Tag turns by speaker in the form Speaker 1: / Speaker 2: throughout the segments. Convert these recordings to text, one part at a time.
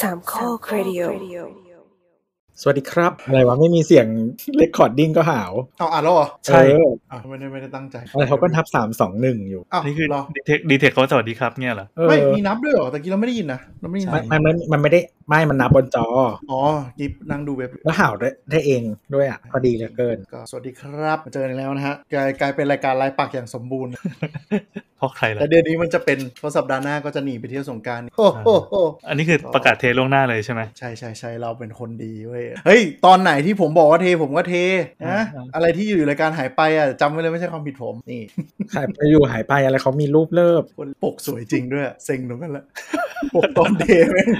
Speaker 1: สามข้อครดิโอ
Speaker 2: สวัสดีครับ อะไรวะไม่มีเสียงเ e คคอร์ดดิ้งก็หาว
Speaker 3: เอาอ่านแล้วเหรอ
Speaker 2: ใช่
Speaker 4: เออ
Speaker 3: อ่ะไม่ได้ไม่ได้ตั้งใจ
Speaker 2: อะไรเขาก็ทับสามสองหนึ่งอยู่
Speaker 3: อ้าว
Speaker 4: นี่คือ
Speaker 3: เหรอ
Speaker 4: ดีเทคดีเทคเขาสวัสดีครับเนี่ยเหรอ
Speaker 2: เออ
Speaker 3: ไม่มีนับด้วยเหรอตะกี้เราไม่ได้ยินนะเราไม่ได้ยิน
Speaker 2: มัน
Speaker 3: นะ
Speaker 2: มันมันมันไม่ได้ไม่มันนับบนจอ
Speaker 3: อ๋อยิบนั่งดูเว็บอยู่
Speaker 2: แล้วห่าวได้ได้เองด้วยอ่ะพอดีเหลือเกิน
Speaker 3: ก็สวัสดีครับมาเจอกันอีกแล้วนะฮะกลายกลายเป็นรายการลายปากอย่างสมบูรณ์
Speaker 4: เพราะใครล่ะ
Speaker 3: แต่เดือนนี้มันจะเป็นเพราะสัปดาห์หน้าก็จะหนีไปเที่ยวสงกรารโอ้โหโห
Speaker 4: อันนี้คือประกาศเทล่วงหน้าเลยใช่ไหม
Speaker 3: ใช่ใช่ใช่เราเป็นคนดีเว้ยเฮ้ยตอนไหนที่ผมบอกว่าเทผมก็เทนะ
Speaker 4: อ่า
Speaker 3: อะไรที่อยู่ในรายการหายไปอ่ะจำไว้เลยไม่ใช่ความผิดผมนี่
Speaker 2: หายไปอยู่หายไปอะไรเขามีรูปเลิฟ
Speaker 3: คนปกสวยจริงด้วยเซ็งตรงนั้นแหละ ปกตอนเดย์แม่ง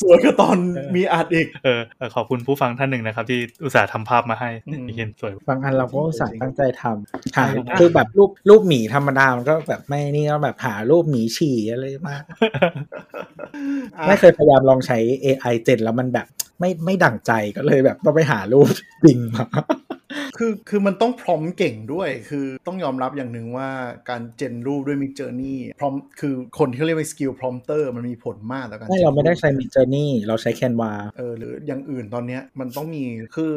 Speaker 3: สวยก็ตอนมีอัดอีก
Speaker 4: เออเออขอบคุณผู้ฟังท่านหนึ่งนะครับ ที่อุตส่าห์ทำภาพมาให้
Speaker 3: อืม
Speaker 4: เห็นสวย
Speaker 2: บางอันเราก็อุตส่าห์ตั้งใจทำหา
Speaker 4: ใช่
Speaker 2: คือแบบรูปรูปหมีธรรมดา มันก็แบบไม่นี่ก็แบบหารูปหมีฉี่อะไรมา
Speaker 3: อ่ะ
Speaker 2: ไม่เคยพยายามลองใช้ AI เจนแล้วมันแบบไม่ไม่ดั่งใจก็เลยแบบต้องไปหารูป จริงมา
Speaker 3: คือคือมันต้องพร้อมเก่งด้วย คือต้องยอมรับอย่างหนึ่งว่าการเจนรูปด้วยมิกเจอร์นี่พร้อมคือคนที่เขาเรียกว่าสกิลพรอมเตอร์มันมีผลมากต่อการ
Speaker 2: ไม่
Speaker 3: จน
Speaker 2: เราไม่ได้
Speaker 3: ป
Speaker 2: ใช้มิจเจอร์นี่เราใช้แคนวา
Speaker 3: เออหรืออย่างอื่นตอนเนี้ยมันต้องมีคือ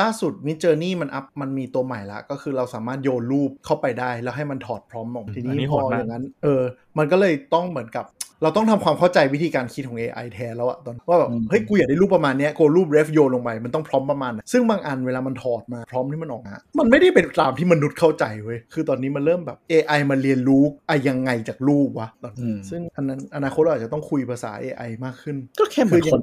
Speaker 3: ล่าสุดมิเจอร์นี่มันอัพมันมีตัวใหม่ละ ก็คือเราสามารถโยนรูปเข้าไปได้ แล้วให้มันถอดพร้อมออก
Speaker 4: อืม
Speaker 3: ที
Speaker 4: อันนี้
Speaker 3: นี้พ
Speaker 4: โห
Speaker 3: อ
Speaker 4: ดมาก
Speaker 3: อย่างนั้น เออ มันก็เลยต้องเหมือนกับ เราต้องทำความเข้าใจวิธีการคิดของ AI แทนแล้วอะตอนว่าแบบ
Speaker 2: อืม
Speaker 3: เฮ้ยกูอยากได้รูปประมาณเนี้ยกูรูปเรฟโยนลงไปมันต้องพร้อมประมาณน่ะซึ่งบางอันเวลามันถอดมาพร้อมที่มันออกมามันไม่ได้เป็นตามที่มนุษย์เข้าใจเว้ยคือตอนนี้มันเริ่มแบบ AI มันเรียนรู้อะยังไงจากรูปวะตอนนี้
Speaker 2: อืม
Speaker 3: ซึ่งอันนั้นอนาคตเราอาจจะต้องคุยภาษา AI มากขึ้น
Speaker 2: ก็แค่เหมือนคน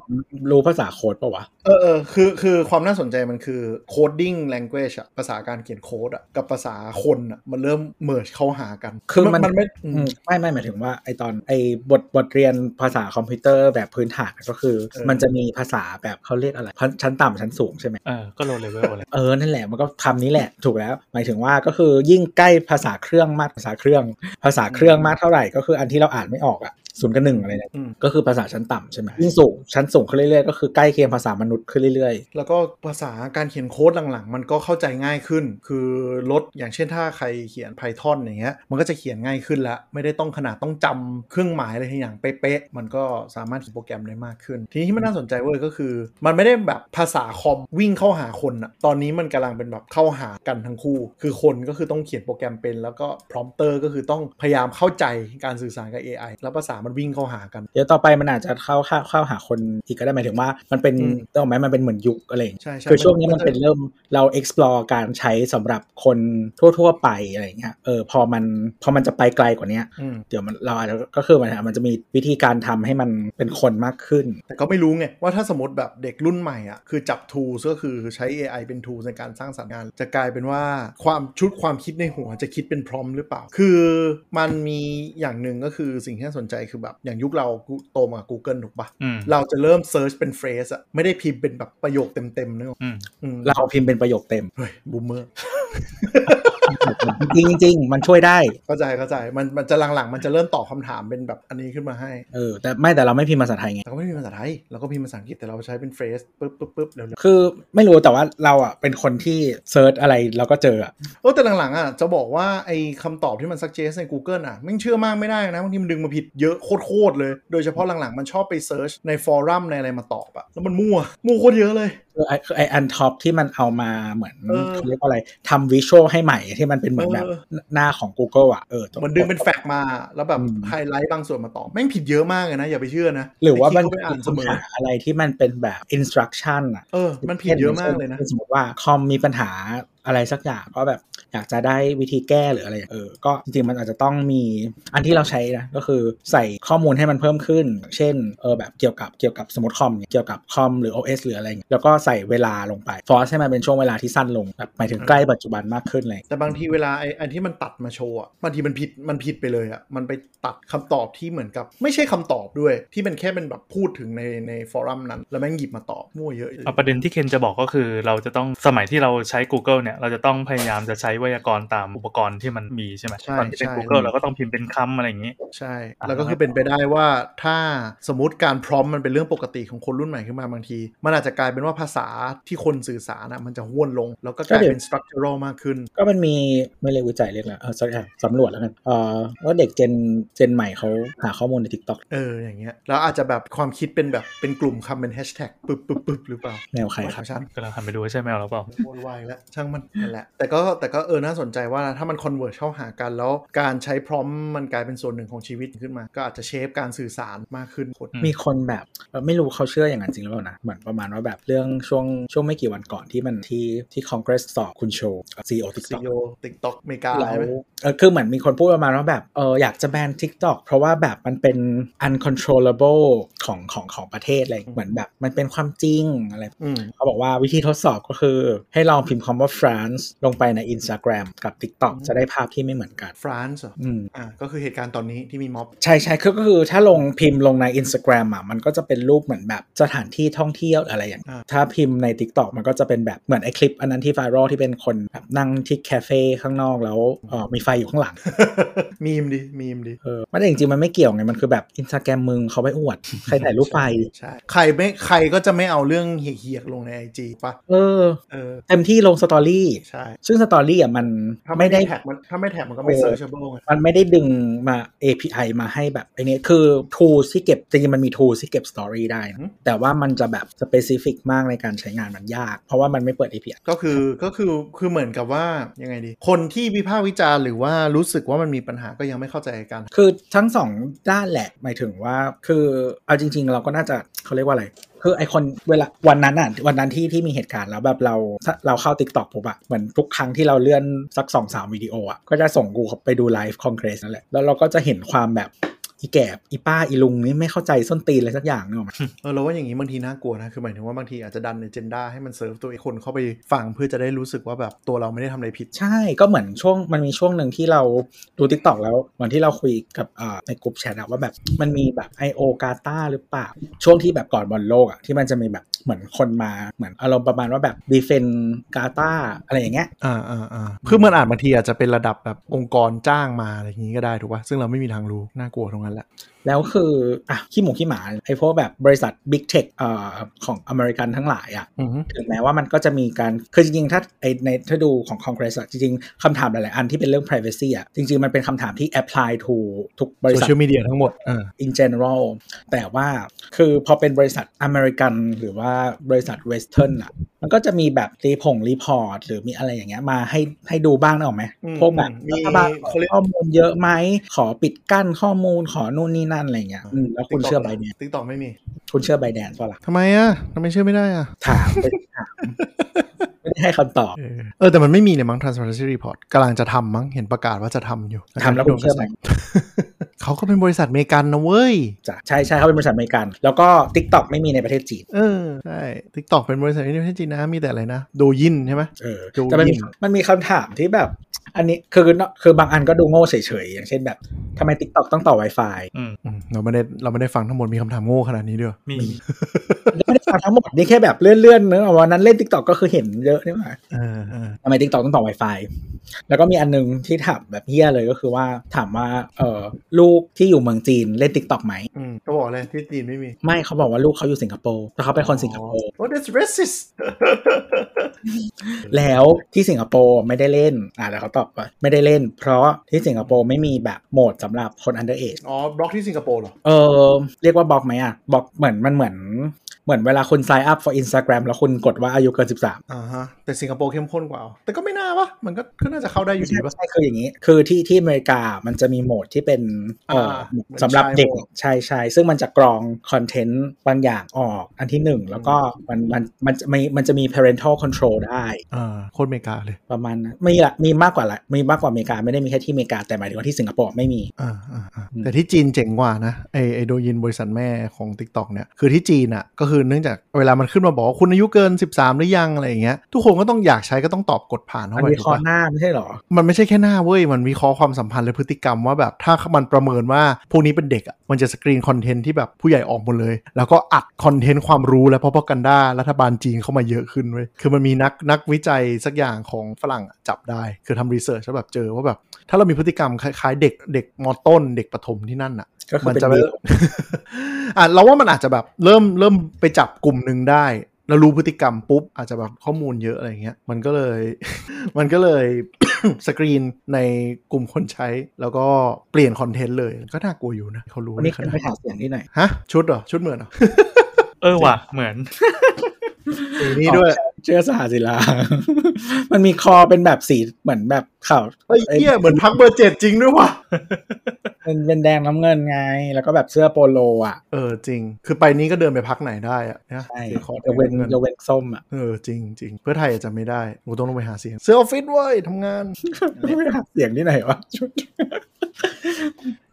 Speaker 2: รู้ภาษาโค้ดปะวะ
Speaker 3: เออเออคือคือความน่าสนใจมันคือ coding language อะภาษาการเขียนโค้ดอะกับภาษาคนอะมันเริ่ม merge เข้าหากัน
Speaker 2: คือมัน
Speaker 3: มันไม่อื
Speaker 2: อืม
Speaker 3: ม
Speaker 2: ไม่ไม่หมายถึงว่าไอตอนไอบทบทเรียนภาษาคอมพิวเตอร์แบบพื้นฐานก็คือ
Speaker 3: เออ
Speaker 2: มันจะมีภาษาแบบเขาเรียกอะไรชั้นชั้นต่ำชั้นสูงใช่ไหม
Speaker 4: เออก็โลเลเวลอะไร
Speaker 2: เออนั่นแหละมันก็คำนี้แหละถูกแล้ว หมายถึงว่าก็คือยิ่งใกล้ภาษาเครื่องมากภาษาเครื่อง ภาษาเครื่องมากเท่าไหร่ก็คืออันที่เราอ่านไม่ออกอ่ะศูนย์กับหนึ่งอะไรเนี่ย
Speaker 3: อืม
Speaker 2: ก็คือภาษาชั้นต่ำใช่ไหมยิ่งสูงชั้นสูงขึ้นเรื่อยๆก็คือใกล้เคียงภาษามนุษย์ขึ้นเรื่อยๆ
Speaker 3: แล้วก็ภาษาการเขียนโค้ดหลังๆ มันก็เข้าใจง่ายขึ้น คือลดอย่างเช่นถ้าใครเขียน Python อย่างเงี้ยมันก็จะเขียนง่ายขึ้นละ ไม่ได้ต้องขนาดต้องจำเครื่องหมายอะไรทุกอย่างเป๊ะๆ มันก็สามารถเขียนโปรแกรมได้มากขึ้น ทีนี้ที่มันน่าสนใจเว้ยก็คือ มันไม่ได้แบบภาษาคอมวิ่งเข้าหาคนอะตอนนี้มันกำลังเป็นแบบเข้าหากันทั้งคู่ คือคนก็คือต้องเขียนโปรแกรมเป็น แล้วก็พร้อมเตอร์ก็คือต้องพยายามเข้าใจการสื่อสารกับ AI แล้วภาษามันวิ่งเข้าหากัน
Speaker 2: เดี๋ยวต่อไปมันอาจจะเข้าเข้าเข้าหาคนอีกก็ได้หมายถึงว่ามันเป็น
Speaker 3: อืม
Speaker 2: ต้องไหมมันเป็นเหมือนยุคอะไรอย่างเงี้ย
Speaker 3: ใช่ใช่
Speaker 2: คือช่วงนี้มัน
Speaker 3: จะ
Speaker 2: เป็นเริ่มเรา explore การใช้สำหรับคนทั่ว ๆ ไปอะไรอย่างเงี้ยเออพอมันพอมันจะไปไกลกว่าเนี้ย
Speaker 3: อืม
Speaker 2: เดี๋ยวมันเราอาจจะก็คือมันมันจะมีวิธีการทำให้มันเป็นคนมากขึ้น
Speaker 3: แต่ก็ไม่รู้ไง ว่าถ้าสมมติแบบเด็กรุ่นใหม่อ่ะคือจับ tools ก็คือใช้ AI เป็น tools ในการสร้างสรรค์งาน จะกลายเป็นว่าความชุดความคิดในหัวจะคิดเป็นพร้อมหรือเปล่า คือมันมีอย่างหนึ่งก็คือสิ่งที่น่าสนใจคือแบบอย่างยุคเราโตมากับ Google ถูกปะ
Speaker 4: อืม
Speaker 3: เราจะเริ่มเซิร์ชเป็นเฟร e อะไม่ได้พิมพ์เป็นแบบประโยคเต็มๆนึกออก
Speaker 4: อืม
Speaker 3: อืม
Speaker 2: เราพิมพ์เป็นประโยคเต็ม
Speaker 3: เฮ้ยบูมเมอร์
Speaker 2: จริงๆจริงๆมันช่วยได้
Speaker 3: เข้าใจเข้าใจมันมันจะหลังๆ มันจะเริ่มตอบคำถามเป็นแบบอันนี้ขึ้นมาให้
Speaker 2: เออแต่ไม่แต่เราไม่พิมพ์ภาษาไทยไง
Speaker 3: แต่ก็ไม่มีภาษาไทยเราก็พิมพ์ภาษาอังกฤษแต่เราใช้เป็นเฟรสปึ๊บปึ๊บปึ๊บเร็วๆ
Speaker 2: คือไม่รู้แต่ว่าเราอ่ะเป็นคนที่เซิร์ชอะไรเราก็เจออะ
Speaker 3: เออแต่หลังๆอ่ะจะบอกว่าไอ้คำตอบที่มันซักเจสใน Google อ่ะแม่งเชื่อมากไม่ได้นะบางทีมันดึงมาผิดเยอะโคตรๆเลย โดยเฉพาะหลังๆ มันชอบไปเซิร์ชในฟอรัมในอะไรมาตอบอ่ะ แล้วมันมั่ว มั่วโคตรเยอะเลย
Speaker 2: คือไอคือไออันท็อปที่มันเอามาเหมือน
Speaker 3: เออ
Speaker 2: เขาเรียกว่าอะไรทำวิชวลให้ใหม่ที่มันเป็นเหมือนแบบ
Speaker 3: เออ
Speaker 2: หน้าของ Google อ่ะเออตัว
Speaker 3: มันดึงเป็น
Speaker 2: ตัว
Speaker 3: แฟกต์มาแล้วแบบ
Speaker 2: อืม
Speaker 3: ไฮไลท์บางส่วนมาตอบแม่งผิดเยอะมากเลยนะ อย่าไปเชื่อนะ
Speaker 2: หรือว่า
Speaker 3: ไคิด
Speaker 2: มัน
Speaker 3: ก็ไปอ่านเสมอ
Speaker 2: หาอะไรที่มันเป็นแบบ instruction อ่ะ
Speaker 3: เออมันผิดเยอะมากเลยนะ
Speaker 2: สมมติว่าคอมมีปัญหาอะไรสักอย่างก็แบบอยากจะได้วิธีแก้หรืออะไรเออก็จริงๆมันอาจจะต้องมีอันที่เราใช้นะก็คือใส่ข้อมูลให้มันเพิ่มขึ้น เช่นเออแบบเกี่ยวกับเกี่ยวกับสมมติคอมเนี่ยเกี่ยวกับคอมหรือ OS หรืออะไรเงี้ยแล้วก็ใส่เวลาลงไปฟอร์ให้มันเป็นช่วงเวลาที่สั้นลงแบบหมายถึงใกล้ปัจจุบันมากขึ้นเลย
Speaker 3: แต่บางทีเวลาไอ้ไอันที่มันตัดมาโชว์อะบางทีมันผิดมันผิดไปเลยอะมันไปตัดคำตอบที่เหมือนกับ ไม่ใช่คำตอบด้วย ที่มันแค่เป็นแบบพูดถึงในในฟอรัมนั้น แล้วแม่งหยิบมาตอบมั่วเยอะเลย
Speaker 4: เอาประเด็นที่เคนจะบอกก็คือเราจะต้องสมัยที่เราใช้ Google เนี่ย เราจะต้องพยายามจะใช้ไวยากรณ์ตามอุปกรณ์ที่มันมีใช่ไหม
Speaker 3: ใช่
Speaker 4: ตอนที่เป็น
Speaker 3: ใช่
Speaker 4: Google เราก็ต้องพิมพ์เป็นคำอะไรอย่างนี้
Speaker 3: ใช่
Speaker 4: อ่ะ
Speaker 3: แล้วก็
Speaker 4: แล้วไง
Speaker 3: คือเป็นไปได้ว่าถ้าสมมติการพร้อมมันเป็นเรื่องปกติของคนรุ่นใหม่ขึ้นมาบางที มันอาจจะกลายเป็นว่าภาษาที่คนสื่อสารนะมันจะห้วนลง แล้วก็กลายเป็น structural มากขึ้น
Speaker 2: ก็มันมีไม่เลยกวิจัยเรียกแล้วเออสักอย่างสำรวจแล้วกันเออว่าเด็กเจนเจนใหม่เขาหาข้อมูลใน TikTok
Speaker 3: เอออย่างเงี้ยแล้วอาจจะแบบความคิดเป็นแบบเป็นกลุ่มคำเป็นแฮชแท็กปึ๊บปึ๊บปึ๊บหรือเปล่า
Speaker 2: แนวใครครับ
Speaker 3: ของฉัน
Speaker 4: กำลังหันไปดูว่าใช่แมวหรือเปล่า
Speaker 3: โวยวายแล้วช่างมันนั่นแหละแต่ก็แต่ก็เออน่าสนใจว่าถ้ามันคอนเวิร์เข้าหากันแล้วการใช้พร้อมมันกลายเป็นส่วนหนึ่งของชีวิตขึ้นมา ก็อาจจะเชฟการสื่อสารมากขึ้นคน
Speaker 4: อืม
Speaker 2: มีคนแบบเอ่อไม่รู้เขาเชื่ออย่างนั้นจริงหรือเปล่านะเหมือนประมาณว่าแบบเรื่องช่วงช่วงไม่กี่วันก่อนที่มันที่ที่คอนเกรสสอบคุณโชว์ซีโอทิก
Speaker 3: ซี
Speaker 2: ต็อก
Speaker 3: โอติ๊กต็อกเมกา
Speaker 2: แล้ว
Speaker 3: ใช่ไหม
Speaker 2: เออคือเหมือนมีคนพูดประมาณว่าแบบเอออยากจะแบน TikTok เพราะว่าแบบมันเป็น uncontrollable ของของของประเทศอะไรเหมือนแบบมันเป็นความจริงอะไร
Speaker 3: อืม
Speaker 2: เขาบอกว่าวิธีทดสอบก็คือ ให้ลองพิมพ์คำว่า France ลงไปใน Instagram กับ TikTok
Speaker 3: อืม
Speaker 2: จะได้ภาพที่ไม่เหมือนกัน
Speaker 3: ฟรานซ์เหรอ
Speaker 2: อืม
Speaker 3: อ่าก็คือเหตุการณ์ตอนนี้ที่มีม็อบ
Speaker 2: ใช่ใช่คือก็คือถ้าลงพิมพ์ลงใน Instagram อ่ะมันก็จะเป็นรูปเหมือนแบบสถานที่ท่องเที่ยวหรืออะไรอย่าง
Speaker 3: อ่า
Speaker 2: ถ้าพิมพ์ใน TikTok มันก็จะเป็นแบบเหมือนไอคลิป อันนั้นที่ไวรัลที่เป็นคนแบบนั่งที่คาเฟ่ข้างนอกแล้วเออมีไฟอยู่ข้างหลัง
Speaker 3: มีมดีมีมดี
Speaker 2: เออมันแต่จริงๆ มันไม่เกี่ยวไง มันคือแบบอินสตาแกรมมึงเขาไปอวด ใครถ่ายรูปไฟ
Speaker 3: ใช่ใครไม่ใครก็จะไม่เอาเรื่องเหี้ยๆลงในไอจีปะ
Speaker 2: เออ
Speaker 3: เออ
Speaker 2: เต็มที่ลงสตอรี่
Speaker 3: ใช่
Speaker 2: ซึ่งสตอรี่อ่ะมัน
Speaker 3: ถ้า
Speaker 2: ไม่
Speaker 3: ไม่
Speaker 2: ได้
Speaker 3: ได้แท็กมันถ้าไม่แท็กมันก็ไม่
Speaker 2: เออ
Speaker 3: searchable ไง
Speaker 2: มันไม่ได้ดึงมา API มาให้แบบไอ้นี่คือ tools ที่เก็บจริงๆมันมี tools ที่เก็บ story ได้นะแต่ว่ามันจะแบบ specific มากในการใช้งานมันยาก เพราะว่ามันไม่เปิด API
Speaker 3: ก็คือก็คือคือเหมือนกับว่ายังไงดี คนที่วิพากษ์วิจารณ์หรือว่ารู้สึกว่ามันมีปัญหาก็ยังไม่เข้าใจกัน
Speaker 2: คือทั้งสองด้านแหละ หมายถึงว่าคือเอาจริง ๆ เราก็น่าจะเขาเรียกว่าอะไร คือไอคนเวลาวันนั้นอ่ะวันนั้นที่ที่มีเหตุการณ์แล้วแบบเราเราเข้า t ิ k t o k ปุ๊บอะเหมือนทุกครั้งที่เราเลื่อนสัก2อสามวิดีโออะก็จะส่งกูไปดูไลฟ์คอนเกรสนั่นแหละแล้วเราก็จะเห็นความแบบอีแกบอีป้าอีลุงนี่ไม่เข้าใจส้นตีนอะไรสักอย่างเนกอะ
Speaker 3: เออเราว่าอย่างนี้บางทีน่ากลัวนะ คือหมายถึงว่าบางทีอาจจะดันในเจนดาให้มันเซิร์ฟตัวเองคนเข้าไปฟังเพื่อจะได้รู้สึกว่าแบบตัวเราไม่ได้ทำอะไรผิด
Speaker 2: ใช่ก็เหมือนช่วงมันมีช่วงหนึ่งที่เราดู t ิ k t o k แล้วเหมือนที่เราคุยกับอ่าในกลุ่มแชทอะว่าแบบมันมีแบบ I.O. กาตาหรือเปล่า ช่วงที่แบบก่อนบอลโลกอะที่มันจะมีแบบเหมือนคนมาเหมือนอารมณ์ประมาณว่าแบบดีเฟนกาตาอะไรอย่างเงี้ย
Speaker 3: อ่าอ่าอ่าคือมันอาจบางทีอาจจะเป็นระดับแบบองค์กรจ้างมาอะไรอย่างนี้ก็ได้ถูกป่ะซึ่งเราไม่มีทางรู้น่ากลัวตรงนั้นแหละ
Speaker 2: แล้วคืออ่ะขี้หมูขี้หมาไอพวกแบบบริษัท Big Tech เอ่อของอเมริกันทั้งหลายอะ
Speaker 3: อืม
Speaker 2: ถึงแม้ว่ามันก็จะมีการ คือจริงๆ ถ้าไอในถ้าดูของคอนเกรสอะจริงๆ คำถามหลายๆ อันที่เป็นเรื่อง privacy อะจริงๆ มันเป็นคำถามที่ apply to ทุกบริษัท
Speaker 3: Social media ทั้งหมดอ่า
Speaker 2: in general แต่ว่าคือพอเป็นบริษัทอเมริกันหรือว่าบริษัทเวสเทิร์นอะมันก็จะมีแบบรีผงรีพอร์ตหรือมีอะไรอย่างเงี้ยมาให้ให้ดูบ้างนะหรอกไหม
Speaker 3: อืม
Speaker 2: พวกแบบ
Speaker 3: มี
Speaker 2: รัฐบาลขอ
Speaker 3: เขาเรียก
Speaker 2: ข้อมูลเยอะไหมขอปิดกั้นข้อมูลขอนู่นนี่นั่นอะไรอย่างเงี้ยอืมแล้วคุณเชื่อไบแดน
Speaker 3: ติ๊กตอกไม่มี
Speaker 2: คุณเชื่อไบแดนเปล่าล่ะ
Speaker 3: ทำไมอ่ะทำไมเชื่อไม่ได้อ่ะ
Speaker 2: ถามไปถาม ไม่ได้ให้คำตอบ
Speaker 3: เออเออแต่มันไม่มีเนี่ยมั้ง transparency report กำลังจะทำมั้งเห็นประกาศว่าจะทำอยู่
Speaker 2: ทำแล้วคุณเชื่อไหม
Speaker 3: เขาก็เป็นบริษัทอเมริกันนะเว้ย
Speaker 2: จ้ะใช่ใช่เขาเป็นบริษัทอเมริกัน แล้วก็ Tik t o k ไม่มีในประเทศจีน
Speaker 3: เออใช่ติ๊กตอกเป็นบริษัทในประเทศจีนนะมีแต่อะไรนะโดยินใช่ไหม
Speaker 2: เออ
Speaker 3: ดู
Speaker 2: แต่มันมี
Speaker 3: ยิ่ง
Speaker 2: มันมีคำถามที่แบบ อันนี้คือคือบางอันก็ดูโง่เฉยๆ อย่างเช่นแบบทำไม Tik t o k ต้องต่อ Wi-Fi
Speaker 4: อืม
Speaker 3: อืมเราไม่ได้เราไม่ได้ฟังทั้งหมดมีคำถามโง่ขนาดนี้ด้วย
Speaker 4: มี
Speaker 2: ไม่ได้ฟังทั้งหมด นี่แค่แบบเลื่อนๆเนอะวันนั้นเล่น Tik t o k ก็คือเห็นเยอะนี่หว่า
Speaker 3: เออเออ
Speaker 2: ทำไม Tik t o k ต้องต่อ Wi-Fi แล้วก็มีอันนึงที่ถามแบบเฮี้ยเลยก็คือว่าถามว่าเออลูกที่อยู่เมืองจีนเล่น Tik t o k ไหม
Speaker 3: อืมก็บอกเลยที่จีนไม่มี
Speaker 2: ไม่เขาบอกว่าลูกเขาอยู่สิงคโปร์แล้วเขาเป็นคนสิงคโปร์
Speaker 3: โอ้ that's racist
Speaker 2: แล้วที่สิงคโปร์ไม่ได้เล่น อ่าแล้วเขาตอบว่าไม่ได้เล่น เพราะที่สิงคโปร์ไม่มีแบบโหมดสำหรับคน under age
Speaker 3: อ๋อบล็อกที่สิงคโปร์เหรอ
Speaker 2: เออเรียกว่าบล็อกไหมอ่ะบล็อกเหมือนมันเหมือน เหมือนเวลาคุณ sign up for Instagram แล้วคุณกดว่าอายุเกิน 13
Speaker 3: อ่าฮะ แต่สิงคโปร์เข้มข้นกว่าเอาแต่ก็ไม่น่าปะมันก็ก็น่าจะเข้าได้อยู่ดีปะ
Speaker 2: ใช่คืออย่างนี้ คือที่ที่อเมริกามันจะมีโหมดที่เป็นเออ
Speaker 3: อ่า
Speaker 2: สำหรับเด็ก
Speaker 3: เหมือน child
Speaker 2: ใช่ใช่ซึ่งมันจะกรองคอนเทนต์บางอย่างออกอันที่หนึ่งแล้วก็มันมันมันจะมีมันจะมี parental control ได้
Speaker 3: อ่าโคตรอเมริกาเลย
Speaker 2: ประมาณนั้นมีละมีมากกว่าละมีมากกว่าอเมริกาไม่ได้มีแค่ที่อเมริกาแต่หมายถึงว่าที่สิงคโปร์ไม่มี
Speaker 3: อ่าอ่าอ่า
Speaker 2: อืม
Speaker 3: แต่ที่จีนเจ๋งกว่านะไอไอโดยินบริษัทแม่ของ t ิ k t o k เนี่ยคือที่จีนอ่ะก็คือ คือเนื่องจากเวลามันขึ้นมาบอกว่าคุณอายุเกิน 13 หรือยังอะไรอย่างเงี้ยทุกคนก็ต้องอยากใช้ก็ต้องตอบกดผ่านเข้า
Speaker 2: มัน
Speaker 3: ไป
Speaker 2: มี
Speaker 3: ถูก
Speaker 2: คอ
Speaker 3: ปะ
Speaker 2: หน้าไม่ใช่เหรอ
Speaker 3: มันไม่ใช่แค่หน้าเว้ย มันวิเคราะห์ความสัมพันธ์และพฤติกรรมว่าแบบถ้ามันประเมินว่าพวกนี้เป็นเด็กอ่ะ มันจะสกรีนคอนเทนต์ที่แบบผู้ใหญ่ออกหมดเลย แล้วก็อัดคอนเทนต์ความรู้และพ่อพกันด้ารัฐบาลจีนเข้ามาเยอะขึ้นเว้ย คือมันมีนักนักวิจัยสักอย่างของฝรั่งอะจับได้ คือทำรีเสิร์ชแล้วแบบเจอว่าแบบถ้าเรามีพฤติกรรมคล้ายๆเด็กเด็กมอต้น เด็กประถมที่นั่นอ่ะ
Speaker 2: ก็คือ
Speaker 3: มัน
Speaker 2: เป็น
Speaker 3: จะไม่
Speaker 2: เด็ก
Speaker 3: อ่ะเราว่ามันอาจจะแบบเริ่มเริ่มไปจับกลุ่มหนึ่งได้ แล้วรู้พฤติกรรมปุ๊บ อาจจะแบบข้อมูลเยอะอะไรเงี้ย มันก็เลย มันก็เลย สกรีนในกลุ่มคนใช้ แล้วก็เปลี่ยนคอนเทนต์เลย ก็น่ากลัวอยู่นะเขารู้
Speaker 2: วันนี้
Speaker 3: ะ
Speaker 2: ขึ้นไปหาเสียงที่ไหน
Speaker 3: ฮะ ชุดเหรอ ชุดเหมือนเหรอ
Speaker 4: เออว่ะเหมือน
Speaker 3: สีนี้ด้วย
Speaker 2: เชื่อสหศิลา มันมีคอเป็นแบบสีเหมือนแบบข่าว
Speaker 3: เฮ้ยเหี้ยเหมือนพักเบอร์เจ็ดจริงด้วยว่ะ
Speaker 2: เป็นเป็นแดงน้ำเงินไง แล้วก็แบบเสื้อโปโลอ่ะ
Speaker 3: เออจริง คือไปนี้ก็เดินไปพักไหนได้อะนะ
Speaker 2: ใช่
Speaker 3: สีคอร์ด
Speaker 2: ยกเว้น
Speaker 3: งิ
Speaker 2: ยกเว้นส้มอ่ะ
Speaker 3: เออจริงจริงเพื่อไทยอาจจะไม่ได้กูต้องลงไปหาเสียงเสื้อออฟฟิศเว้ยทำงาน
Speaker 2: ไปหาเสียงที่ไหนวะชุด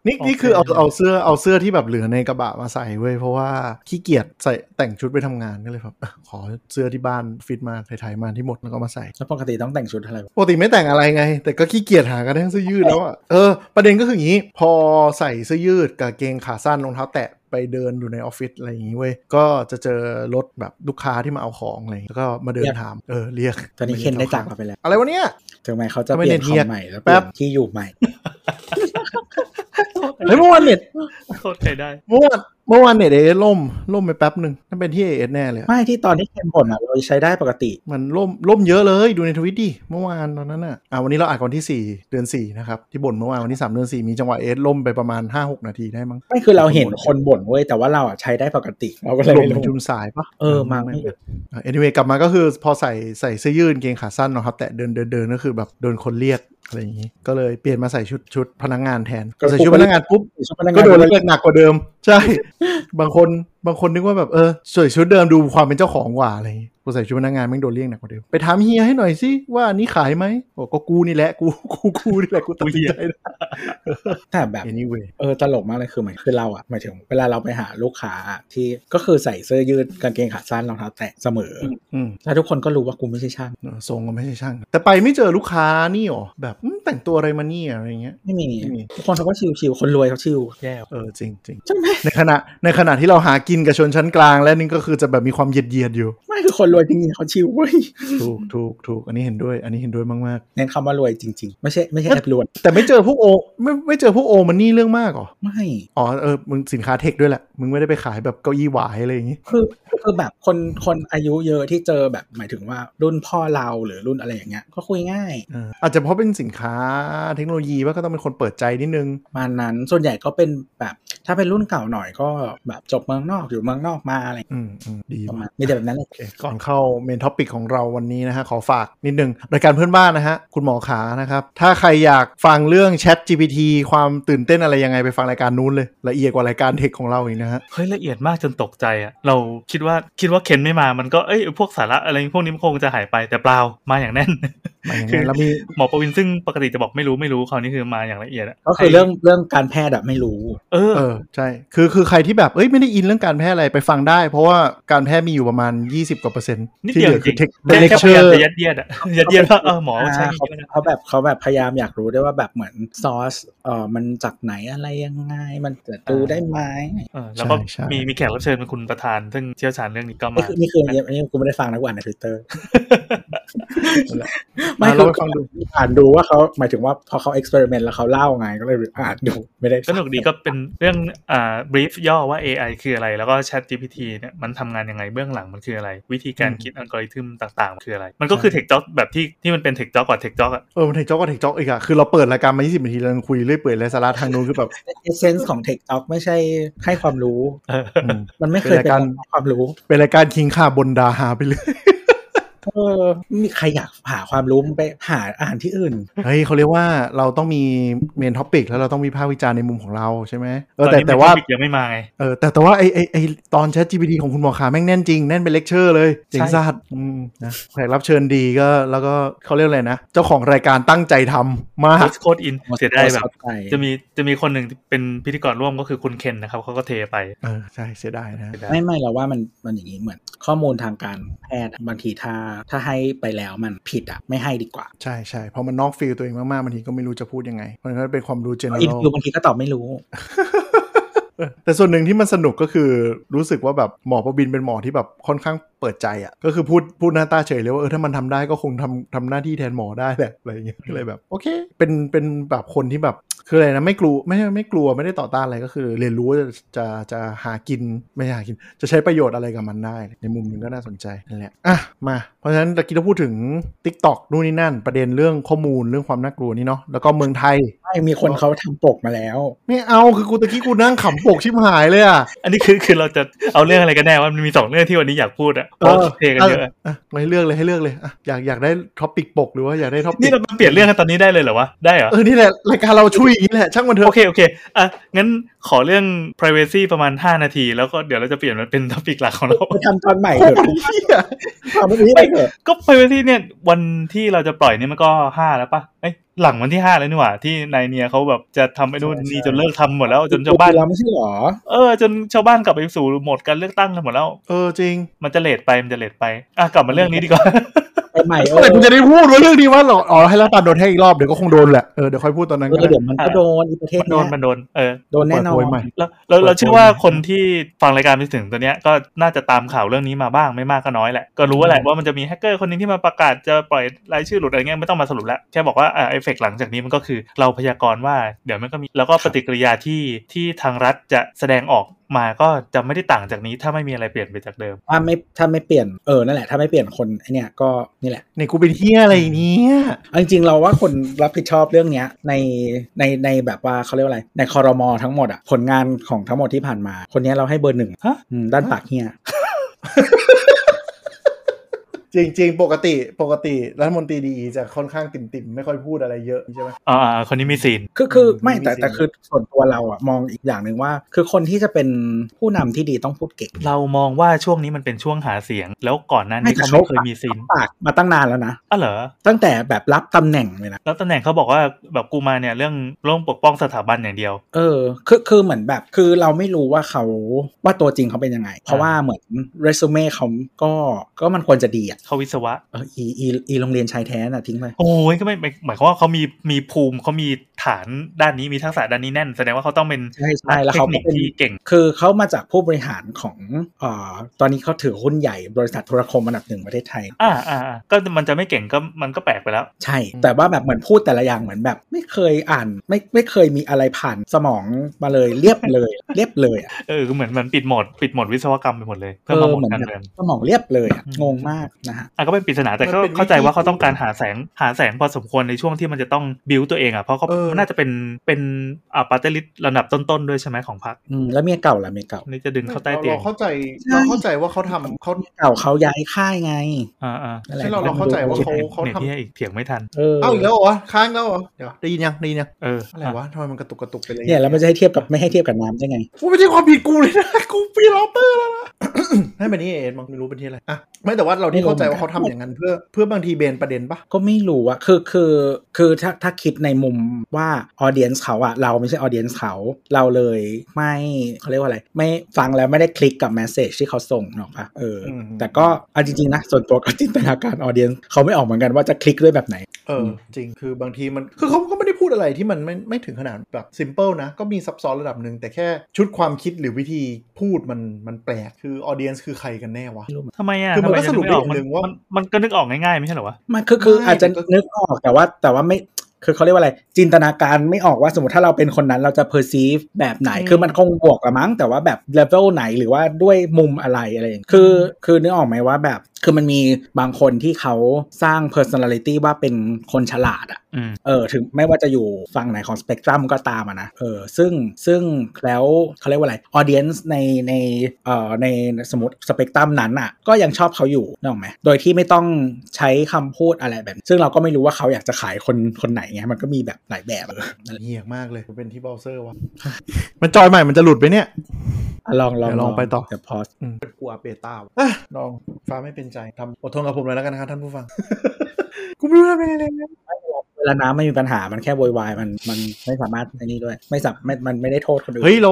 Speaker 3: นี่นี่คือเอาเอาเสื้อเอาเสื้อที่แบบเหลือในกระบะมาใส่เว้ยเพราะว่าขี้เกียจใส่แต่งชุดไปทำงานก็เลยแบบ อ่ะขอเสื้อที่บ้านฟิตมาไทยๆมาที่หมดแล้วก็มาใส่
Speaker 2: แล้วปกติต้องแต่งชุดอะไรวะ
Speaker 3: ปกติไม่แต่งอะไรไง แต่ก็ขี้เกียจหากระทั่งเสื้อยืดแล้วอ่ะเออประเด็นก็คืออย่างนี้ พอใส่เสื้อยืดกางเกงขาสั้นรองเท้าแตะไปเดินอยู่ในออฟฟิศอะไรอย่างงี้เว้ยก็จะเจอรถแบบลูกค้าที่มาเอาของอะไรอย่างงี้แล้วก็มาเดินถามเออเรียก
Speaker 2: ตอนนี้เคนได้จากเราไปแล้ว
Speaker 3: อะไรวะเนี่ย
Speaker 2: ถึงแม้เขาจะ
Speaker 3: ทำไม
Speaker 2: เปลี่ยน
Speaker 3: เน็ต
Speaker 2: ค
Speaker 3: เฮี
Speaker 2: อม
Speaker 3: ย
Speaker 2: ใหม่แล้ว
Speaker 3: แป๊
Speaker 2: เปลี่ย
Speaker 3: บ
Speaker 2: นที่อยู่ ใหม่
Speaker 3: เฮ้ยเมื่อวานเน็ต
Speaker 4: โทษใครได้
Speaker 3: เมื่อวานเมื่อวานเน็ตเอล่มล่มไปแป๊บหนึ่งนั่นเป็นที่เอแน่เลยอะ
Speaker 2: ไม่ที่ตอนที่เคนบ่นอ่ะเราใช้ได้ปกติ
Speaker 3: มันล่มล่มเยอะเลยดูในทวิตดิเมื่อวานตอนนั้นอ่ะอ่าวันนี้เราอัดวันที่ 4 เดือน 4 นะครับ ที่บ่นเมื่อวานวันที่ 3 เดือน 4 มีจังหวะเอล่มไปประมาณ 5-6 นาทีได้มั้ง
Speaker 2: ไม่คือเราเห็นคนบ่นเว้ยแต่ว่าเราอ่ะใช้ได้ปกติ เราก็เลย
Speaker 3: ลม
Speaker 2: ไม่
Speaker 3: เป็น
Speaker 2: รู้
Speaker 3: จุมสายปะ
Speaker 2: เออมาไม่
Speaker 3: อ่ะ anyway กลับมาก็คือพอใส่ใส่เสื้อยืดกางเกงขาสั้นเนาะครับ แต่เดินเดินเดินก็คือแบบโดนคนเรียกอะไรอย่างงี้ ก็เลยเปลี่ยนมาใส่ชุดชุดพนักงานแทนใส่ชุดพนักงานปุ๊บ
Speaker 2: ชุดพนัก
Speaker 3: ก็
Speaker 2: งาน
Speaker 3: โดน
Speaker 2: เลย
Speaker 3: เรียกหนักกว่าเดิม ใช่ บางคนบางคนนึกว่าแบบเออสวยชุดเดิมดูความเป็นเจ้าของกว่าอะไรอย่างงี้กูใส่ชุดพนักงานแม่งโดนเรียกหนักกว่าเดิมไปถามเฮียให้หน่อยสิว่าอันนี้ขายไหมบอกก็กูนี่แหละกูกูกูนี่แหละกูตัดสินใจได้
Speaker 2: แต่แบบ
Speaker 3: anyway
Speaker 2: เออตลกมากเลยคือหมายคือเราอ่ะหมายถึงเวลาเราไปหาลูกค้าอะที่ก็คือใส่เสื้อยืดกางเกงขาสั้นรองเท้าแตะเสมออ
Speaker 3: อืม
Speaker 2: แล้วทุกคนก็รู้ว่ากูไม่ใช่ช่าง
Speaker 3: เออทรงก็ไม่ใช่ช่าง แต่ไปไม่เจอลูกค้านี่หรอแบบอืมแต่งตัวอะไรมาเนี่ยอะไรอย่างเงี้ย
Speaker 2: ไม่มี
Speaker 3: ไม่มี
Speaker 2: ทุกคนเขาก็ชิวๆคนรวยเขาชิว
Speaker 4: แย่ว่ะ
Speaker 3: เออจริงจริง
Speaker 2: ใช่ไหม
Speaker 3: ในขณะในขณะที่เราหากินกับชนชั้นกลางและนี่ก็คือจะแบบมีความเหยียดเยียดอยู่
Speaker 2: ไม่คือคนรวยจริงๆเขาชิวเว้ย
Speaker 3: ถูกถูกถูกอันนี้เห็นด้วย อันนี้เห็นด้วยมากๆ
Speaker 2: เน้นคำว่ารวยจริง ๆ ไม่ใช่ไม่ใช่แอบรวย
Speaker 3: แต่ไม่เจอพวกโอไม่ไม่เจอพวกโอมันนี่เรื่องมากเหรอ
Speaker 2: ไม่
Speaker 3: อ๋อเออมึงสินค้าเทคด้วยแหละ มึงไม่ได้ไปขายแบบเก้าอี้หวายอะไรอย่างงี้
Speaker 2: คือคือแบบคนคนอายุเยอะที่เจอแบบหมายถึงว่ารุ่นพ่อเราหรือรุ่นอะไรอย่างเงี้ยก็คุยง่าย
Speaker 3: เอออาจจะเพราะเป็นสินค้าเทคโนโลยีว่าก็ต้องเป็นคนเปิดใจนิดนึง
Speaker 2: ประมาณนั้นส่วนใหญ่ก็เป็นแบบ ถ้าเป็นรุ่นเก่าหน่อยก็แบบจบเมืองนอกอยู่เมืองนอกมาอะไร
Speaker 3: อืมอืมดี
Speaker 2: ประมาณ
Speaker 3: มาก
Speaker 2: มีแต่แบบนั้นเลย
Speaker 3: โอเคก่อนเข้าเมนท็อปิกของเราวันนี้นะฮะ ขอฝากนิดนึงรายการเพื่อนบ้านนะฮะ คุณหมอขานะครับ ถ้าใครอยากฟังเรื่อง Chat GPT ความตื่นเต้นอะไรยังไงไปฟังรายการนู้นเลยละเอียดกว่ารายการเทคของเราอีกนะฮะ
Speaker 4: เฮ้ยละเอียดมากจนตกใจอ่ะ เราคิดว่าคิดว่าเคนไม่มามันก็เอ้ยพวกสาระอะไรพวกนี้มันคงจะหายไปแต่เปล่ามาอย่างแน่น
Speaker 3: มาอย่างแน่น
Speaker 4: คือ
Speaker 3: แล้วมี
Speaker 4: หมอประวินซึ่งปกติจะบอกไม่รู้ไม่รู้คราวนี้คือมาอย่างละเอียดะ
Speaker 2: ก็คือเรื่องเรื่องการแพทย์อะไม่รู้
Speaker 4: เออ
Speaker 3: เออใช่ คือคือใครที่แบบเอ้ยไม่ได้อินเรื่องการแพทย์อะไรไปฟังได้ เพราะว่าการแพทย์มีอยู่ประมาณ 20 กว่าเปอร์เซ็นต์
Speaker 4: นิด
Speaker 3: ที่
Speaker 4: เดี
Speaker 3: เห
Speaker 4: ย
Speaker 3: ลือ
Speaker 4: วจ
Speaker 3: คื
Speaker 4: ริ
Speaker 3: อง เทค
Speaker 4: แค่
Speaker 3: เลค
Speaker 4: แค่
Speaker 3: เชอย
Speaker 4: พา
Speaker 3: ร์
Speaker 4: ยามจะยัดเยียดอ่ะ ยัดเยียดว่าเออหมอใช่
Speaker 2: อ่าเขา
Speaker 4: อย่างนี้นะ
Speaker 2: เขาแบบเขาแบบพยายามอยากรู้ได้วยว่าแบบเหมือนซอสเออมันจากไหนอะไรยังไง มันจะดูได้ไหม
Speaker 4: เออแล้วก็มีมีแขกรับเชิญเป็นคุณประธาน ซึ่งเชี่ยวชาญเรื่องนี้ก็
Speaker 2: นี่
Speaker 4: มา
Speaker 2: คือนี่คืออันนี้อันนี้กูไม่ได้ฟังนะกูอ่านในทวิตเตอร์ ไม่
Speaker 3: ไม่
Speaker 2: คื
Speaker 3: เรา
Speaker 2: อ
Speaker 3: ไปฟังดู
Speaker 2: อ่านดูว่าเขาหมายถึงว่าพอเขาเอ็กซ์เพร์เมนต์แล้วเขาเล่าไงก็เลยอ่านดูไม่ได้
Speaker 4: สนุกดีก็เป็นเรื่องอ่า brief ย่อว่า AI คืออะไร แล้วก็ Chat GPT เนี่ยมันทำงานยังไงเบื้องหลังมันคืออะไร วิธีการ
Speaker 3: อืม
Speaker 4: คิดอัลกอริทึมต่างๆมันคืออะไร มันก็คือ Tech Talk แบบที่ที่มันเป็น Tech Talk กว่า Tech Talk อ่ะ
Speaker 3: เออมันเทคจ็อกก็เทคจ็อกอีกอะคือเราเปิดรายการมา 20 นาที แล้วยังคุยเรื่อยเปื่อยไร้สาระทางนู้น คือแบบ
Speaker 2: เอเซนส์ของ Tech Talk ไม่ใช่ให้ความรู้ มันไม่เคย
Speaker 3: เป็
Speaker 2: เป็น
Speaker 3: นรายการ
Speaker 2: ให้ความรู้
Speaker 3: เป็นรายการคิงค่าบนดาหาไปเลย
Speaker 2: เออไม่มีใครอยากหาความรู้ไปหาอ่านที่อื่น
Speaker 3: เฮ้ยเขาเรียกว่าเราต้องมีเมนท็อปิกแล้วเราต้องมีภาควิจารณ์ในมุมของเราใช่ไหมเออแต่
Speaker 4: ต
Speaker 3: แต่
Speaker 4: อนนี้
Speaker 3: ว่า
Speaker 4: topic ยังไม่มาไง
Speaker 3: เออแต่แต่ว่าไอไอไอตอน Chat GPT ของคุณหมอขาแม่งแน่นจริง แน่นเป็นเลคเชอร์เลยเจริง
Speaker 2: ใช่
Speaker 3: ซาดอืมนะแขกรับเชิญดีก็แล้วก็เขาเรียกอะไรนะ เจ้าของรายการตั้งใจทำมาก
Speaker 4: Coach Code In เสียได้แบบ
Speaker 2: ไก่
Speaker 4: จะมีจะมีคนหนึ่งที่เป็นพิธีกรร่วมก็คือคุณเคนนะครับเขาก็เทไป
Speaker 3: เออใช่เสียดายนะ
Speaker 2: ไม่ไม่เราว่ามันมันอย่างนี้เหมือน ข้อมูลทางการแพทย์อะบางทีถ้าถ้าให้ไปแล้วมันผิดอ่ะไม่ให้ดีกว่า
Speaker 3: ใช่ใช่เพราะมันนอกฟิลตัวเองมากๆบางทีก็ไม่รู้จะพูดยังไง เพราะฉะนั้นเป็นความรู้ general
Speaker 2: อีกคือบางทีก็ตอบไม่รู้
Speaker 3: เออแต่ส่วนหนึ่งที่มันสนุกก็คือรู้สึกว่าแบบหมอประบินเป็นหมอที่แบบค่อนข้างเปิดใจอะ่ะก็คือพูดพูดหน้าตาเฉยเลยว่าเออถ้ามันทำได้ก็คงทำทำหน้าที่แทนหมอได้แหละอะไรอย่างเงี้ยก็เลยแบบโอเคเป็นเป็นแบบคนที่แบบคืออะไรนะไม่กลัวไม่ไม่กลัวไม่ได้ต่อต้านอะไรก็คือ เรียนรู้ว่าจะจะจะหากินไม่ใช่หากิน จะใช้ประโยชน์อะไรกับมันได้ ในมุมหนึงก็น่าสนใจนั่นแหละอ่ะมาเพราะฉะนั้นตะกี้เราพูดถึง Tik t o อกนู่นนี่นั่น ประเด็นเรื่องข้อมูลเรื่องความน่ากลัวนี่เนาะแล้วก็เมืองไทย
Speaker 2: ใช่มีคนเขาทำปกมาแล้ว
Speaker 3: ไม่เอาคือกูตะกี้กูนั่งขำปกชิบหายเลยอ่ะ
Speaker 4: อันนี้คือคือเราจะเอาเรื่องอะไรกันแน่ว่ามันมีสองเรื่องที่วันนี้อยากพูดอะเพราะเทกันเยอะอะ
Speaker 3: อ่ะไม่เลือกเลยให้เลือกเลยอ่ะอยากอยากได้ท็อปิกปกหรือว่าอยากได้ท็อปิก
Speaker 4: นี่เรามาเปลี่ยนเรื่องกันตอนนี้ได้เลยเหรอวะได้เหรอ
Speaker 3: เออนี่แหละรายการเราช่วยอย่างนี้แหละช่างมันเถ
Speaker 4: โอ
Speaker 3: อะ
Speaker 4: เค โอเค อ่ะ งั้นขอเรื่อง privacy ประมาณ 5 นาที แล้วก็เดี๋ยวเราจะเปลี่ยนมันเป็น topic หลักของเรา
Speaker 2: ไปทำตอนใหม่เถอะ
Speaker 3: เหี้ย
Speaker 2: ทำไม่ได้เถอะ
Speaker 4: ก็ privacy เนี่ย วันที่เราจะปล่อยนี่มันก็ 5 แล้วปะเอ้ยหลังวันที่ 5 แล้วนี่หว่า ที่นายเนียเขาแบบจะทำไอ้นู่นนี่จนเลิกทำหมดแล้ว จนชาวบ้าน
Speaker 2: เราไม่ใช่หรอ
Speaker 4: เออ จนชาวบ้านกลับไปสู่โหมดการเลือกตั้งกันหมดแล้ว
Speaker 3: เออจริง
Speaker 4: มันจะเลทไป มันจะเลทไป อ่ะ กลับมาเรื่องนี้ดีกว่า
Speaker 2: ไปใหม่เออ
Speaker 3: เมื่อไหร่กูจะได้พูดว่าเรื่องนี้ว่าหรออ๋อให้รัฐบาลโดนให้อีกรอบเดี๋ยวก็คงโดนแหละเออเดี๋ยวค่อยพูดตอนนั้น
Speaker 2: เอ
Speaker 3: ก็
Speaker 2: อ
Speaker 3: ได้
Speaker 2: เดี๋ยวมันก็โดนอีประเทศ
Speaker 4: มันโด
Speaker 2: เนี้
Speaker 4: น
Speaker 2: ย
Speaker 4: มันโดน เออ
Speaker 2: โดนแน่นอน
Speaker 3: เปิดโพยใหม่
Speaker 4: แล้วเราเรา
Speaker 3: เปิดโพล
Speaker 4: เชื่อว่าคนที่ฟังรายการไปถึงตัวเนี้ยก็น่าจะตามข่าวเรื่องนี้มาบ้างไม่มากก็น้อยแหละ ก็รู้แหละว่ามันจะมีแฮกเกอร์คนหนึงที่มาประกาศจะปล่อยรายชื่อหลุดอะไรเงี้ยไม่ต้องมาสรุปแล้วแค่บอกว่าเอฟเฟกหลังจากนี้มันก็คือเราพยากรณ์ว่าเดี๋ยวมันก็มีแล้วก็ปฏิกิริยาที่ที่ทางรัฐจะแสดงออกมาก็จะไม่ได้ต่างจากนี้ถ้าไม่มีอะไรเปลี่ยนไปจากเดิม
Speaker 2: ถ้าไม่ถ้าไม่เปลี่ยนเออนั่นแหละถ้าไม่เปลี่ยนคนไอเนี่ยก็นี่แหละ
Speaker 3: เนี่ยกูเป็นเฮียอะไรเนี่ย
Speaker 2: เอาจริงๆเราว่าคนรับผิดชอบเรื่องเนี้ยในในในแบบว่าเขาเรียกว่าอะไร ในคอรมอทั้งหมดอะผลงานของทั้งหมดที่ผ่านมา คนเนี้ยเราให้เบอร์หนึ่ง
Speaker 4: ฮะ
Speaker 2: อืมด้านปากเฮีย
Speaker 3: จริงจริงๆปกติปกติรัฐมนตรีดีจะค่อนข้างติ่มติ่มๆไม่ค่อยพูดอะไรเยอะใช่ไหม
Speaker 4: อ่าคนนี้มีศีล
Speaker 2: คือคือ
Speaker 3: อืม
Speaker 2: ไม่แต่
Speaker 3: มีสิ่ง
Speaker 2: แต่คือส่วนตัวเราอะมองอีกอย่างหนึ่งว่า คือคนที่จะเป็นผู้นำที่ดีต้องพูดเก่ง
Speaker 4: เรามองว่าช่วงนี้มันเป็นช่วงหาเสียง แล้วก่อนหน้านี้เขาไม่เคยมีศีล
Speaker 2: ปากมาตั้งนานแล้วนะ
Speaker 4: อ๋อเหรอ
Speaker 2: ตั้งแต่แบบรับตำแหน่งเลยนะ
Speaker 4: แล้วตำแหน่งเขาบอกว่าแบบกูมาเนี่ยเรื่องเรื่องปกป้องสถาบันอย่างเดียว
Speaker 2: เออ คือ คือ เหมือนแบบ คือเราไม่รู้ว่าเขา ว่าตัวจริงเขาเป็นยังไง เพราะว่าเหมือนเรซูเม่เขาก็ ก็มันควรจะดีอ่ะ
Speaker 4: เขาวิศวะ
Speaker 2: เอออี อี อีโรงเรียนชายแท้น่ะทิ้งไป
Speaker 4: โอ้ยก็ไม่ไม่หมายความว่าเขามีมีภูมิเขามีฐานด้านนี้มีทักษะด้านนี้แน่น แสดงว่าเขาต้องเป็น
Speaker 2: ใช่ใช่แล้วเขา
Speaker 4: นั
Speaker 2: ก็
Speaker 4: กทคนิค
Speaker 2: เป็น
Speaker 4: ที่เก่ง
Speaker 2: คือเขามาจากผู้บริหารของเอ่อตอนนี้เขาถือหุ้นใหญ่บริษัทโทรคมอันดับหนึ่งประเทศไทย
Speaker 4: อ่าอ่าอ่าก็มันจะไม่เก่งก็มันก็แปลกไปแล้ว
Speaker 2: ใช่ แต่ว่าแบบเหมือนพูดแต่ละอย่างเหมือนแบบ ไม่เคยอ่าน ไม่ ไม่เคยมีอะไรผ่านสมองมาเลย เรียบเลย เรียบเลยอะ
Speaker 4: เออคือเหมือนเหมือนปิดโหมดปิดโหมดวิศวกรรมไปหมดเลย เพื่อ
Speaker 2: เอ
Speaker 4: มา
Speaker 2: อ
Speaker 4: โหมด
Speaker 2: เหมือน
Speaker 4: การ
Speaker 2: แบบ
Speaker 4: เรียน
Speaker 2: สมองเรียบเลยอะงงมากนะฮะ
Speaker 4: อ่ะก็เป็นปริศนาแต่
Speaker 3: มัน
Speaker 4: ก็
Speaker 3: เป็นวิธี
Speaker 4: เข้าใจว่าเขาต้องการหาแสงหาแสงพอสมควรในช่วงที่มันจะต้องบิวตัวเองอ่ะเพราะเขา
Speaker 3: เออ
Speaker 4: น่าจะเป็นเป็นอ่าปาร์ตี้ลิสต์ระดับต้นๆด้วยใช่ไหมของพรรค
Speaker 2: อืม แล้วเมียเก่าล่ะเมียเก่า
Speaker 4: นี่จะดึงเข้าใต้
Speaker 3: เรา
Speaker 4: เตียง
Speaker 3: เราเข้าใจเราเข้าใจว่าเขาทำเขา
Speaker 2: เก่าเขาย้ายค่ายไง
Speaker 4: อ่าอ่า
Speaker 2: นั่นแหละ
Speaker 3: ใช่เราเราเข้าใจว่าเขาเขา
Speaker 4: เนี่ย
Speaker 3: ทำ
Speaker 4: ที่อีกเถียงไม่ทัน
Speaker 2: เออ
Speaker 3: เอ้าอีกแล้วเหรอวะค้างแล้วเหรอเดี๋ยวได้ยินยังได้ยินยัง
Speaker 4: เออ
Speaker 3: อะ
Speaker 4: อะไร
Speaker 3: วะทำไมมันกระตุกกระตุกไปเลย
Speaker 2: เนี่ยแล้วมันจะให้เทียบกับไม่ให้เทียบกับน้ำได้ไง
Speaker 3: กูไม่ใช่ความผิดกูเลยนะ กูฟรีลอปเตอร์แล้วนะ ให้เป็นนี่เองมั้งไม่รู้เป็นที่อะไรอ่ะไม่แต่ว่าเราที่เข้าใจว่าเขาทำอย่างนั้นเพื่อเพื่อบางทีเบนประเด็นปะ
Speaker 2: ก็ไม่รู้อะคือคือคือถ้าถ้าคิดในมุมว่าออเดียนเขาอะเราไม่ใช่ออเดียนเขาเราเลยไม่เขาเรียกว่าอะไร ไม่ฟังแล้วไม่ได้คลิกกับแมสเซจที่เขาส่งหรอกปะเอออ แต่ก็เอาจริงๆนะ ส่วนตัวก็จินตนาการออเดียนเขาไม่ออกเหมือนกันว่าจะคลิกด้วยแบบไหน
Speaker 3: เออ จริงคือบางทีมันคือเขาก็ไม่ได้พูดอะไรที่มันไม่ไม่ถึงขนาดแบบซิมเปิลนะ ก็มีซับซ้อนระดับหนึ่งแต่แค่ชุดความคิดหรือวิธีพูดมันมันแปลกคือออเดียนคือใครกันแน่วะ
Speaker 4: ทำไมอ่ะ
Speaker 3: คือมัน
Speaker 4: ทำไ
Speaker 3: ก็สรุปได้
Speaker 4: จะก
Speaker 3: อย่างหนึ่งว่ามั
Speaker 4: นมันก็นึกออกง่ายๆไม่ใช่เหรอวะ
Speaker 2: มันคือคือ
Speaker 3: ไม่
Speaker 2: อาจจะ
Speaker 3: แต่ก็
Speaker 2: นึกออกแต่ว่าแต่ว่าไม่คือเขาเรียกว่าอะไร จินตนาการไม่ออกว่าสมมติถ้าเราเป็นคนนั้นเราจะ perceive แบบไหน
Speaker 3: อืม
Speaker 2: คือมันคงบวกละมั้ง แต่ว่าแบบ level ไหนหรือว่าด้วยมุมอะไรอะไรอย่างคือคือนึกออกไหมว่าแบบ คือมันมีบางคนที่เขาสร้าง personality ว่าเป็นคนฉลาดอะ
Speaker 4: อืม
Speaker 2: เออถึงไม่ว่าจะอยู่ฝั่งไหนของสเปกตรัมก็ตามอะนะเออซึ่งซึ่งแล้วเขาเรียกว่าอะไรออเดียนซ์ในในเอ่อในสมมติสเปกตรัมนั้นอ่ะก็ยังชอบเขาอยู่นึกออกไหมโดยที่ไม่ต้องใช้คำพูดอะไรแบบ ซึ่งเราก็ไม่รู้ว่าเขาอยากจะขายคนคนไหนไงมันก็มีแบบหลายแบบเออนั่นแหละ
Speaker 3: เหี้ยมากเลยเป็นที่เบราว์เซอร์วะ มันจอยใหม่มันจะหลุดไปเนี่ย
Speaker 2: อ่ะลองลอง
Speaker 3: เดี๋ยวลองไปต่อ
Speaker 2: เดี๋ยวพอ
Speaker 3: กลัวเบต้าว่ะอ่ะลองฟ้าไม่เป็นใจทำอดทนกับผมเลยแล้วกันนะครับท่านผู้ฟัง กูไม่รู้ทำยังไงเลยนะ
Speaker 2: เวลาน้ำไม่มีปัญหามันแค่โวยวายมันมันไม่สามารถไอ้นี่ด้วยไม่สับไม่มันไม่ได้โทษคนอื่น
Speaker 3: เฮ้ย เรา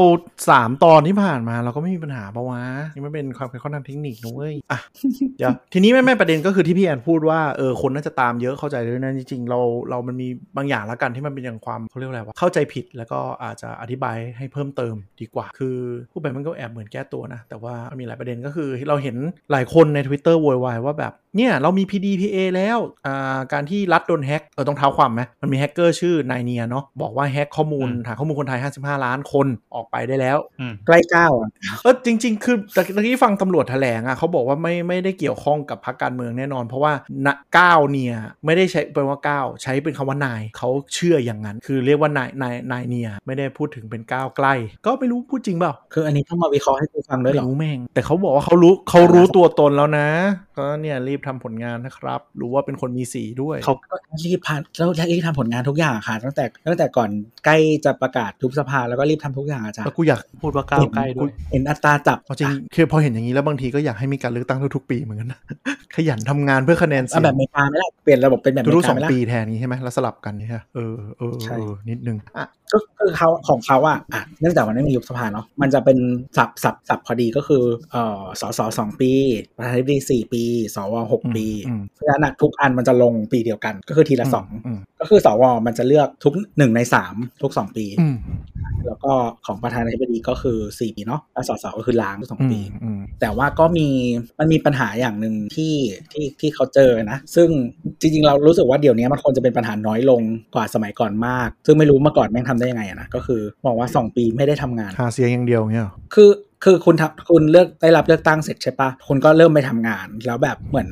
Speaker 3: สามตอนที่ผ่านมาเราก็ไม่มีปัญหาปะวะนี่มันเป็นความเป็นข้อทางเทคนิคนะเว้ยอ่ะ เดี๋ยวทีนี้แม่แม่ประเด็นก็คือที่พี่แอนพูดว่าเออคนน่าจะตามเยอะเข้าใจด้วยนะจริงๆเราเรามันมีบางอย่างละกันที่มันเป็นอย่างความเขาเรียกอะไรวะเข้าใจผิดแล้วก็อาจจะอธิบายให้เพิ่มเติมดีกว่า คือพูดไปมันก็แอบเหมือนแก้ตัวนะ แต่ว่ามันมีหลายประเด็นก็คือเราเห็นหลายคนใน Twitter โวยวายว่าแบบเนี่ยเรามี PDPA แล้วอ่าการที่รัฐโดนแฮ็กเออต้องเท้าความไหมมันมีแฮกเกอร์ชื่อนายเนียเนาะบอกว่าแฮ็กข้อมูล
Speaker 4: อืม
Speaker 3: ฐานข้อมูลคนไทย 55 ล้านคนออกไปได้แล้ว
Speaker 4: อืม
Speaker 2: ใกล้เก้าอ่ะ
Speaker 3: เออจริง ๆ คือตะตะกี้ฟังตำรวจแถลงอ่ะเขาบอกว่าไม่ไม่ได้เกี่ยวข้องกับพรรคการเมืองแน่นอน เพราะว่านะก้าวเนี่ยไม่ได้ใช้แปลว่าก้าวใช้เป็นคำว่านายเขาเชื่ออย่างนั้น คือเรียกว่านายนายนายเนี่ยไม่ได้พูดถึงเป็นก้าวใกล้ ก็ไม่รู้พูดจริงเปล่า
Speaker 2: คืออันนี้ต้องมาวิเคราะห์ให้กูฟังด้วย
Speaker 3: ไม่
Speaker 2: เหรอ
Speaker 3: รู้แม่ง แต่เขาบอกว่าเขารู้เขารู้ตัวตนแล้วนะ ก็เนี่ยรีบทำผลงานนะครับ รู้ว่าเป็นคนมีสีด้วย
Speaker 4: เขา
Speaker 2: ก็รีบพันแล้วรีบทำผลงานทุกอย่างค่ะ ตั้งแต่ตั้งแต่ก่อนใกล้จะประกาศทุบสภาแล้วก็รีบทำทุกอย่างอาจาร
Speaker 3: แล้ว
Speaker 2: ย์
Speaker 3: กูอยาก
Speaker 4: พูดว่าก้าวใกล้ด้วย
Speaker 2: เห็นอัตราจับ
Speaker 3: เอาจริงคือพอเห็นอย่างนี้แล้วบางทีก็อยากให้มีการเลือกตั้งทุกๆปีเหมือนกันนะ ขยันทำงานเพื่อคะแนนเสี
Speaker 2: เอา
Speaker 3: ยง
Speaker 2: แบบอเมริกาไหมล่ะเปลี่ยนระบบเป็นแบบอเม
Speaker 3: ทุ
Speaker 2: ริ
Speaker 3: กๆส
Speaker 2: กา
Speaker 3: อง
Speaker 2: ไหมล่ะ
Speaker 3: ปีแทนนี้ใช่ไหมแล้วสลับกันนี่ฮะเออเออ
Speaker 2: ใช่
Speaker 3: เออนิดนึงอ่ะ
Speaker 2: ก็คือเขาของเขาอ่ะอ่ะเนื่องจากมันไม่มียุบสภาเนาะมันจะเป็นสับสับสับพอดีก็คือเอ่อสสสองปีประธานาธิบดีสี่ปี สวหก
Speaker 3: อืม
Speaker 2: ปี
Speaker 3: อืม
Speaker 2: เพราะฉะนั้นอะทุกอันมันจะลงปีเดียวกัน ก็คือทีละสอง
Speaker 3: อืม
Speaker 2: ก็คือสวมันจะเลือกทุกหนึ่งในสามทุกสองปี
Speaker 3: อืม
Speaker 2: แล้วก็ของประธานาธิบดีก็คือสี่ปีเนาะแล้วสสก็คือล้างทุกสอง
Speaker 3: อืม
Speaker 2: ปี
Speaker 3: อืม
Speaker 2: แต่ว่าก็มีมันมีปัญหาอย่างหนึ่งที่ที่ที่เขาเจอนะ ซึ่งจริงๆ เรารู้สึกว่าเดี๋ยวนี้มันควรจะเป็นปัญหาน้อยลงกว่าสมัยก่อนมาก ซึ่งไม่รู้มาก่อนแม่งทำได้ยังไงอะนะก็คือบอกว่า 2 ปีไม่ได้ทำงาน
Speaker 3: หาเสียงอย่างเดียวเงี้ยหรอ
Speaker 2: คือคือคุณทำคุณเลือกได้รับเลือกตั้งเสร็จใช่ปะคุณก็เริ่มไปทำงาน แล้วแบบเหมือน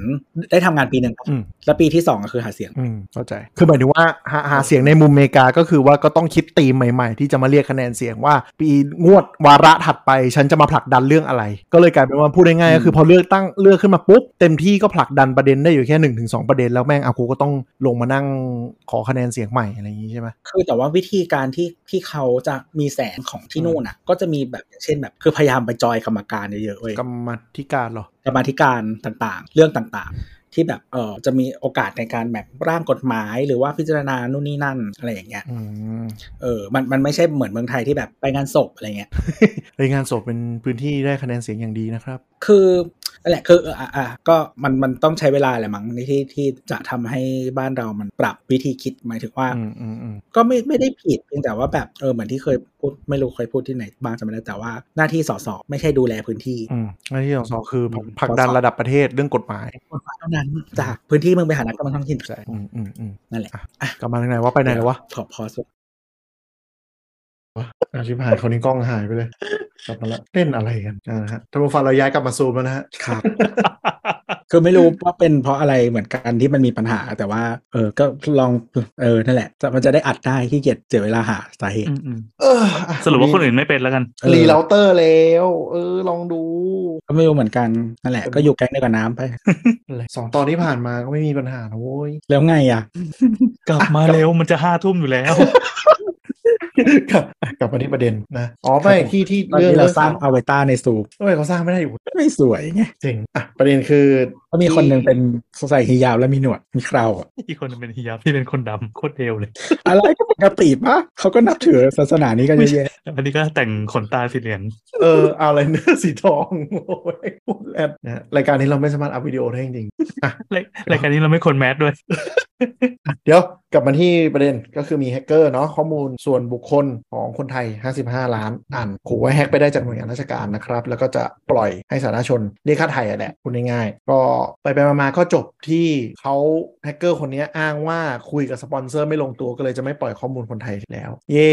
Speaker 2: ได้ทำงานปีหนึ่ง
Speaker 3: อืม
Speaker 2: แล้วปีที่สองก็คือหาเสียง
Speaker 3: อืมเข้าใจ คือหมายถึงว่าหาหาเสียงในมุมอเมริกาก็คือว่าก็ต้องคิดธีมใหม่ๆ ที่จะมาเรียกคะแนนเสียงว่า ปีงวดวาระถัดไป ฉันจะมาผลักดันเรื่องอะไร ก็เลยกลายเป็นว่าพูดง่ายๆก็คือพอเลือกตั้งเลือกขึ้นมาปุ๊บเต็มที่ก็ผลักดันประเด็นได้อยู่แค่1นถึงสประเด็นแล้วแม่งอากูก็ต้องลงมานั่งขอคะแนนเสียงใหม่อะไรอย่างงี้ใช่ไหม
Speaker 2: คือแต่ว่าวิธีการที่ที่เขาจะมีแสงของที่นู่นอ่ะก็จะมีแบบอย่างเช่นแบบคือพยายามไปจอยกรรมการเยอะๆเว้ย
Speaker 3: กรรมาธิการเหรอ
Speaker 2: กรรมาธิการต่างๆ เรื่องต่างๆ ที่แบบเออจะมีโอกาสในการแบบร่างกฎหมาย หรือว่าพิจารณานู่นนี่นั่นอะไรอย่างเงี้ย
Speaker 3: อืม
Speaker 2: เออมันมันไม่ใช่เหมือนเมืองไทยที่แบบไปงานศพอะไรเงี้ย
Speaker 3: เฮ้ยงานศพเป็นพื้นที่ได้คะแนนเสียงอย่างดีนะครับ
Speaker 2: คือนั่นแหละคือเอออ่ะอ่ะก็มันมันต้องใช้เวลาแหละมั้งที่ที่ที่จะทำให้บ้านเรามันปรับวิธีคิดหมายถึงว่า
Speaker 3: อืมอืมอืม
Speaker 2: ก็ไม่ไม่ได้ผิดเพียงแต่ว่าแบบเออเหมือนที่เคยพูดไม่รู้เคยพูดที่ไหนบ้างจำไม่ได้แต่ว่าหน้าที่สสไม่ใช่ดูแลพื้นที่
Speaker 3: อืมหน้าที่ของสอคือผลัก
Speaker 2: อืม
Speaker 3: ผลักดัน
Speaker 2: สส
Speaker 3: ระดับประเทศเรื่องกฎหมาย
Speaker 2: กฎหมายเท่านั้นจากพื้นที่มึงไปหานักการเมืองท้องถิ่น
Speaker 3: ใช่อืมอืมอืม
Speaker 2: นั่นแหละ
Speaker 3: กลับมาทางไหนวะไปไหนแล้ววะ
Speaker 2: ขอพอส
Speaker 3: อาชิบหายคนนี้กล้องหายไปเลยกลับมาละเล่นอะไรกันอ่านะฮะท่านผู้ฟังเราย้ายกลับมาซูมแล้วนะฮะ
Speaker 2: ครับ คือไม่รู้ว่าเป็นเพราะอะไรเหมือนกันที่มันมีปัญหาแต่ว่า เออก็ลองเออนั่นแหละจะมันจะได้อัดได้ขี้เกียจเสียเวลาหาสาเหตุ
Speaker 4: อืมอืม
Speaker 3: เอออ่ะ
Speaker 4: สรุปว่าคนอื่นไม่เป็นแล้วกัน
Speaker 2: เออ
Speaker 3: รีเราเตอร์แล้ว เออ ลองดู
Speaker 2: ก็ไม่รู้เหมือนกันนั่นแหละก็อยู่แก๊งเดียวกับน้ำไป
Speaker 3: สองตอนที่ผ่านมาก็ไม่มีปัญหานะโว้ย
Speaker 2: แล้วไงอ่ะ
Speaker 4: กลับมาเร็วมันจะห้าทุ่มอยู่แล้ว
Speaker 3: กลับกลับมาที่ประเด็นนะอ๋อไม่
Speaker 2: ครับผม
Speaker 3: ที่ที่
Speaker 2: ตอนนี้เราสร้างอวตารในสูบ
Speaker 3: เอ้ยเขาสร้างไม่ได้อยู่
Speaker 2: ไม่สวยไง
Speaker 3: จริงอ่ะประเด็นคือ
Speaker 2: ก็มีคนหนึ่งเป็นใส่ฮียาวและมีหนวดมีเคราอะ
Speaker 4: อีกคนเป็นฮิยาบที่เป็นคนดำโคตรเร็วเลย
Speaker 2: อะไรก็ปกติปะเขาก็นับถือศาสนานี้กันเยอะแยะ
Speaker 4: อันนี้ก็แต่งขนตาสีเหลือง
Speaker 3: เออเอาอะไรเนื้อสีทองโอ้ยพูดแอบนะฮะรายการนี้เราไม่สามารถอัพวิดีโอได้จริง
Speaker 4: รายรายการนี้ เราไม่คนแมสด้วย
Speaker 3: เดี๋ยวกลับมาที่ประเด็นก็คือมีแฮกเกอร์เนาะข้อมูลส่วนบุคคลของ ของคนไทย 55 ล้านอันขู่ว่าแฮกไปได้จากหน่วยงานราชการนะครับ แล้วก็จะปล่อยให้สาธารณชนเรียกค่าไถ่อะแหละพูดง่ายๆก็ไปไปมาๆก็จบที่เขาแฮกเกอร์คนนี้อ้างว่าคุยกับสปอนเซอร์ไม่ลงตัวก็เลยจะไม่ปล่อยข้อมูลคนไทยแล้ว เย่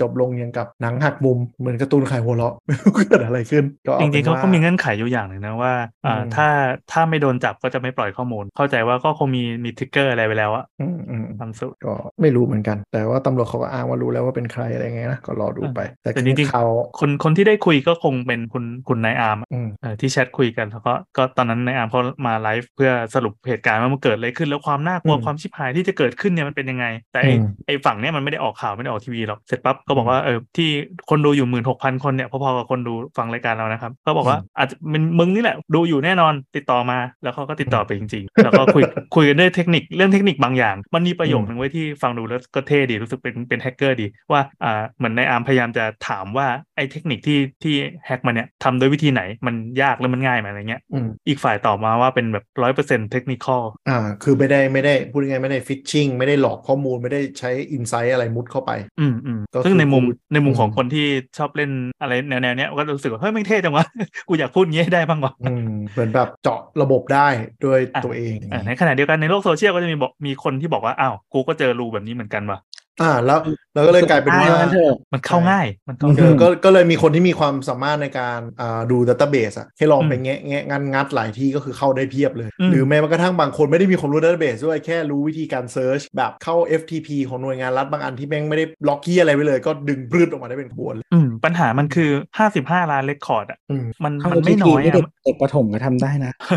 Speaker 3: จบลงยังกับหนังหักมุมเหมือนการ์ตูนขายหัวเราะ ไม่รู้เกิดอะไรขึ้นก็อ
Speaker 4: จ
Speaker 3: ป็นว่
Speaker 4: ริงๆเขาก็มีเงื่อนไขอยู่อย่างหนึ่งนะว่าอ่า
Speaker 3: อืม
Speaker 4: ถ้าถ้าไม่โดนจับก็จะไม่ปล่อยข้อมูล เข้าใจว่าก็คงมีมีทิกเกอร์อะไรไปแล้วอะ
Speaker 3: อืมอืม
Speaker 4: บางส่วน
Speaker 3: ก็ไม่รู้เหมือนกัน แต่ว่าตำรวจเขาก็อ้างว่ารู้แล้วว่าเป็นใครอะไรเงี้ยนะ ก็รอดูไป แต่
Speaker 4: แต่จริงๆ
Speaker 3: เขา
Speaker 4: คนคนที่ได้คุยก็คงเป็นคุณคุณนายอาร์มอะ
Speaker 3: อืม
Speaker 4: เออที่แชทคุยกันแล้วก็ก็ตอนนั้นนายอาร์มเขามาไลฟ์เพื่อสรุปเหตุการณ์ว่ามันเกิดอะไรขึ้นแล้วความน่ากลัว
Speaker 3: อืม
Speaker 4: ความชิบหายที่จะเกิดขึ้นเนี่ยมันเป็นยังไง แต่ไอ
Speaker 3: อืม
Speaker 4: ไอฝั่งเนี่ยมันไม่ได้ออกข่าวไม่ได้ออกทีวีหรอกเสร็จปั๊บก็บอกว่าเออที่คนดูอยู่หมื่นหกพันคนเนี่ยพอๆกับคนดูฟังรายการเรานะครับก็บอกว่าอาจจะเป็นมึงนี่แหละดูอยู่แน่นอนติดต่อมาแล้วเขาก็ติดต่อไปจริง ๆ แล้วก็คุยคุยกันด้วยเทคนิคเรื่องเทคนิคบางอย่าง มันมีประโยคนึงไว้ยที่ฟังดูแล้วก็เท่ดีรู้สึกเป็นเป็นแฮกเกอร์ดีว่าอ่าเหมือนในอาร์มพยายามจะถามว่าไอ้เทคนิคที่ที่แฮกมาเนี่ยทำด้วยวิธีไหนมันยากหรือมันง่ายไหมอะไรเงี้ย
Speaker 3: อืม
Speaker 4: อีกฝ่ายตอบมาว่าเป็นแบบร้อยเปอร์เซ็นต์เทคนิคอล
Speaker 3: อ่า คือไม่ได้ไม่ได้พูดง่ายๆไม่ได้ฟิชชิงไม่ได้หลอกข้อมูลไม่ได้ใช้อินไซต์อะไรมุดเข้าไป
Speaker 4: อืมอืม
Speaker 3: ก็คือ
Speaker 4: ซึ่งในมุม
Speaker 3: พูด
Speaker 4: ในมุม
Speaker 3: อืม
Speaker 4: ของคนที่ชอบเล่นอะไรแนวแนวๆเนี้ยก็รู้สึกว่าเฮ้ยไม่งเท่จังวะ กูอยากพูดอย่างงี้ให้ได้บ้างวะ
Speaker 3: อืม เหมือนแบบเจาะระบบได้ด้วย
Speaker 4: อ่ะ
Speaker 3: ตัวเอง
Speaker 4: อ่ะในขณะเดียวกันในโลกโซเชียลก็จะมีบอกมีคนที่บอกว่าอ้าวกูก็เจอรูแบบนี้เหมือนกันวะ
Speaker 3: อ่า แล้วแล้วก็เลยกลายเป็นว่า
Speaker 2: อ่นเถอะ
Speaker 4: มันเข้า
Speaker 3: ใช่
Speaker 4: ง่ายมันเข้า
Speaker 2: อืม
Speaker 3: เอ
Speaker 4: ง่าย
Speaker 3: อก็ก็เลยมีคนที่มีความสามารถในการอ่าดูดัตเตอร์เบสอะให้ลองไป
Speaker 4: อืม
Speaker 3: แงะแงะงัดงัดหลายที่ก็คือเข้าได้เพียบเลย
Speaker 4: อืม
Speaker 3: หรือแม้กระทั่งบางคนไม่ได้มีความรู้ดัตเตอร์เบสด้วยแค่รู้วิธีการเซิร์ชแบบเข้า FTP ของหน่วยงานรัฐบางอันที่แม่งไม่ได้ล็อกกี้ยอะไรไว้เลย ก็ดึงพรืดออกมาได้เป็นขบวนเลย
Speaker 4: อืมปัญหามันคือห้าสิบห้าล้านเลคคอร์ดอ่ะ
Speaker 3: อืม
Speaker 4: มัน
Speaker 2: เข้า
Speaker 4: มัน
Speaker 2: ที
Speaker 4: ไม่น้
Speaker 2: ที
Speaker 4: อย
Speaker 2: นี่
Speaker 4: อ่ะ
Speaker 2: เด็กเด็กประถมก็ทำได้นะ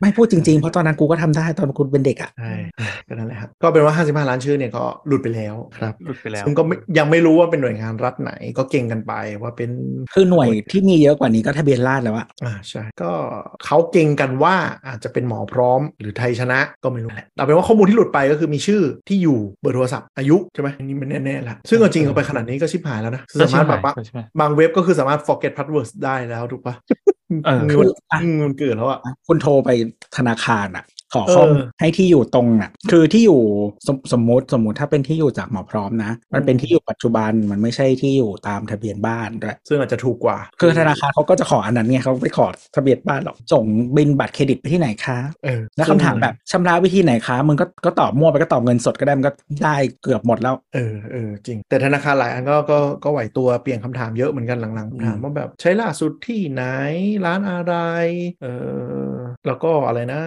Speaker 2: ไม่พูดจริงๆ เพราะตอนนั้นกูก็ทำได้ตอนกูเป็นเด็กอ่ะ
Speaker 3: ใช่ก็นั่นแหละครับก็เป็นว่า 55 ล้านชื่อเนี่ยก็หลุดไปแล้วครับ
Speaker 4: หลุดไปแล้ว
Speaker 3: ซึ่งก็ไม่ยังไม่รู้ว่าเป็นหน่วยงานรัฐไหนก็เก่งกันไปว่าเป็น
Speaker 2: คือหน่วยที่มีเยอะกว่านี้ก็ทะเบียนราษฎร์แล้วอะ
Speaker 3: อ่าใช่ก็เขาเก่งกันว่าอาจจะเป็นหมอพร้อมหรือไทยชนะก็ไม่รู้แหละแต่เป็นว่าข้อมูลที่หลุดไปก็คือมีชื่อที่อยู่เบอร์โทรศัพท์อายุใช่ไหมอันนี่มันแน่ๆละซึ่งเอาจริงเอาไปขนาดนี้ก็ชิบหายแล้วนะคือสามารถแบบว่า
Speaker 4: ใช่ไหม
Speaker 3: บางเว็บก็คือสามารถ forget password ได้แล้วถูกปะ
Speaker 4: เออ
Speaker 3: คือมันอืมมันเกิดแล้วอ่ะ
Speaker 2: คุณโทรไปธนาคารอ่ะ ขอข้อมูล
Speaker 3: เออ
Speaker 2: ให้ที่อยู่ตรงอ่ะ คือที่อยู่สมสมมติสมมติถ้าเป็นที่อยู่จากหมอพร้อมนะ มันเป็น
Speaker 3: อืม
Speaker 2: ที่อยู่ปัจจุบันมันไม่ใช่ที่อยู่ตามทะเบียนบ้านด้วย
Speaker 3: ซึ่งอาจจะถูกกว่า
Speaker 2: คือธนาคารเขาก็จะขออันนั้นไงเขาไปขอทะเบียนบ้านหรอกส่งบินบัตรเครดิตไปที่ไหนคะ
Speaker 3: เออ
Speaker 2: แล้วคำถามแบบชำระวิธีไหนคะมึงก็ก็ตอบมั่วไปก็ตอบเงินสดก็ได้มันก็ได้เกือบหมดแล้ว
Speaker 3: เออเออจริง แต่ธนาคารหลายอันก็ก็ก็ไหวตัวเปลี่ยนคำถามเยอะเหมือนกันหลัง
Speaker 2: อืม
Speaker 3: ๆถามว่าแบบใช้ล่าสุดที่ไหนร้านอะไรเออแล้วก็อะไรนะ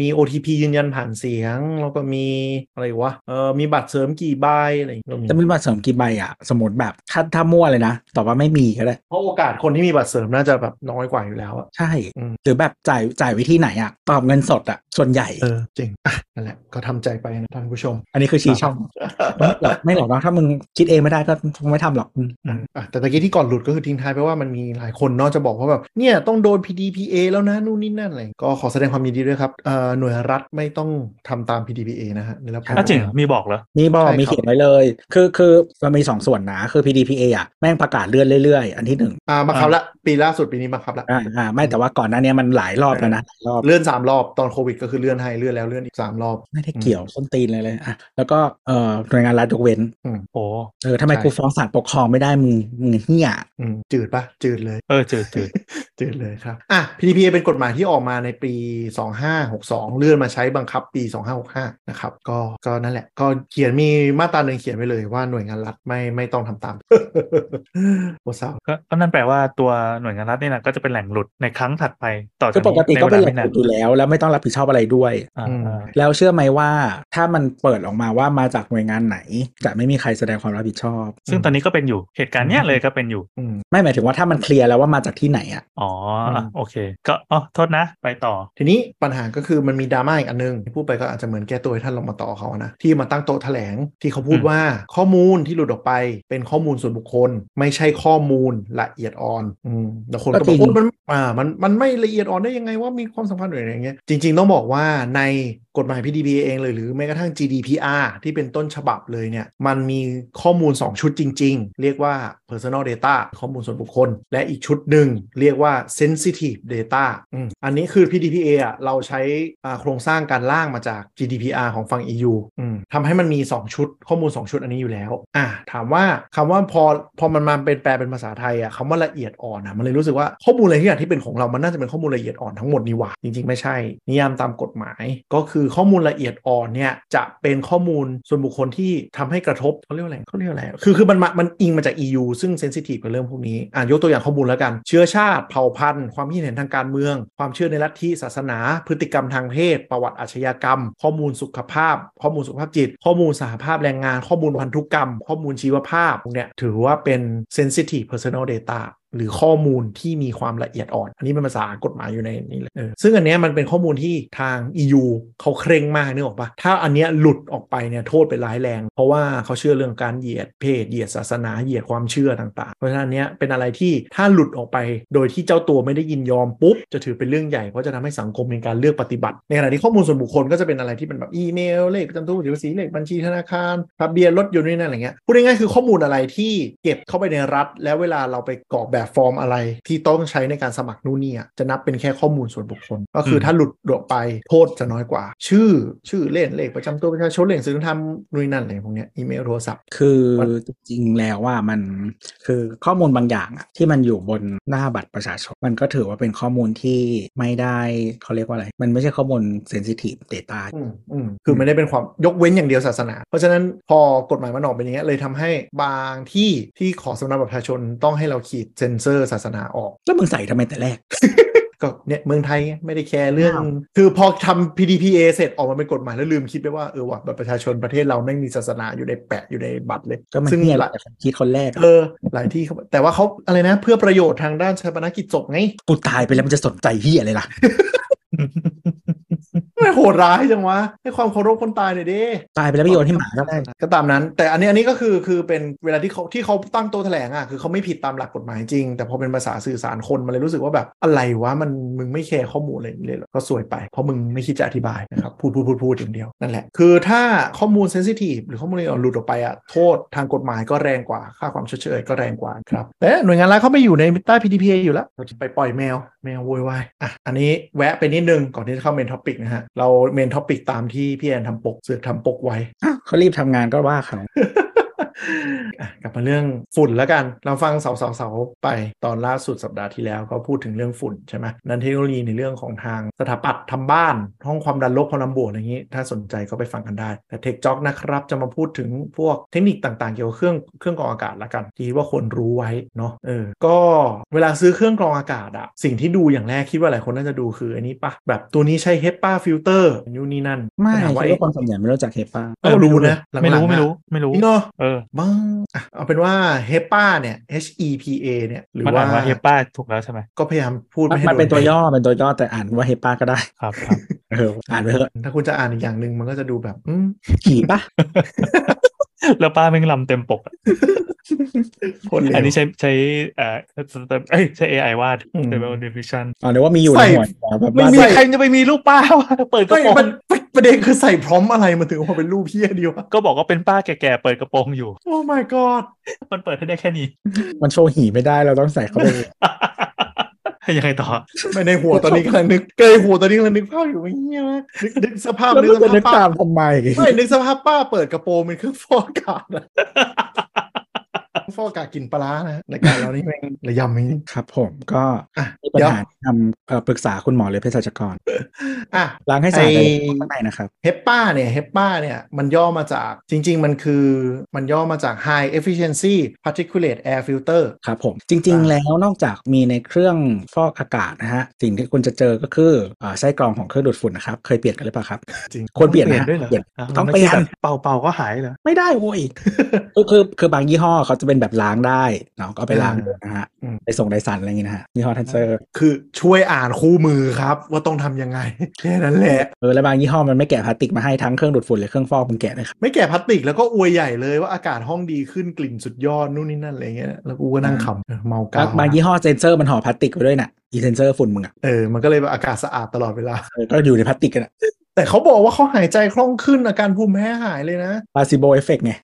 Speaker 3: มี OTP ยืนยันผ่านเสียง แล้วก็มีอะไรวะเออมีบัตรเสริมกี่ใบอะไรอย่างเงี้ยก็มี
Speaker 2: จะมีบัตรเสริมกี่ใบอ่ะ สมมติแบบถ้าถ้ามั่วเลยนะตอบว่าไม่มีก็ได้
Speaker 3: เพราะโอกาสคนที่มีบัตรเสริมน่าจะแบบน้อยกว่าอยู่แล้วอะ
Speaker 2: ใช่
Speaker 3: อืม
Speaker 2: หรือแบบจ่ายจ่ายวิธีไหนอ่ะ ตอบเงินสดอ่ะ ส่วนใหญ่
Speaker 3: เออจริง อ่ะนั่นแหละก็ทำใจไปนะท่านผู้ชม
Speaker 2: อันนี้คือชี้ช่อง ไม่หรอกไม่หรอกเนอะถ้ามึงคิดเองไม่ได้ก็คงไม่ทำหรอกอืม
Speaker 3: อ่ะอ่ะแต่ตะกี้ที่ก่อนหลุดก็คือทิ้งท้ายไปว่ามันมีหลายคนเนาะจะบอกว่าแบบเนี่ยต้องโดน PDPA แล้วนะนู่นนี่นั่นอะไรก็ขอแสดงความยินดีด้วยครับเอ่อหน่วยรัฐไม่ต้องทำตาม PDPA นะฮะได้รับกา
Speaker 4: อ่ะจริงเหรอมีบอกเหรอ
Speaker 2: มีบอก
Speaker 3: ใช่ครับ
Speaker 2: มีเขียนไว้เลย คือคือมันมีสองส่วนนะคือ PDPA อ่ะแม่งประกาศเลื่อนเรื่อยๆ อันที่หนึ่ง
Speaker 3: อ่าบังคับละปีล่าสุดปีนี้บังคับละ
Speaker 2: อ่าอ่าไม่แต่ว่าก่อนหน้าเนี้ยมันหลายรอบแล้วนะหลายรอบ
Speaker 3: เลื่อน 3 รอบตอนโควิดก็คือเลื่อนให้เลื่อนแล้วเลื่อนอีก 3 รอบ
Speaker 2: ไม่ได้เกี่ยวส้นตีนเลยเลยอ่ะแล้วก็เอ่อหน่วยงานรัฐยกเว้น
Speaker 4: โอ้
Speaker 2: เออทำไม
Speaker 3: ใช่
Speaker 2: กูฟ้องศาลปกครองไม่ได้มึงมึงเหี้ย
Speaker 3: อืมจืดปะจืดเลย
Speaker 4: เออจืดจืด
Speaker 3: จืดเลยครับอ่ะ PDPA เป็นกฎหมายที่ออกมาในปี 2562 เลื่อนมาใช้บังคับปี 2565นะครับก็ก็นั่นแหละ ก็เขียนมีมาตราหนึ่งเขียนไว้เลยว่าหน่วยงานรัฐไม่ไม่ต้องทำตาม โอ้เศร้า
Speaker 4: ก็ก็นั่นแปลว่าตัวหน่วยงานรัฐนี่แหละก็จะเป็นแหล่งหลุดในครั้งถัดไปต่อ
Speaker 2: คื
Speaker 4: จาก
Speaker 2: อปกติ
Speaker 4: นี้ใน
Speaker 2: ก็
Speaker 4: เว
Speaker 2: เป็นแหล่ง
Speaker 4: ลาไม่นา
Speaker 2: ขุ
Speaker 4: น
Speaker 2: ดอยู่แล้ว แล้วไม่ต้องรับผิดชอบอะไรด้วย
Speaker 4: อ่า
Speaker 3: อืม
Speaker 4: อ่า
Speaker 2: แล้วเชื่อไหมว่าถ้ามันเปิดออกมาว่ามาจากหน่วยงานไหน จะไม่มีใครแสดงความรับผิดชอบ
Speaker 4: ซึ่งตอนนี้ก็เป็นอยู่เหตุการณ์เนี้ยเลยก็เป็นอยู่
Speaker 3: อืม
Speaker 2: ไม่หมายถึงว่าถ้ามันเคลียร์แล้วว่ามาจากที่ไหนอ่ะ
Speaker 4: อ๋ออ่ะ
Speaker 3: อืม
Speaker 4: โอเค ก็อ๋อโทษนะ ไปต่อ
Speaker 3: ทีนี้ปัญหาก็คือมันมีดราม่าอีกอันนึงที่พูดไปก็อาจจะเหมือนแก้ตัวให้ท่านรองมาต่อเขานะ ที่มาตั้งโต๊ะแถลงที่เขาพูด
Speaker 4: อืม
Speaker 3: ว่าข้อมูลที่หลุดออกไปเป็นข้อมูลส่วนบุคคล ไม่ใช่ข้อมูลละเอียดอ่อนอืมแล้วคนก็บ
Speaker 2: ก็จ
Speaker 3: อ
Speaker 2: ริ
Speaker 3: ก
Speaker 2: ง
Speaker 3: โอ้มันอ่ามันมันไม่ละเอียดอ่อนได้ยังไงว่ามีความสัมพันธ์หรืออะไรอย่างเงี้ยจริง ๆ ต้องบอกว่าใน กฎหมาย PDPA เองเลยหรือแม้กระทั่ง GDPR ที่เป็นต้นฉบับเลยเนี่ยมันมีข้อมูล 2 ชุดจริง ๆ เรียกว่า personal data ข้อมูลส่วนบุคคล และอีกชุดหนึ่งเรียกว่า sensitive data อืมอันนี้คือ PDPA อ่ะเราใช้อ่าโครงสร้างการล่างมาจาก GDPR ของฝั่ง EU อืมทำให้มันมี 2 ชุดข้อมูล 2 ชุดอันนี้อยู่แล้วอ่าถามว่าคำว่าพอพอมันมาเป็นแปลเป็นภาษาไทยอ่ะคำว่าละเอียดอ่อนอ่ะมันเลยรู้สึกว่าข้อมูลอะไรที่อย่างที่เป็นของเรามันน่าจะเป็นข้อมูลละเอียดอ่อนทั้งหมดนี่หว่าจริงๆไม่ใช่ นิยามตามกฎหมาย ก็คือข้อมูลละเอียดอ่อนเนี่ยจะเป็นข้อมูลส่วนบุคคลที่ทำให้กระทบเขาเรียกว่าอะไรเขาเรียกว่าอะไรคือคือมันมามันอิงมาจาก EU ซึ่งเซนซิทีฟกับเรื่องพวกนี้อ่ะยกตัวอย่างข้อมูลแล้วกัน เชื้อชาติเผ่าพันธุ์ ความคิดเห็นทางการเมือง ความเชื่อในลัทธิศาสนา พฤติกรรมทางเพศ ประวัติอาชญากรรม ข้อมูลสุขภาพ ข้อมูลสุขภาพจิต ข้อมูลสหภาพแรงงาน ข้อมูลพันธุกรรม ข้อมูลชีวภาพพวกเนี่ยถือว่าเป็น sensitive personal data หรือข้อมูลที่มีความละเอียดอ่อน อันนี้เป็นภาษากฎหมายอยู่ในนี้เลยเออซึ่งอันเนี้ยมันเป็นข้อมูลที่ทาง EU เขาเคร่งมากนึกออกปะถ้าอันเนี้ยหลุดออกไปเนี่ยโทษเป็นร้ายแรง เพราะว่าเขาเชื่อเรื่องการเหยียดเพศ เหยียดศาสนา เหยียดความเชื่อต่างๆ เพราะฉะนั้นอันเนี้ยเป็นอะไรที่ถ้าหลุดออกไปโดยที่เจ้าตัวไม่ได้ยินยอมปุ๊บจะถือเป็นเรื่องใหญ่เพราะจะทำให้สังคมมีการเลือกปฏิบัติ ในขณะที่ข้อมูลส่วนบุคคลก็จะเป็นอะไรที่เป็นแบบอีเมลเลขประจำตัวหรือภาษีเลขบัญชีธนาคารทะเบียนรถยนต์นี่นั่นอะไรเงี้ยพูดง่ายๆคือข้อมูลอะไรที่เก็บเข้าไปในรัฐ แล้วเวลาเราไปกรอกแบบฟอร์มอะไร ที่ต้องใช้ในการสมัครนู่นนี่อะจะนับเป็นแค่ข้อมูลส่วนบุคคล ก็คืออ
Speaker 4: ม
Speaker 3: ถ้าหลุดออกไปโทษจะน้อยกว่า ชื่อชื่อเล่นเลขประจำตัวประชาชนเลขสื่อทำนู่นนนั่นอะไรพวกเนี้ยอีเมลโทรศัพท์
Speaker 2: คือ
Speaker 3: มัน
Speaker 2: จริงๆแล้วว่ามันคือข้อมูลบางอย่างอะที่มันอยู่บนหน้าบัตรประชาชน มันก็ถือว่าเป็นข้อมูลที่ไม่ได้เขาเรียกว่าอะไร มันไม่ใช่ข้อมูล sensitive data
Speaker 3: อืมอืมคือไม่ได้เป็นความยกเว้นอย่างเดียวศาสนา เพราะฉะนั้นพอกฎหมายมันออกเป็นอย่างเงี้ยเลยทำให้บางที่ที่ขอสำเนาบัตรประชาชนต้องให้เราขีดเซ็นเซอร์ศาสนาออก
Speaker 2: แล้วมึงใส่ทำไมแต่แรก
Speaker 3: ก็เนี่ยเมืองไทยไงไม่ได้แคร์เรื่อง
Speaker 2: อ้าว
Speaker 3: คือพอทำ PDPA เสร็จออกมาเป็นกฎหมายแล้วลืมคิดไปว่าเออว่ะบัตรประชาชนประเทศเราไม่งมีศาสนาอยู่ในแปะอยู่ในบัตรเลย
Speaker 2: ก็มัน
Speaker 3: ซึ่ง
Speaker 2: เนี่ย
Speaker 3: ห
Speaker 2: แห
Speaker 3: ลา
Speaker 2: ละ
Speaker 3: ย
Speaker 2: คนคิดคนแรกอะ
Speaker 3: เออหลายที่เขาแต่ว่าเขาอะไรนะ เพื่อประโยชน์ทางด้านชาปนกิจศพไง
Speaker 2: กูตายไปแล้วมันจะสนใจเฮียอะไรล่ะ
Speaker 3: ไม่โหดร้ายจังวะให้ความเคารพคนตายหน่อยเด้
Speaker 2: ตายไปแล้วไปโยนให้หมาก็ได้
Speaker 3: ก็ตามนั้น แต่อันนี้อันนี้ก็คือคือเป็นเวลาที่เขาที่เขาตั้งโต๊ะแถลงอ่ะคือเขาไม่ผิดตามหลักกฎหมายจริง แต่พอเป็นภาษาสื่อสารคนมันเลยรู้สึกว่าแบบอะไรวะมันมึงไม่แคร์ข้อมูลอะไรอย่างนี้เลยเหรอก็สวยไป เพราะมึงไม่คิดจะอธิบายนะครับพูดพูดพูดพูดอย่างเดียว นั่นแหละ คือถ้าข้อมูลเซนซิทีฟหรือข้อมูลละเอียดอ่อนหลุดออกไปอ่ะโทษทางกฎหมายก็แรงกว่าค่าความชดเชยก็แรงกว่าครับแต่หน่วยงานรัฐเขาไปอยู่ในใต้ PDPA อยู่แล้วไปปล่อยแมวแมวโวยวายอ่ะอันนี้แวะไปนิดนึงก่อนที่จะเข้าเมนท็อปิกนะฮะเราเมนท็อปิกตามที่พี่แอนทำปกเสือกทำปกไว้
Speaker 2: อ้าว เขารีบทำงานก็ว่าเขา
Speaker 3: อ่ะกลับมาเรื่องฝุ่นแล้วกัน เราฟังเสาเสาเสาไปตอนล่าสุดสัปดาห์ที่แล้วก็พูดถึงเรื่องฝุ่นใช่ไหมนั้นเทคโนโลยีในเรื่องของทางสถาปัตย์ทำบ้าน ห้องความดันลบความดันบวกอะไรอย่างนี้ ถ้าสนใจก็ไปฟังกันได้ แต่เทคจ็อกนะครับ จะมาพูดถึงพวกเทคนิคต่างๆ เกี่ยวกับเครื่องเครื่องกรองอากาศละกันที่ว่าคนรู้ไว้เนาะเออก็เวลาซื้อเครื่องกรองอากาศอะสิ่งที่ดูอย่างแรกคิดว่าหลายคนน่าจะดูคืออันนี้ปะแบบตัวนี้ใช้เฮปปาฟิลเตอร์นู่นนี่นั่น
Speaker 2: ไม่
Speaker 3: แต่ถาว่า
Speaker 2: คิดว่าคนส่วนใหญ่ไม่รู้จักเฮป้า
Speaker 3: เออรู้นะ
Speaker 4: ไม่รู้
Speaker 3: หลังๆอะ
Speaker 4: ไม่รู้ไม่รู้
Speaker 3: จริงเหรอ
Speaker 4: เออ
Speaker 3: บ้างอ่ะเอาเป็นว่าเฮปาเนี่ย H E P A เนี่ย หรือ
Speaker 4: มัน
Speaker 3: ว่า
Speaker 4: อ่านว่าเฮป้าถูกแล้วใช่ไหม
Speaker 3: ก็พยายามพูดไม่ให้
Speaker 2: มันเป็น
Speaker 3: โด
Speaker 2: ตัวย่อเป็นตัวย่อแต่อ่านว่าเฮป้าก็ได้
Speaker 4: ครับครับ
Speaker 2: เอออ่านไปเถอะ
Speaker 3: ถ้าคุณจะอ่านอีกอย่างหนึ่งมันก็จะดูแบบ อืม
Speaker 2: ขี่ปะ
Speaker 4: แล้วป้าแม่งลำเต็มปกอะ
Speaker 3: คนเลว
Speaker 4: อันนี้ใช้ใช้เอ่อเอ้ยใช้ AI วาด
Speaker 3: อืม
Speaker 4: แต่เป็น division
Speaker 2: อ๋อเดี๋ยวว่ามีอยู่
Speaker 3: ใส่
Speaker 2: ในหมวดแบบ
Speaker 4: ไม่
Speaker 2: ว่า
Speaker 4: มี
Speaker 2: ใส่
Speaker 4: ใครจะไปมีรูปป้าวะเปิดกระ
Speaker 3: ไม่
Speaker 4: โปรง
Speaker 3: มันประเด็นคือใส่พร้อมอะไรมันถึงออกมาเป็นรูปเพี้ยเดียวอะ
Speaker 4: ก็บอกว่าเป็นป้าแก่ๆเปิดกระโปรงอยู่
Speaker 3: โอ้ my god
Speaker 4: มันเปิดให้ได้แค่นี้
Speaker 2: มันโชว์หีไม่ได้เราต้องใส่เข้าไป
Speaker 4: ยังไงต่อ
Speaker 3: ไม่ใน หัวตอนนี้กำลังนึกเกยหัวตอนนี้กำลังนึกภาพอยู่ว่าเงี้ยนะนึกนึกสภาพ
Speaker 2: แล้ว
Speaker 3: นึก
Speaker 2: มัน
Speaker 3: ส
Speaker 2: จะนึก
Speaker 3: ภาพ
Speaker 2: ตา
Speaker 3: ป้าม
Speaker 2: ทำไม
Speaker 3: ไม่นึกสภาพป้าเปิดกระโปรงเป็นเครื่องฟ อกอากาศนะฟอกอากาศกินปลาร้านะรายการเรานี่แม่งระยำจริง
Speaker 2: ครับผมก็
Speaker 3: ๆอ่ะ
Speaker 2: มีปัญ
Speaker 3: เดี๋ยว
Speaker 2: หาทำเอ่อปรึกษาคุณหมอหรือเภสัชกร
Speaker 3: อ่ะ
Speaker 2: ล้างให้สะอาด
Speaker 3: ไอ้
Speaker 2: เลยข้างในนะครับ
Speaker 3: เฮปป้าเนี่ยเฮปป้าเนี่ยมันย่อมาจากจริง ๆ มันคือมันย่อมาจาก High Efficiency Particulate Air Filter
Speaker 2: ครับผมจริงๆแล้วนอกจากมีในเครื่องฟอกอากาศนะฮะ สิ่งที่คุณจะเจอก็คืออ่าไส้กรองของเครื่องดูดฝุ่นนะครับ เคยเปลี่ยนกันหรือเปล่าครับ
Speaker 3: จริง
Speaker 2: ควรเปลี่ยน
Speaker 4: เปลี่ย
Speaker 2: นะ
Speaker 4: นด้วยเหรอ
Speaker 2: เปลี่ยน
Speaker 4: าว
Speaker 2: ต้อง
Speaker 4: มั
Speaker 2: เปลี่ย
Speaker 4: คื
Speaker 2: น
Speaker 4: แบบเป่าเป่าก็หายเหรอ
Speaker 2: ไม่ได้โว้ย คือคือคือบางยี่ห้อเขาจะเป็นแบบล้างได้เนาะก็เอาไปล้างดูนะฮะ
Speaker 3: อืม
Speaker 2: ไปส่งไดสันอะไรอย่างงี้นะฮะยี่ห้อทันเซอร์
Speaker 3: คือช่วยอ่านคู่มือครับว่าต้องทำยังไง แค่นั้นแหละ
Speaker 2: เออแล้วบางยี่ห้อมันไม่แกะพลาสติกมาให้ทั้งเครื่องดูดฝุ่นและเครื่องฟอกมึงแกะเลยครับ
Speaker 3: ไม่แก่พลาสติกแล้วก็อวยใหญ่เลยว่าอากาศห้องดีขึ้นกลิ่นสุดยอดนู่นนี่นั่นอะไรเงี้ยแล้วกูก็นั่งขำเออเมากา
Speaker 2: แล้วบางยี่ห้อเซนเซอร์มันห่อพลาสติกไปด้วยน่ะอีเซนเซอร์ฝุ่นมึงอ่ะ
Speaker 3: เออมันก็เลยแบบอากาศสะอาดตลอดเวลา
Speaker 2: เออก็อยู่ในพลาสติกกันอะ
Speaker 3: แต่เขาบอกว่าเขาหายใจคล่องขึ้นอาการภูมิแพ้หายเลยนะ
Speaker 2: พาซิโบเอฟเฟกไง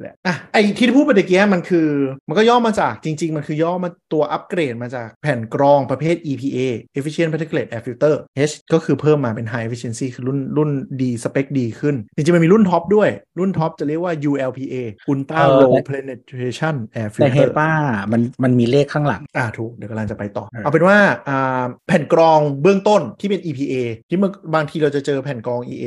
Speaker 3: แหละอ่ะไอที่พูดไปตะกี้มันคือ มันก็ย่อมาจากจริง ๆ มันคือย่อมาตัวอัปเกรดมาจากแผ่นกรองประเภท EPA Efficient Particulate Air Filter H ก็คือเพิ่มมาเป็น High Efficiency คือรุ่นรุ่นดีสเปคดีขึ้น จริง ๆ มันมีรุ่นท็อปด้วย รุ่นท็อปจะเรียกว่า ULPA Ultra
Speaker 2: เออ
Speaker 3: Low Penetration Air
Speaker 2: แต่เฮ
Speaker 3: Filter
Speaker 2: ป้ามันมันมีเลขข้างหลัง
Speaker 3: อ่าถูก เดี๋ยวกำลังจะไปต่อ
Speaker 2: เออ
Speaker 3: เอาเป็นว่าอ่าแผ่นกรองเบื้องต้นที่เป็น EPA ที่มันบางทีเราจะเจอแผ่นกรอง EA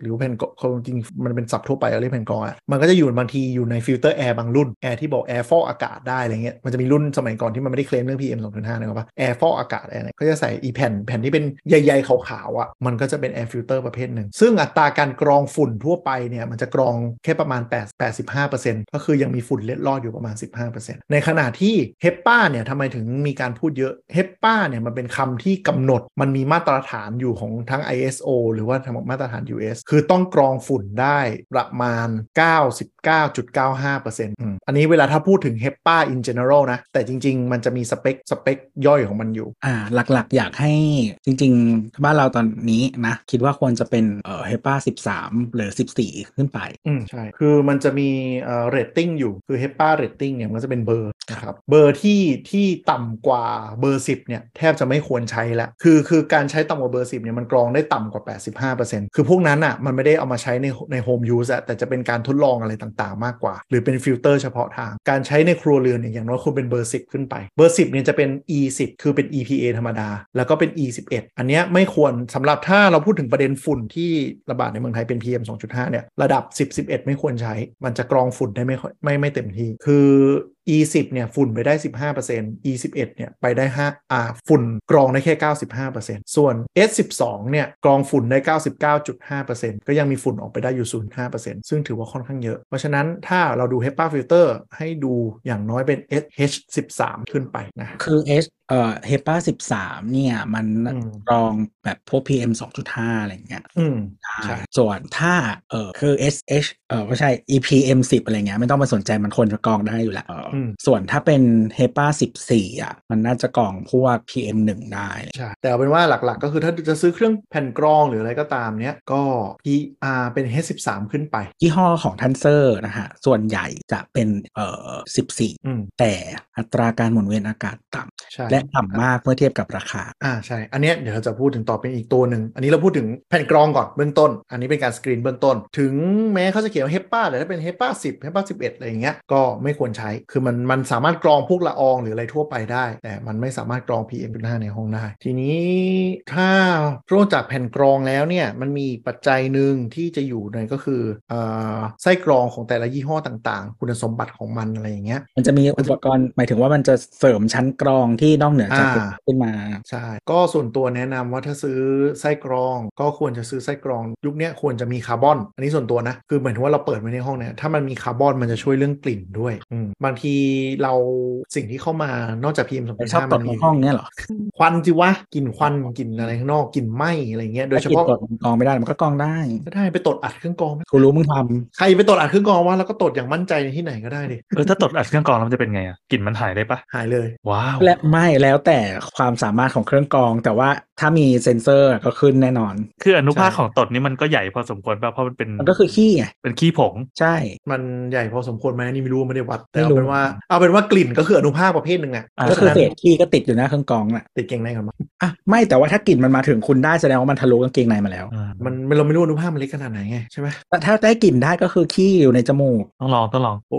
Speaker 3: หรือแผ่นกรองจริงมันเป็นศัพท์ทั่วไปเราเรียกแผ่นกรองอะมันก็จะอยู่บางทีอยู่ในฟิลเตอร์แอร์บางรุ่นแอร์ที่บอกแอร์ฟอกอากาศได้อะไรเงี้ยมันจะมีรุ่นสมัยก่อนที่มันไม่ได้เคลมเรื่อง PM 2.5นะครับว่าแอร์ฟอกอากาศแอร์เนี่ยก็จะใส่อีแผ่นแผ่นที่เป็นใยๆขาวๆอะมันก็จะเป็นแอร์ฟิลเตอร์ประเภทหนึ่งซึ่งอัตราการกรองฝุ่นทั่วไปเนี่ยมันจะกรองแค่ประมาณ8 85%ก็คือยังมีฝุ่นเล็ดลอดอยู่ประมาณ 15%ในขณะที่เฮปปาเนี่ยทำไมถึงมีการพูดเยอะเฮปปาเนี่ยมันเป็นคำที่กำหนดมันมีมาตรฐานอยู่ของทั้ง ISO หรือว่าทั้งมาตรฐาน US คือต้องกรองฝุ่นได้ประมาณ 99.95%อืมอันนี้เวลาถ้าพูดถึงเฮปปา in general นะ แต่จริง ๆ มันจะมีสเปคสเปคย่อยของมันอยู่
Speaker 2: อ่าหลักๆ อยากให้จริงๆ บ้านเราตอนนี้นะ คิดว่าควรจะเป็นเอ่อเฮป้าสิบสามหรือสิบสี่ขึ้นไป
Speaker 3: อืมใช่ คือมันจะมีเอ่อ rating อยู่ คือเฮป a า rating เนี่ยมันจะเป็นเบอร์นะครับ เบอร์ที่ที่ต่ำกว่าเบอร์ 10เนี่ยแทบจะไม่ควรใช้ละ คือคือการใช้ต่ำกว่าเบอร์ 10เนี่ยมันกรองได้ต่ำกว่า 85%คือพวกนั้นอ่ะมันไม่ได้เอามาใช้ในในโฮมยูสอะแต่จะเป็นการทดลองอะไรต่างๆ มากกว่า หรือเป็นฟิลเตอร์เฉพาะทาง การใช้ในครัวเรือนเนี่ยอย่างน้อยควรเป็นเบอร์ 10 ขึ้นไป เบอร์ 10เนี่ยจะเป็น E10 คือเป็น EPA ธรรมดา แล้วก็เป็น E11 อันเนี้ยไม่ควรสำหรับถ้าเราพูดถึงประเด็นฝุ่นที่ระบาดในเมืองไทยเป็น PM 2.5เนี่ยระดับ 10 11 ไม่ควรใช้ มันจะกรองฝุ่นได้ไม่ค่อยไม่ไม่เต็มที่ คือ E10 เนี่ยฝุ่นไปได้ 15% E11 เนี่ยไปได้5อ่าฝุ่นกรองได้แค่ 95%ส่วน S12 เนี่ยกรองฝุ่นได้ 99.5%ก็ยังมีฝุ่นออกไปได้อยู่ 0.5%ซึ่งถือว่าค่อนข้างเยอะ เพราะฉะนั้นถ้าเราดู HEPA filter ให้ดูอย่างน้อยเป็น SH13 ขึ้นไปนะ
Speaker 2: คือ H เอ่อเฮป้าสิบสามเนี่ย มัน
Speaker 3: อืม
Speaker 2: กรองแบบพวก PM 2.5 อะไรอย่างเงี้ย
Speaker 3: อืม ใช่
Speaker 2: ใช่ส่วนถ้าเออคือ SH เออไม่ใช่ EPM 10อะไรเงี้ยไม่ต้องมาสนใจมันคนจะกรองได้อยู่แล้วเอออ
Speaker 3: ม
Speaker 2: ส่วนถ้าเป็น HEPA 14อ่ะมันน่าจะกรองพวก PM 1ได้
Speaker 3: ใช่ แต่เอาเป็นว่าหลักๆ ก็คือถ้าจะซื้อเครื่องแผ่นกรองหรืออะไรก็ตามเนี่ยก็ PR เป็น H13 ขึ้นไป
Speaker 2: ยี่ห้อของทันเซอร์นะฮะ ส่วนใหญ่จะเป็นเอ่อ
Speaker 3: อืม
Speaker 2: 14 แต่อัตราการหมุนเวียนอากาศต่
Speaker 3: ใช่
Speaker 2: ำและต่ำมากเมื่อเทียบกับราคา
Speaker 3: อ่าใช่ อันเนี้ยเดี๋ยวเราจะพูดถึงต่อเป็นอีกตัวหนึ่ง อันนี้เราพูดถึงแผ่นกรองก่อนเบื้องต้น อันนี้เป็นการสกรีนเบื้องต้น ถึงแม้เขาจะเขียนว่าเฮปาแต่ถ้าเป็นเฮปาสิบเฮปาสิบเอ็ดอะไรอย่างเงี้ย ก็ไม่ควรใช้ คือมันมันสามารถกรองพวกละอองหรืออะไรทั่วไปได้ แต่มันไม่สามารถกรอง PM.5 ในห้องได้ ทีนี้ถ้านอกจากแผ่นกรองแล้วเนี่ย มันมีปัจจัยหนึ่งที่จะอยู่ในก็คือเอ่อไส้กรองของแต่ละยี่ห้อต่างๆ คุณสมบัติของมันอะไรอย่างเงี้ย
Speaker 2: มันจะมีอุปกรณ์หมายถึงว่ามันจะเสริมชั้นกรองที่นอกเหนือจาก
Speaker 3: อ่า
Speaker 2: ขึ้นมา
Speaker 3: ใช่ ก็ส่วนตัวแนะนำว่าถ้าซื้อไส้กรอง ก็ควรจะซื้อไส้กรอง ยุคเนี้ยควรจะมีคาร์บอน อันนี้ส่วนตัวนะ คือเหมือนว่าเราเปิดไว้ในห้องเนี่ย ถ้ามันมีคาร์บอนมันจะช่วยเรื่องกลิ่นด้วยอืมบางทีเราสิ่งที่เข้ามานอกจาก PM 2.5
Speaker 2: ชอบต
Speaker 3: มั
Speaker 2: ก
Speaker 3: น
Speaker 2: ใน
Speaker 3: มี
Speaker 2: ห้องเนี้ยเหรอ
Speaker 3: ควันจิวะกลิ่นควันกลิ่นอะไรข้างนอกกลิ่นไหมอะไรเงี้ยโดยเฉ
Speaker 2: ถ้กิน
Speaker 3: พาะ
Speaker 2: ตดมันกรองไม่ได้มันก็กรองได้
Speaker 3: ก็ได้ไปตดอัดเครื่องกรองไหม
Speaker 2: กูรู้มึงท
Speaker 3: ใครไปตดอัดเครื่องกรองวะแล้วก็ตดอย่างมั่นใจในที่ไหนก็ได้ดิ
Speaker 4: เออถ้าตดอัดเครื่องกรองแล้วมันจะเป็นไงอ่ะกลิ่นมันหายได้ปะ
Speaker 3: หายเลย
Speaker 4: ว้าว
Speaker 2: ำและไม่แล้วแต่ความสามารถของเครื่องกรอง แต่ว่าถ้ามีเซ็นเซอร์ก็ขึ้นแน่นอน
Speaker 4: คืออนุภาค
Speaker 3: ใช่
Speaker 4: ของตดนี่มันก็ใหญ่พอสมควรป่ะเพราะมันเป็น
Speaker 2: มันก็คือขี้ไง
Speaker 4: เป็นขี้ผง
Speaker 2: ใช่
Speaker 3: มันใหญ่พอสมควรไหมอันนี่ไม่รู้ไม่ได้วัดแต่
Speaker 2: ไม่
Speaker 3: เอา
Speaker 2: รู้
Speaker 3: เป็นว่าเอาเป็นว่ากลิ่นก็คืออนุภาคประเภทหนึ่งแหละ
Speaker 4: อ่า
Speaker 3: เพ
Speaker 2: ก็
Speaker 3: ราะ
Speaker 2: คื
Speaker 3: ฉะ
Speaker 2: อ
Speaker 3: นั้น
Speaker 2: เศษขี้ก็ติดอยู่หน้าเครื่องกรองน่ะ
Speaker 3: ติดเกงในก่อนมา
Speaker 2: อ่ะไม่แต่ว่าถ้ากลิ่นมันมาถึงคุณได้แสดงว่ามันทะลุกางเกงในมาแล้ว
Speaker 4: อ่า
Speaker 3: มันเราไม่รู้อนุภาพมันเล็กขนาดไหนไงใช่ไหม
Speaker 2: แต่ถ้าได้กลิ่นได้ก็คือขี้อยู่ในจมูก
Speaker 4: ต้องลองต้องลอง
Speaker 3: โอ้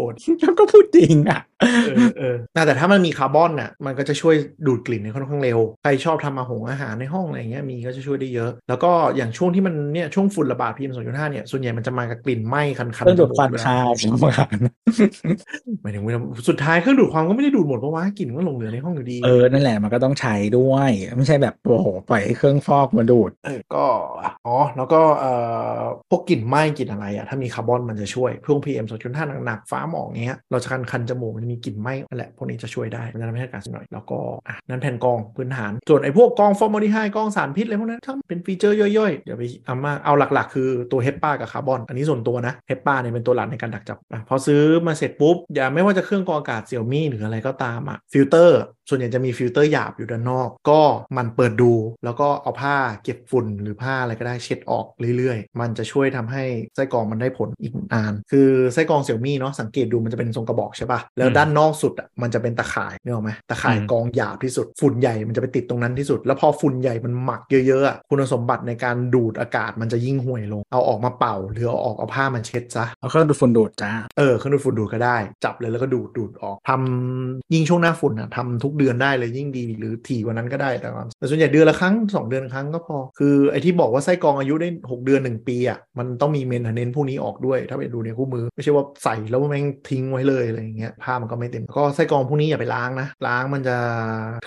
Speaker 2: ก็พูดจริงอ่ะ
Speaker 3: เออเออน่าแต่ถ้ามันมีคาร์บอนน่ะมันก็จะช่วยดูดกลิ่นในค่อนข้างเร็ว ใครชอบทำอาหงอาหารในห้องอะไรอย่างเงี้ยมีก็จะช่วยได้เยอะ แล้วก็อย่างช่วงที่มันเนี่ยช่วงฝุ่นระบาด PM 2.5เนี่ยส่วนใหญ่มันจะมากับกลิ่นไหม้คันๆ
Speaker 2: เครื่องดูดควัน
Speaker 3: ด้วยะ
Speaker 2: คาวสมคัญ
Speaker 3: หมายถึงว่าสุดท้ายเครื่องดูดควันก็ไม่ได้ดูดหมดเพราะว่ากลิ่นก็หลงเหลือในห้องอยู่ดี
Speaker 2: เออ นั่นแหละมันก็ต้องใช้ด้วย ไม่ใช่แบบโอ้โหปล่อยให้เครื่องฟอกมาดูด
Speaker 3: เออก็อ๋อแล้วก็เอ่อพวกกลิ่นไหม้กลิ่นอะไรอะถ้ามีคาร์บอนมันจะช่วยพวก PM 2.5หนักๆฟ้าหมอกเงี้ยเราจะคันคันๆจมูกมันจะมีกลิ่นไหม้นั่นแหละพวกนี้จะช่วยได้มันจะทำให้อากาศหน่อยแล้วก็อ่ะนั่นแผ่นกรองพื้นฐาน ส่วนไอ้พวกกรองฟอร์มาลดีไฮด์กรองสารพิษอะไรพวกนั้นถ้าเป็นฟีเจอร์ย่อยๆอย่าไปเอามากเอาหลักๆ คือตัวเฮปปากับคาร์บอน อันนี้ส่วนตัวนะเฮปปาเนี่ยเป็นตัวหลักในการดักจับอ่ะพอซื้อมาเสร็จปุ๊บอย่าไม่ว่าจะเครื่องกรองอากาศเสี่ยมี่หรืออะไรก็ตามอะฟิลเตอร์ ส่วนใหญ่จะมีฟิลเตอร์หยาบอยู่ด้านนอก ก็มันเปิดดู แล้วก็เอาผ้าเก็บฝุ่นหรือผ้าอะไรก็ได้เช็ดออกเรื่อยๆ มันจะช่วยทำให้ไส้กรองมันได้ผลอีกนาน คือไส้กรองเสี่ยวมี่เนาะสังเกตดูมันจะเป็นทรงกระบอกใช่ปะ่ะ แล้ว
Speaker 4: อืม
Speaker 3: ด้านนอกสุดอ่ะมันจะเป็นตะข่ายเนกออกไหมตะข่าย
Speaker 4: อืม
Speaker 3: กองหยาบที่สุดฝุ่นใหญ่มันจะไปติดตรงนั้นที่สุด แล้วพอฝุ่นใหญ่มันหมักเยอะๆอะคุณสมบัติในการดูดอากาศมันจะยิ่งห่วยลง เอาออกมาเป่าหรือเอาออกเอาผ้ามันเช็ดซะ
Speaker 2: เอาเครื่องดูดฝุ่นดูดจ้า
Speaker 3: เออเครื่องดูดฝุ่นดูดก็ได้ จับเลยแล้วก็ดูดดูดออกทำยิ่งช่วงหน้าฝุ่นอ่ะทำทุกเดือนได้เลยยิ่งดีหรือถี่กว่านั้นก็ได้แต่ว่าแต่ส่วนใหญ่เดือนละครั้ง 2 เดือนละครั้งก็พอ คือไอ้ที่บอกว่าไส้กรองอายุได้ 6 เดือน 1 ปีอ่ะมันต้องมีเมนเทนเนนพวกนี้ออกด้วย ถ้าไปดูในคู่มือ ไม่ใช่ว่าใส่แล้วแม่งทิ้งไว้เลยอะไรอย่างเงี้ยผ้ามันก็ไม่เต็มก็ไส้กรองพวกนี้อย่าไปล้างนะล้างมันจะ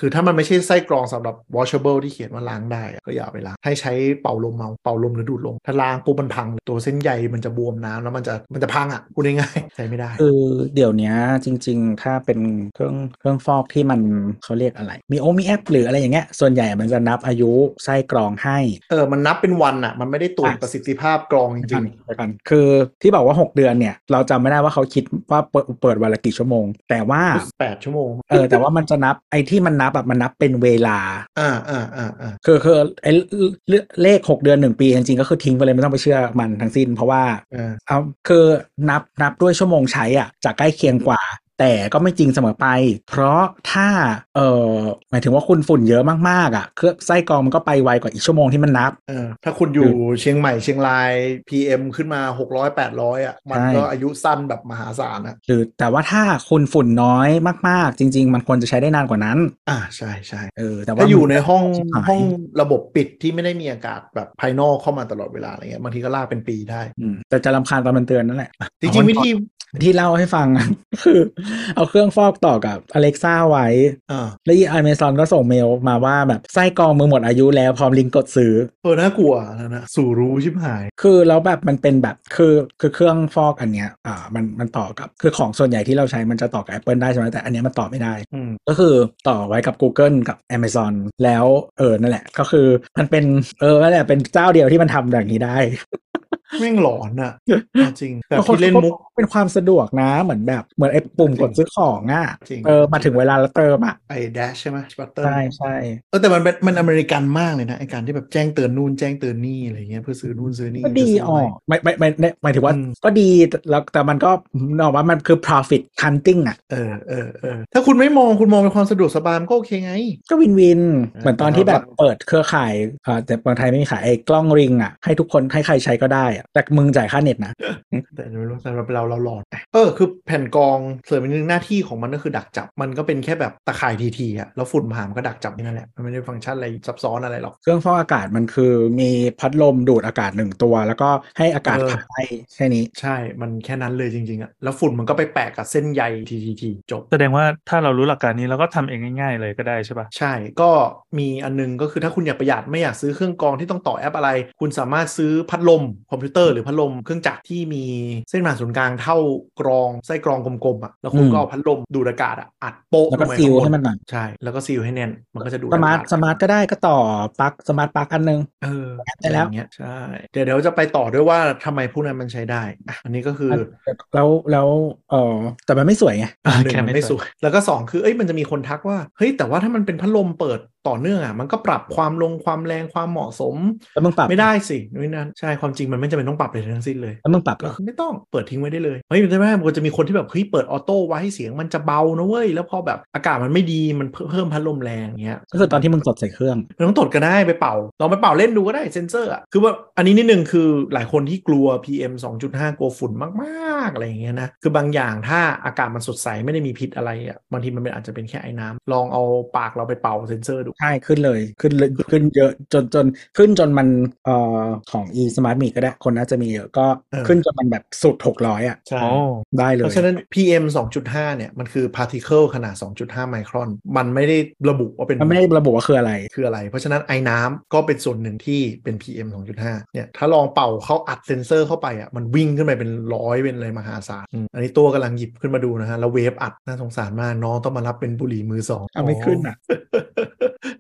Speaker 3: คือถ้ามันไม่ใช่ไส้กรองสำหรับ washable ที่เขียนว่าล้างได้อะก็อย่าเอาไปล้างให้ใช้เป่าลมเอาเป่าลมหรือดูดลมถ้าล้างปุ๊บมันพังตัวเส้นใยมันจะบวมน้ำแล้วมันจะมันจะพังอ่ะพูดง่ายๆใช้ไม่ได้
Speaker 2: คือเดี๋ยวเนี้ยจริง ๆ ถ้าเป็นเครื่องเครื่องฟอกที่มันเขาเรียกอะไร มีโอมีแอปหรืออะไรอย่างเงี้ยส่วนใหญ่มันจะนับอายุไส้กรองให้
Speaker 3: เออ มันนับเป็นวันอ่ะ มันไม่ได้ตรวจ
Speaker 2: อ่ะ
Speaker 3: ประสิทธิภาพกรองจ
Speaker 2: เดี๋ยวก่อ
Speaker 3: ริง
Speaker 2: นเดี๋ยวก่อนคือที่บอกว่า 6 เดือนเนี่ย เราจำไม่ได้ว่าเขาคิดว่าเปิดเปิดวันละกี่ชั่วโมง แต่ว่า
Speaker 3: ๆแปดชั่วโมง
Speaker 2: เอ อแต่ว่ามันจะนับไอ้ที่มันนับแบบมันนับเป็นเวลา
Speaker 3: อ่าอ่าอ่าอ่า
Speaker 2: คือคือไอ้เลเลข 6 เดือน 1 ปีจริงๆก็คือทิ้งไปเลยไม่ต้องไปเชื่อมันทั้งสิ้น เพราะว่า
Speaker 3: อ่า
Speaker 2: เอาคือนับนับด้วยชั่วโมงใช้อ่ะจะใกล้เคียงกว่า แต่ก็ไม่จริงเสมอไป เพราะถ้าเออหมายถึงว่าคุณฝุ่นเยอะมากๆอ่ะเครื่องไส้กรองมันก็ไปไวกว่าอีกชั่วโมงที่มันนับ
Speaker 3: เออถ้าคุณอยู่เชียงใหม่เชียงราย PM ขึ้นมา 600 800 อ่ะ มัน
Speaker 2: ใช่
Speaker 3: ก็อายุสั้นแบบมหาศาลอ่ะ
Speaker 2: หรือแต่ว่าถ้าคุณฝุ่นน้อยมากๆ จริง ๆ มันควรจะใช้ได้นานกว่านั้น
Speaker 3: อ่าใช่ใช่
Speaker 2: เออแต่ว่า
Speaker 3: ถ้าอยู่ในห้อง
Speaker 2: ชิบาย
Speaker 3: ห้องระบบปิดที่ไม่ได้มีอากาศแบบภายนอกเข้ามาตลอดเวลาอะไรเงี้ยบางทีก็ลากเป็นปีได้
Speaker 2: อืมแต่จะรำคาญตอนมันเตือนนั่นแหละ
Speaker 3: จริงๆวิธี
Speaker 2: ที่เล่าให้ฟังอะ คือเอาเครื่องฟอกต่อกับ Alexa ไว้
Speaker 3: อ่า
Speaker 2: แล้วอี Amazon ก็ส่งเมลมาว่าแบบไส้กรองมือหมดอายุแล้วพร้อมลิงก์กดซื้อ
Speaker 3: เออน่ากลัวนะนะสู่รู้ชิบหาย
Speaker 2: คือแล้วแบบมันเป็นแบบคือคือเครื่องฟอกอันเนี้ยอ่ามันมันต่อกับคือของส่วนใหญ่ที่เราใช้มันจะต่อกับ Apple ได้ใช่ไหมแต่อันเนี้ยมันต่อไม่ได้
Speaker 3: อืม
Speaker 2: ก็คือต่อไว้กับ Google กับ Amazon แล้วเออนั่นแหละ ก็คือมันเป็นเออนั่นแหละเป็นเจ้าเดียวที่มันทำอย่างนี้ได้
Speaker 3: แม่งหลอนอ่ะเอาจริงแบบที่เล่นมุก
Speaker 2: เป็นความสะดวกนะเหมือนแบบเหมือนไอ้ปุ่มกดซื้อของอ่ะ
Speaker 3: จริง
Speaker 2: เออมาถึงเวลาแล้วเติมอ่ะ
Speaker 3: ไอ้แดชใช่ไหมบัตเตอร์
Speaker 2: ใช่ใช่
Speaker 3: เออแต่มันเป็นมันอเมริกันมากเลยนะไอการที่แบบแจ้งเตือนนู่นแจ้งเตือนนี่อะไรเงี้ยเพื่อซื้อนู่นซื้อนี่
Speaker 2: ก็ดี
Speaker 3: เพื่ซื้
Speaker 2: อ
Speaker 3: ให
Speaker 2: อ
Speaker 3: ม่
Speaker 2: กไม่ไม่ไม่ไม่หมายถึงว่า
Speaker 3: อืม
Speaker 2: ก็ดีแต่แล้วแต่มันก็นอกว่ามันคือ profit hunting อ่ะ
Speaker 3: เออเออเออถ้าคุณไม่มองคุณมองเป็นความสะดวกสบายมันก็โอเคไง
Speaker 2: ก็วินวิน
Speaker 3: เออ
Speaker 2: เหมือนตอนที่แบบ
Speaker 3: แต่ว่า
Speaker 2: เปิดเครือข่ายเอ่อแต่เมืองไทยไม่มีขายไอ้กล้องริงอ่ะให้ทุกคนให้ใครใช้ก็ได้อ่ะแต่มึงจ่ายค่าเน็ตนะ
Speaker 3: แต่ไม่รู้สำหรับเราเราหลอดเออคือแผ่นกรองเสริมอีกหนึงหน้าที่ของมันก็คือดักจับ มันก็เป็นแค่แบบตะข่ายทีทีๆอะแล้วฝุ่นมหามนก็ดักจับแค่นั่นแหละมันไม่ได้ฟังก์ชันอะไรซับซ้อนอะไรหรอก
Speaker 2: เครื่องฟอกอากาศมันคือมีพัดลมดูดอากาศหนึ่งตัว แล้วก็ให้อากาศ
Speaker 3: เออ
Speaker 2: ผ่านไปแค่นี้
Speaker 3: ใช่มันแค่นั้นเลยจริงๆอะแล้วฝุ่นมันก็ไปแปะกับเส้นใยทีทีทีจบ
Speaker 4: แสดงว่าถ้าเรารู้หลักการนี้เราก็ทำเองง่าย ๆ เลยก็ได้ใช่ปะ
Speaker 3: ใช่ ก็มีอันนึงก็คือถ้าคุณอยากประหยัดไม่อยากซื้อเครื่องกรองที่ต้องต่อแอปอะไร คุณสามารถซื้อพัดลมคอมพิวเตอร์หรือพัดลมเครื่องจักรที่มีเส้นผ่านศูนย์กลางเท่ากรองไส้กรองกลมๆอ่ะ แล้วคุณ
Speaker 2: อืม
Speaker 3: ก็เอาพัดลมดูดอากาศอ่ะอัดโป๊ะ
Speaker 2: แล้วก็
Speaker 3: งไป
Speaker 2: ซิล
Speaker 3: ข้างบ
Speaker 2: ให้มันหน่อย
Speaker 3: ใช่ แล้วก็ซีลให้แน่น มันก็จะดูด
Speaker 2: ส
Speaker 3: อาก
Speaker 2: มาร์
Speaker 3: กา
Speaker 2: ท
Speaker 3: ศ
Speaker 2: สมาร์ทก็ได้ก็ต่อปลั๊กสมาร์ทปลั๊กอันนึง
Speaker 3: เออ
Speaker 2: ได้แล้ว
Speaker 3: อย่างเงี้ยใช่เดี๋ยวเดี๋ยวจะไปต่อด้วยว่าทำไมพวกนั้นมันใช้ได้อ่ะอันนี้ก็คือ
Speaker 2: แล้วแล้วเออแต่มันไม่สวยไง
Speaker 3: อ่ะหนึ่
Speaker 4: แค่
Speaker 3: งมัน
Speaker 4: ไม่
Speaker 3: ไม่
Speaker 4: ส
Speaker 3: ส
Speaker 4: ว
Speaker 3: วย ย แล้วก็ 2 คือเอ้ยมันจะมีคนทักว่า เฮ้ย แต่ว่าถ้ามันเป็นพัดลมเปิดต่อเนื่องอ่ะมันก็ปรับความลงความแรงความเหมาะสม
Speaker 2: แล้วมึงปรับ
Speaker 3: ไม่ได้สินู่นนนั่นใช่ ความจริงมันไม่จำเป็นต้องปรับเลยทั้งสิ้นเลย
Speaker 2: แล้วมึงปรับเหร
Speaker 3: ก็
Speaker 2: อ
Speaker 3: คือไม่ต้องเปิดทิ้งไว้ได้เลยเฮ้ยใช่ไหมมันจะมีคนที่แบบเฮ้ยเปิดออโต้ไว้ให้เสียงมันจะเบานะเว้ยแล้วพอแบบอากาศมันไม่ดีมันเพิ่มเพิ่มพัดลมแรงเงี้ย
Speaker 2: ก็คือตอนที่มึงสดใส่เครื่อง
Speaker 3: มันต้องตดก็ได้ไปเป่าลองไปเป่าเล่นดูก็ได้เซนเซอร์อ่ะคือว่าอันนี้นิดนึงคือหลายคนที่กลัว PM 2.5 กลัวฝุ่นมากๆอะไรอย่างเงี้ยนะคือบางอย่างถ้าอากาศมันสดใสไม่ได้มีพิษอะไรอ่ะบางทีมันเป็นอาจจะเป็นแค่ไอ้น้ำลองเอาปากเราไปเป่าเซนเซอร์ดู
Speaker 2: ใช่ ขึ้นเลย ขึ้นเลยขึ้นเยอะจนจนขึ้นจนมันเอ่อของ e smart meet ก็ได้ คนน่าจะมีเยอะก็
Speaker 3: เออ
Speaker 2: ขึ้นจนมันแบบสุดหกร้อยอ่ะ
Speaker 3: ใช่
Speaker 4: โอ้
Speaker 2: ได้เลย
Speaker 3: เพราะฉะนั้น PM 2.5 เนี่ย มันคือพาร์ติเคิลขนาด 2.5 ไมครอน มันไม่ได้ระบุว่าเป็น
Speaker 2: มันไม่ได้ระบุว่าคืออะไร
Speaker 3: คืออะไร เพราะฉะนั้นไอ้น้ำก็เป็นส่วนหนึ่งที่เป็น PM 2.5 เนี่ย ถ้าลองเป่าเขาอัดเซนเซอร์เข้าไปอ่ะ มันวิ่งขึ้นไปเป็นร้อยเป็นอะไรมหาศาลอืมอันนี้ตัวกำลังหยิบขึ้นมาดูนะฮะ แล้วเวฟอัด น่าสงสารมาก น้องต้องมารับเป็นบุหรี่มือสอง
Speaker 2: เอาไม่ขึ้นอ่ะ
Speaker 3: จ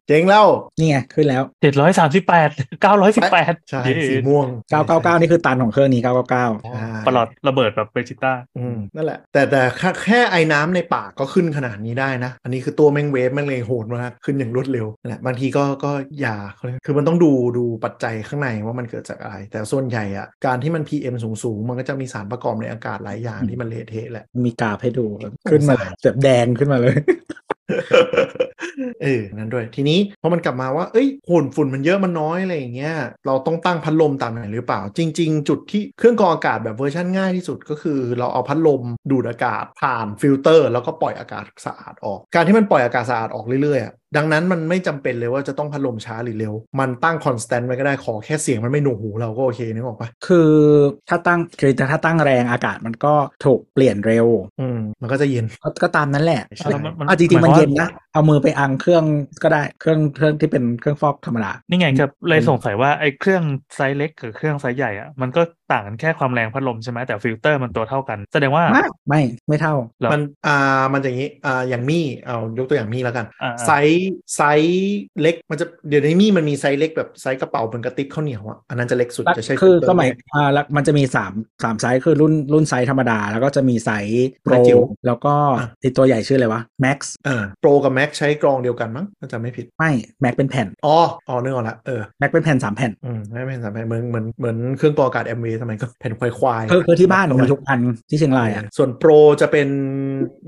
Speaker 3: เจ๊งแล้ว
Speaker 2: นี่ไงขึ้นแล้ว
Speaker 4: เจ็ดร้อยสามสิบแปดเก้าร้อยสิบแปด
Speaker 3: ใช่สีม่วง
Speaker 2: 999 นี่คือตันของเครื่องนี้ 999
Speaker 3: ใช่
Speaker 4: ประหลอดระเบิดแบบเบจิต้า
Speaker 3: อืมนั่นแหละ แต่แต่แค่แค่ไอ้น้ำในปากก็ขึ้นขนาดนี้ได้นะ อันนี้คือตัวแม่งเวฟแม่งเลยโหดมากขึ้นอย่างรวดเร็วนั่นแหละบางทีก็ก็อย่าเขาเรียกคือมันต้องดูดูปัจจัยข้างในว่ามันเกิดจากอะไร แต่ส่วนใหญ่อะการที่มัน PM สูงสูงๆมันก็จะมีสารประกอบในอากาศหลายอย่างที่มันเละเทะแหละ
Speaker 2: มีกราฟให้ดูขึ้นมาเลยแบบแดงขึ้นมาเลย
Speaker 3: เออนั่นด้วย ทีนี้พอมันกลับมาว่า เอ้ยฝุ่นฝุ่นมันเยอะมันน้อยอะไรอย่างเงี้ย เราต้องตั้งพัดลมตามไหนหรือเปล่า จริง ๆ จุดที่เครื่องกรองอากาศแบบเวอร์ชันง่ายที่สุดก็คือ เราเอาพัดลมดูดอากาศผ่านฟิลเตอร์ แล้วก็ปล่อยอากาศสะอาดออก การที่มันปล่อยอากาศสะอาดออกเรื่อยๆอะดังนั้นมันไม่จำเป็นเลยว่าจะต้องพัดลมช้าหรือเร็ว มันตั้งคอนสแตนต์ไว้ก็ได้ขอแค่เสียงมันไม่หนวกหูเราก็โอเคนึกออกปะ
Speaker 2: คือถ้าตั้งคือถ้าตั้งแรงอากาศมันก็ถูกเปลี่ยนเร็ว
Speaker 3: อืมมันก็จะเย็น
Speaker 2: ก็ก็ตามนั้นแหละ
Speaker 3: ใช่
Speaker 4: มันมัน
Speaker 2: อ่ะจริงๆ มัน
Speaker 4: หมายความ
Speaker 2: เย็นนะ เอามือไปอังเครื่องก็ได้เครื่องเครื่องที่เป็นเครื่องฟอกธรรมดา
Speaker 4: นี่ไงครับเลยสงสัยว่าไอ้เครื่องไซส์เล็กกับเครื่องไซส์ใหญ่อะมันก็ต่างกันแค่ความแรงพัดลมใช่ไหมแต่ฟิลเตอร์มันตัวเท่ากัน แสดงว่า
Speaker 2: ไม่ไม่ไม่เท่า
Speaker 4: หรอ
Speaker 3: มันอ่ามันจะอย่างนี้อ่าอย่างมี่เอายกตัวอย่างมี่แล้วกัน
Speaker 4: อ่าๆ
Speaker 3: ไซส์ไซส์เล็กมันจะเดี๋ยวในมี่มันมีไซส์เล็กแบบไซส์กระเป๋าเหมือนกระติกข้าวเหนียวอ่ะอันนั้นจะเล็กสุดจะใช้
Speaker 2: คือ
Speaker 3: ฟิลเตร์
Speaker 2: สมัยอ่าแล้วมันจะมี3ามสามไซส์คือรุ่นรุ่นไซส์ธรรมดา แล้วก็จะมีไซส์โปรแล้วก็ไอตัวใหญ่ชื่ออะไรวะแม็กซ์
Speaker 3: เออโปรกับแม็กใช้กรองเดียวกันมั้งถ้าจะไม่ผิด
Speaker 2: ไม่แม็กเป็นแผ่น
Speaker 3: อ๋ออ๋อนึกออกละเออ
Speaker 2: แม็กเป็นแผ่นสามแผ่น
Speaker 3: อืมไม่เป็นสามแผ่นเหมือนเหมือนเหมือนเครื่องกรองอากาศแอมเวสมัยก็แผ่นควายควาย
Speaker 2: คือคือที่บ้านมีทุกอันที่เชียงรายอ่ะ
Speaker 3: ส่วนโปรจะเป็น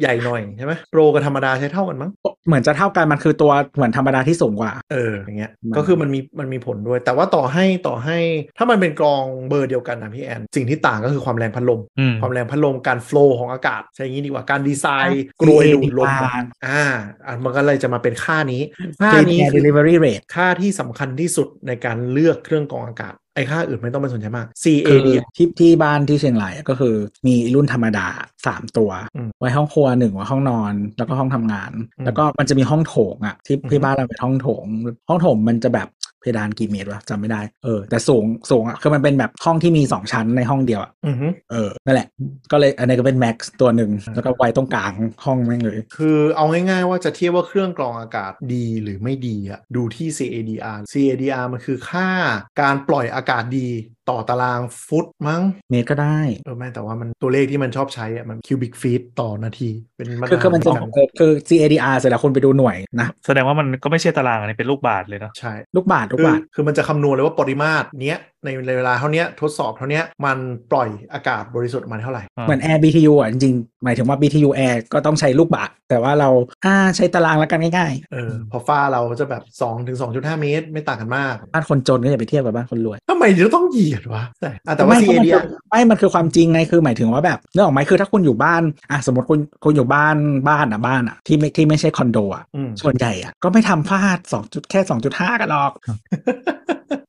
Speaker 3: ใหญ่หน่อยใช่ไหมโปรกับธรรมดาใช้เท่ากันมั้ง
Speaker 2: เหมือนจะเท่ากันมันคือตัวเหมือนธรรมดาที่สูงกว่า
Speaker 3: เอออย่างเงี้ย
Speaker 2: มัน
Speaker 3: ก็คือมันมีมันมีผลด้วย แต่ว่าต่อให้ต่อให้ถ้ามันเป็นกรองเบอร์เดียวกันนะพี่แอน สิ่งที่ต่างก็คือความแรงพัดลม
Speaker 4: อืม
Speaker 3: ความแรงพัดลมการโฟลของอากาศใช่อย่างนี้ดีกว่าการดีไซน์
Speaker 2: อ่ะ
Speaker 3: กรวย
Speaker 2: DA
Speaker 3: ดูดลม
Speaker 2: ดีกว่า
Speaker 3: อ่าอ่ะมันก็เลยจะมาเป็นค่านี้ ค่านี้
Speaker 2: Clean Air
Speaker 3: คือ
Speaker 2: delivery rate
Speaker 3: ค่าที่สำคัญที่สุดในการเลือกเครื่องกรองอากาศ ไอ้ค่าอื่นไม่ต้องไปสนใจมาก
Speaker 2: คือ
Speaker 3: CAD
Speaker 2: ที่ที่บ้านที่เชียงรายอะก็คือมีรุ่นธรรมดา 3 ตัว
Speaker 3: อืม
Speaker 2: ไว้ห้องครัวหนึ่งไว้ห้องนอน แล้วก็ห้องทำงาน
Speaker 3: อืม
Speaker 2: แล้วก็มันจะมีห้องโถงอ่ะที่
Speaker 3: อืม
Speaker 2: ที่บ้านเราเป็นห้องโถง ห้องโถงมันจะแบบเพดานกี่เมตรวะจำไม่ได้เออแต่สูงสูงอ่ะคือมันเป็นแบบห้องที่มี 2 ชั้นในห้องเดียวอะ
Speaker 3: อือฮึ
Speaker 2: เออนั่นแหละ ก็เลยอันนี้ก็เป็นแม็กซ์ตัวหนึ่งแล้วก็ไว้ตรงกลางห้องแม่งเลย
Speaker 3: คือเอาง่ายๆว่าจะเทียบว่าเครื่องกรองอากาศดีหรือไม่ดีอะดูที่ CADR CADR มันคือค่าการปล่อยอากาศดีต่อตารางฟุตมั้ง
Speaker 2: เมตรก็ได้
Speaker 3: เออไม่แต่ว่ามันตัวเลขที่มันชอบใช้อะมันคิวบิกฟีตต่อนาที เป็นมาต
Speaker 2: คือ
Speaker 3: รฐา
Speaker 2: คือมันจะ
Speaker 3: ของ
Speaker 2: เออคือ CADR เสร็จแล้วคนไปดูหน่วยนะ
Speaker 4: แสดงว่ามันก็ไม่ใช่ตารางอันนี้เป็นลูกบาทเลยเนาะ
Speaker 3: ใช่
Speaker 2: ลูกบาทลู
Speaker 3: คือบ
Speaker 2: กาท
Speaker 3: คือมันจะคำนวณเลยว่าปริมาตรเนี้ยในเวลาเท่าเนี้ยทดสอบเท่าเนี้ยมันปล่อยอากาศบริสุทธิ์ออกมาเท่าไหร่
Speaker 2: เหมือน Air BTU อ่ะจริงๆหมายถึงว่า BTU Air ก็ต้องใช้ลูกบาทแต่ว่าเราอ่าใช้ตารางแล้วกันง่าย
Speaker 3: เออพอฟ้าเราจะแบบ2ถึง2.5 เมตร ไม่ต่างกันมาก
Speaker 2: ๆบ้านคนจนก็อย่าไปเทียบกับบ้านคนรวย
Speaker 3: ทำไมจะต้องเหยียดวะแต่อ่ะแต่ว่า
Speaker 2: ไม่
Speaker 3: CADR
Speaker 2: ไม่มันคือความจริงไงคือหมายถึงว่าแบบเรื่องของไหมคือถ้าคุณอยู่บ้านอ่ะสมมติคุณคุณอยู่บ้านบ้านอ่ะบ้านอ่ะที่ไม่ที่ไม่ใช่คอนโดอ่ะ
Speaker 3: อืม
Speaker 2: ส่วนใหญ่อ่ะก็ไม่ทำพลาด2จุดแค่ 2.5 กันหรอก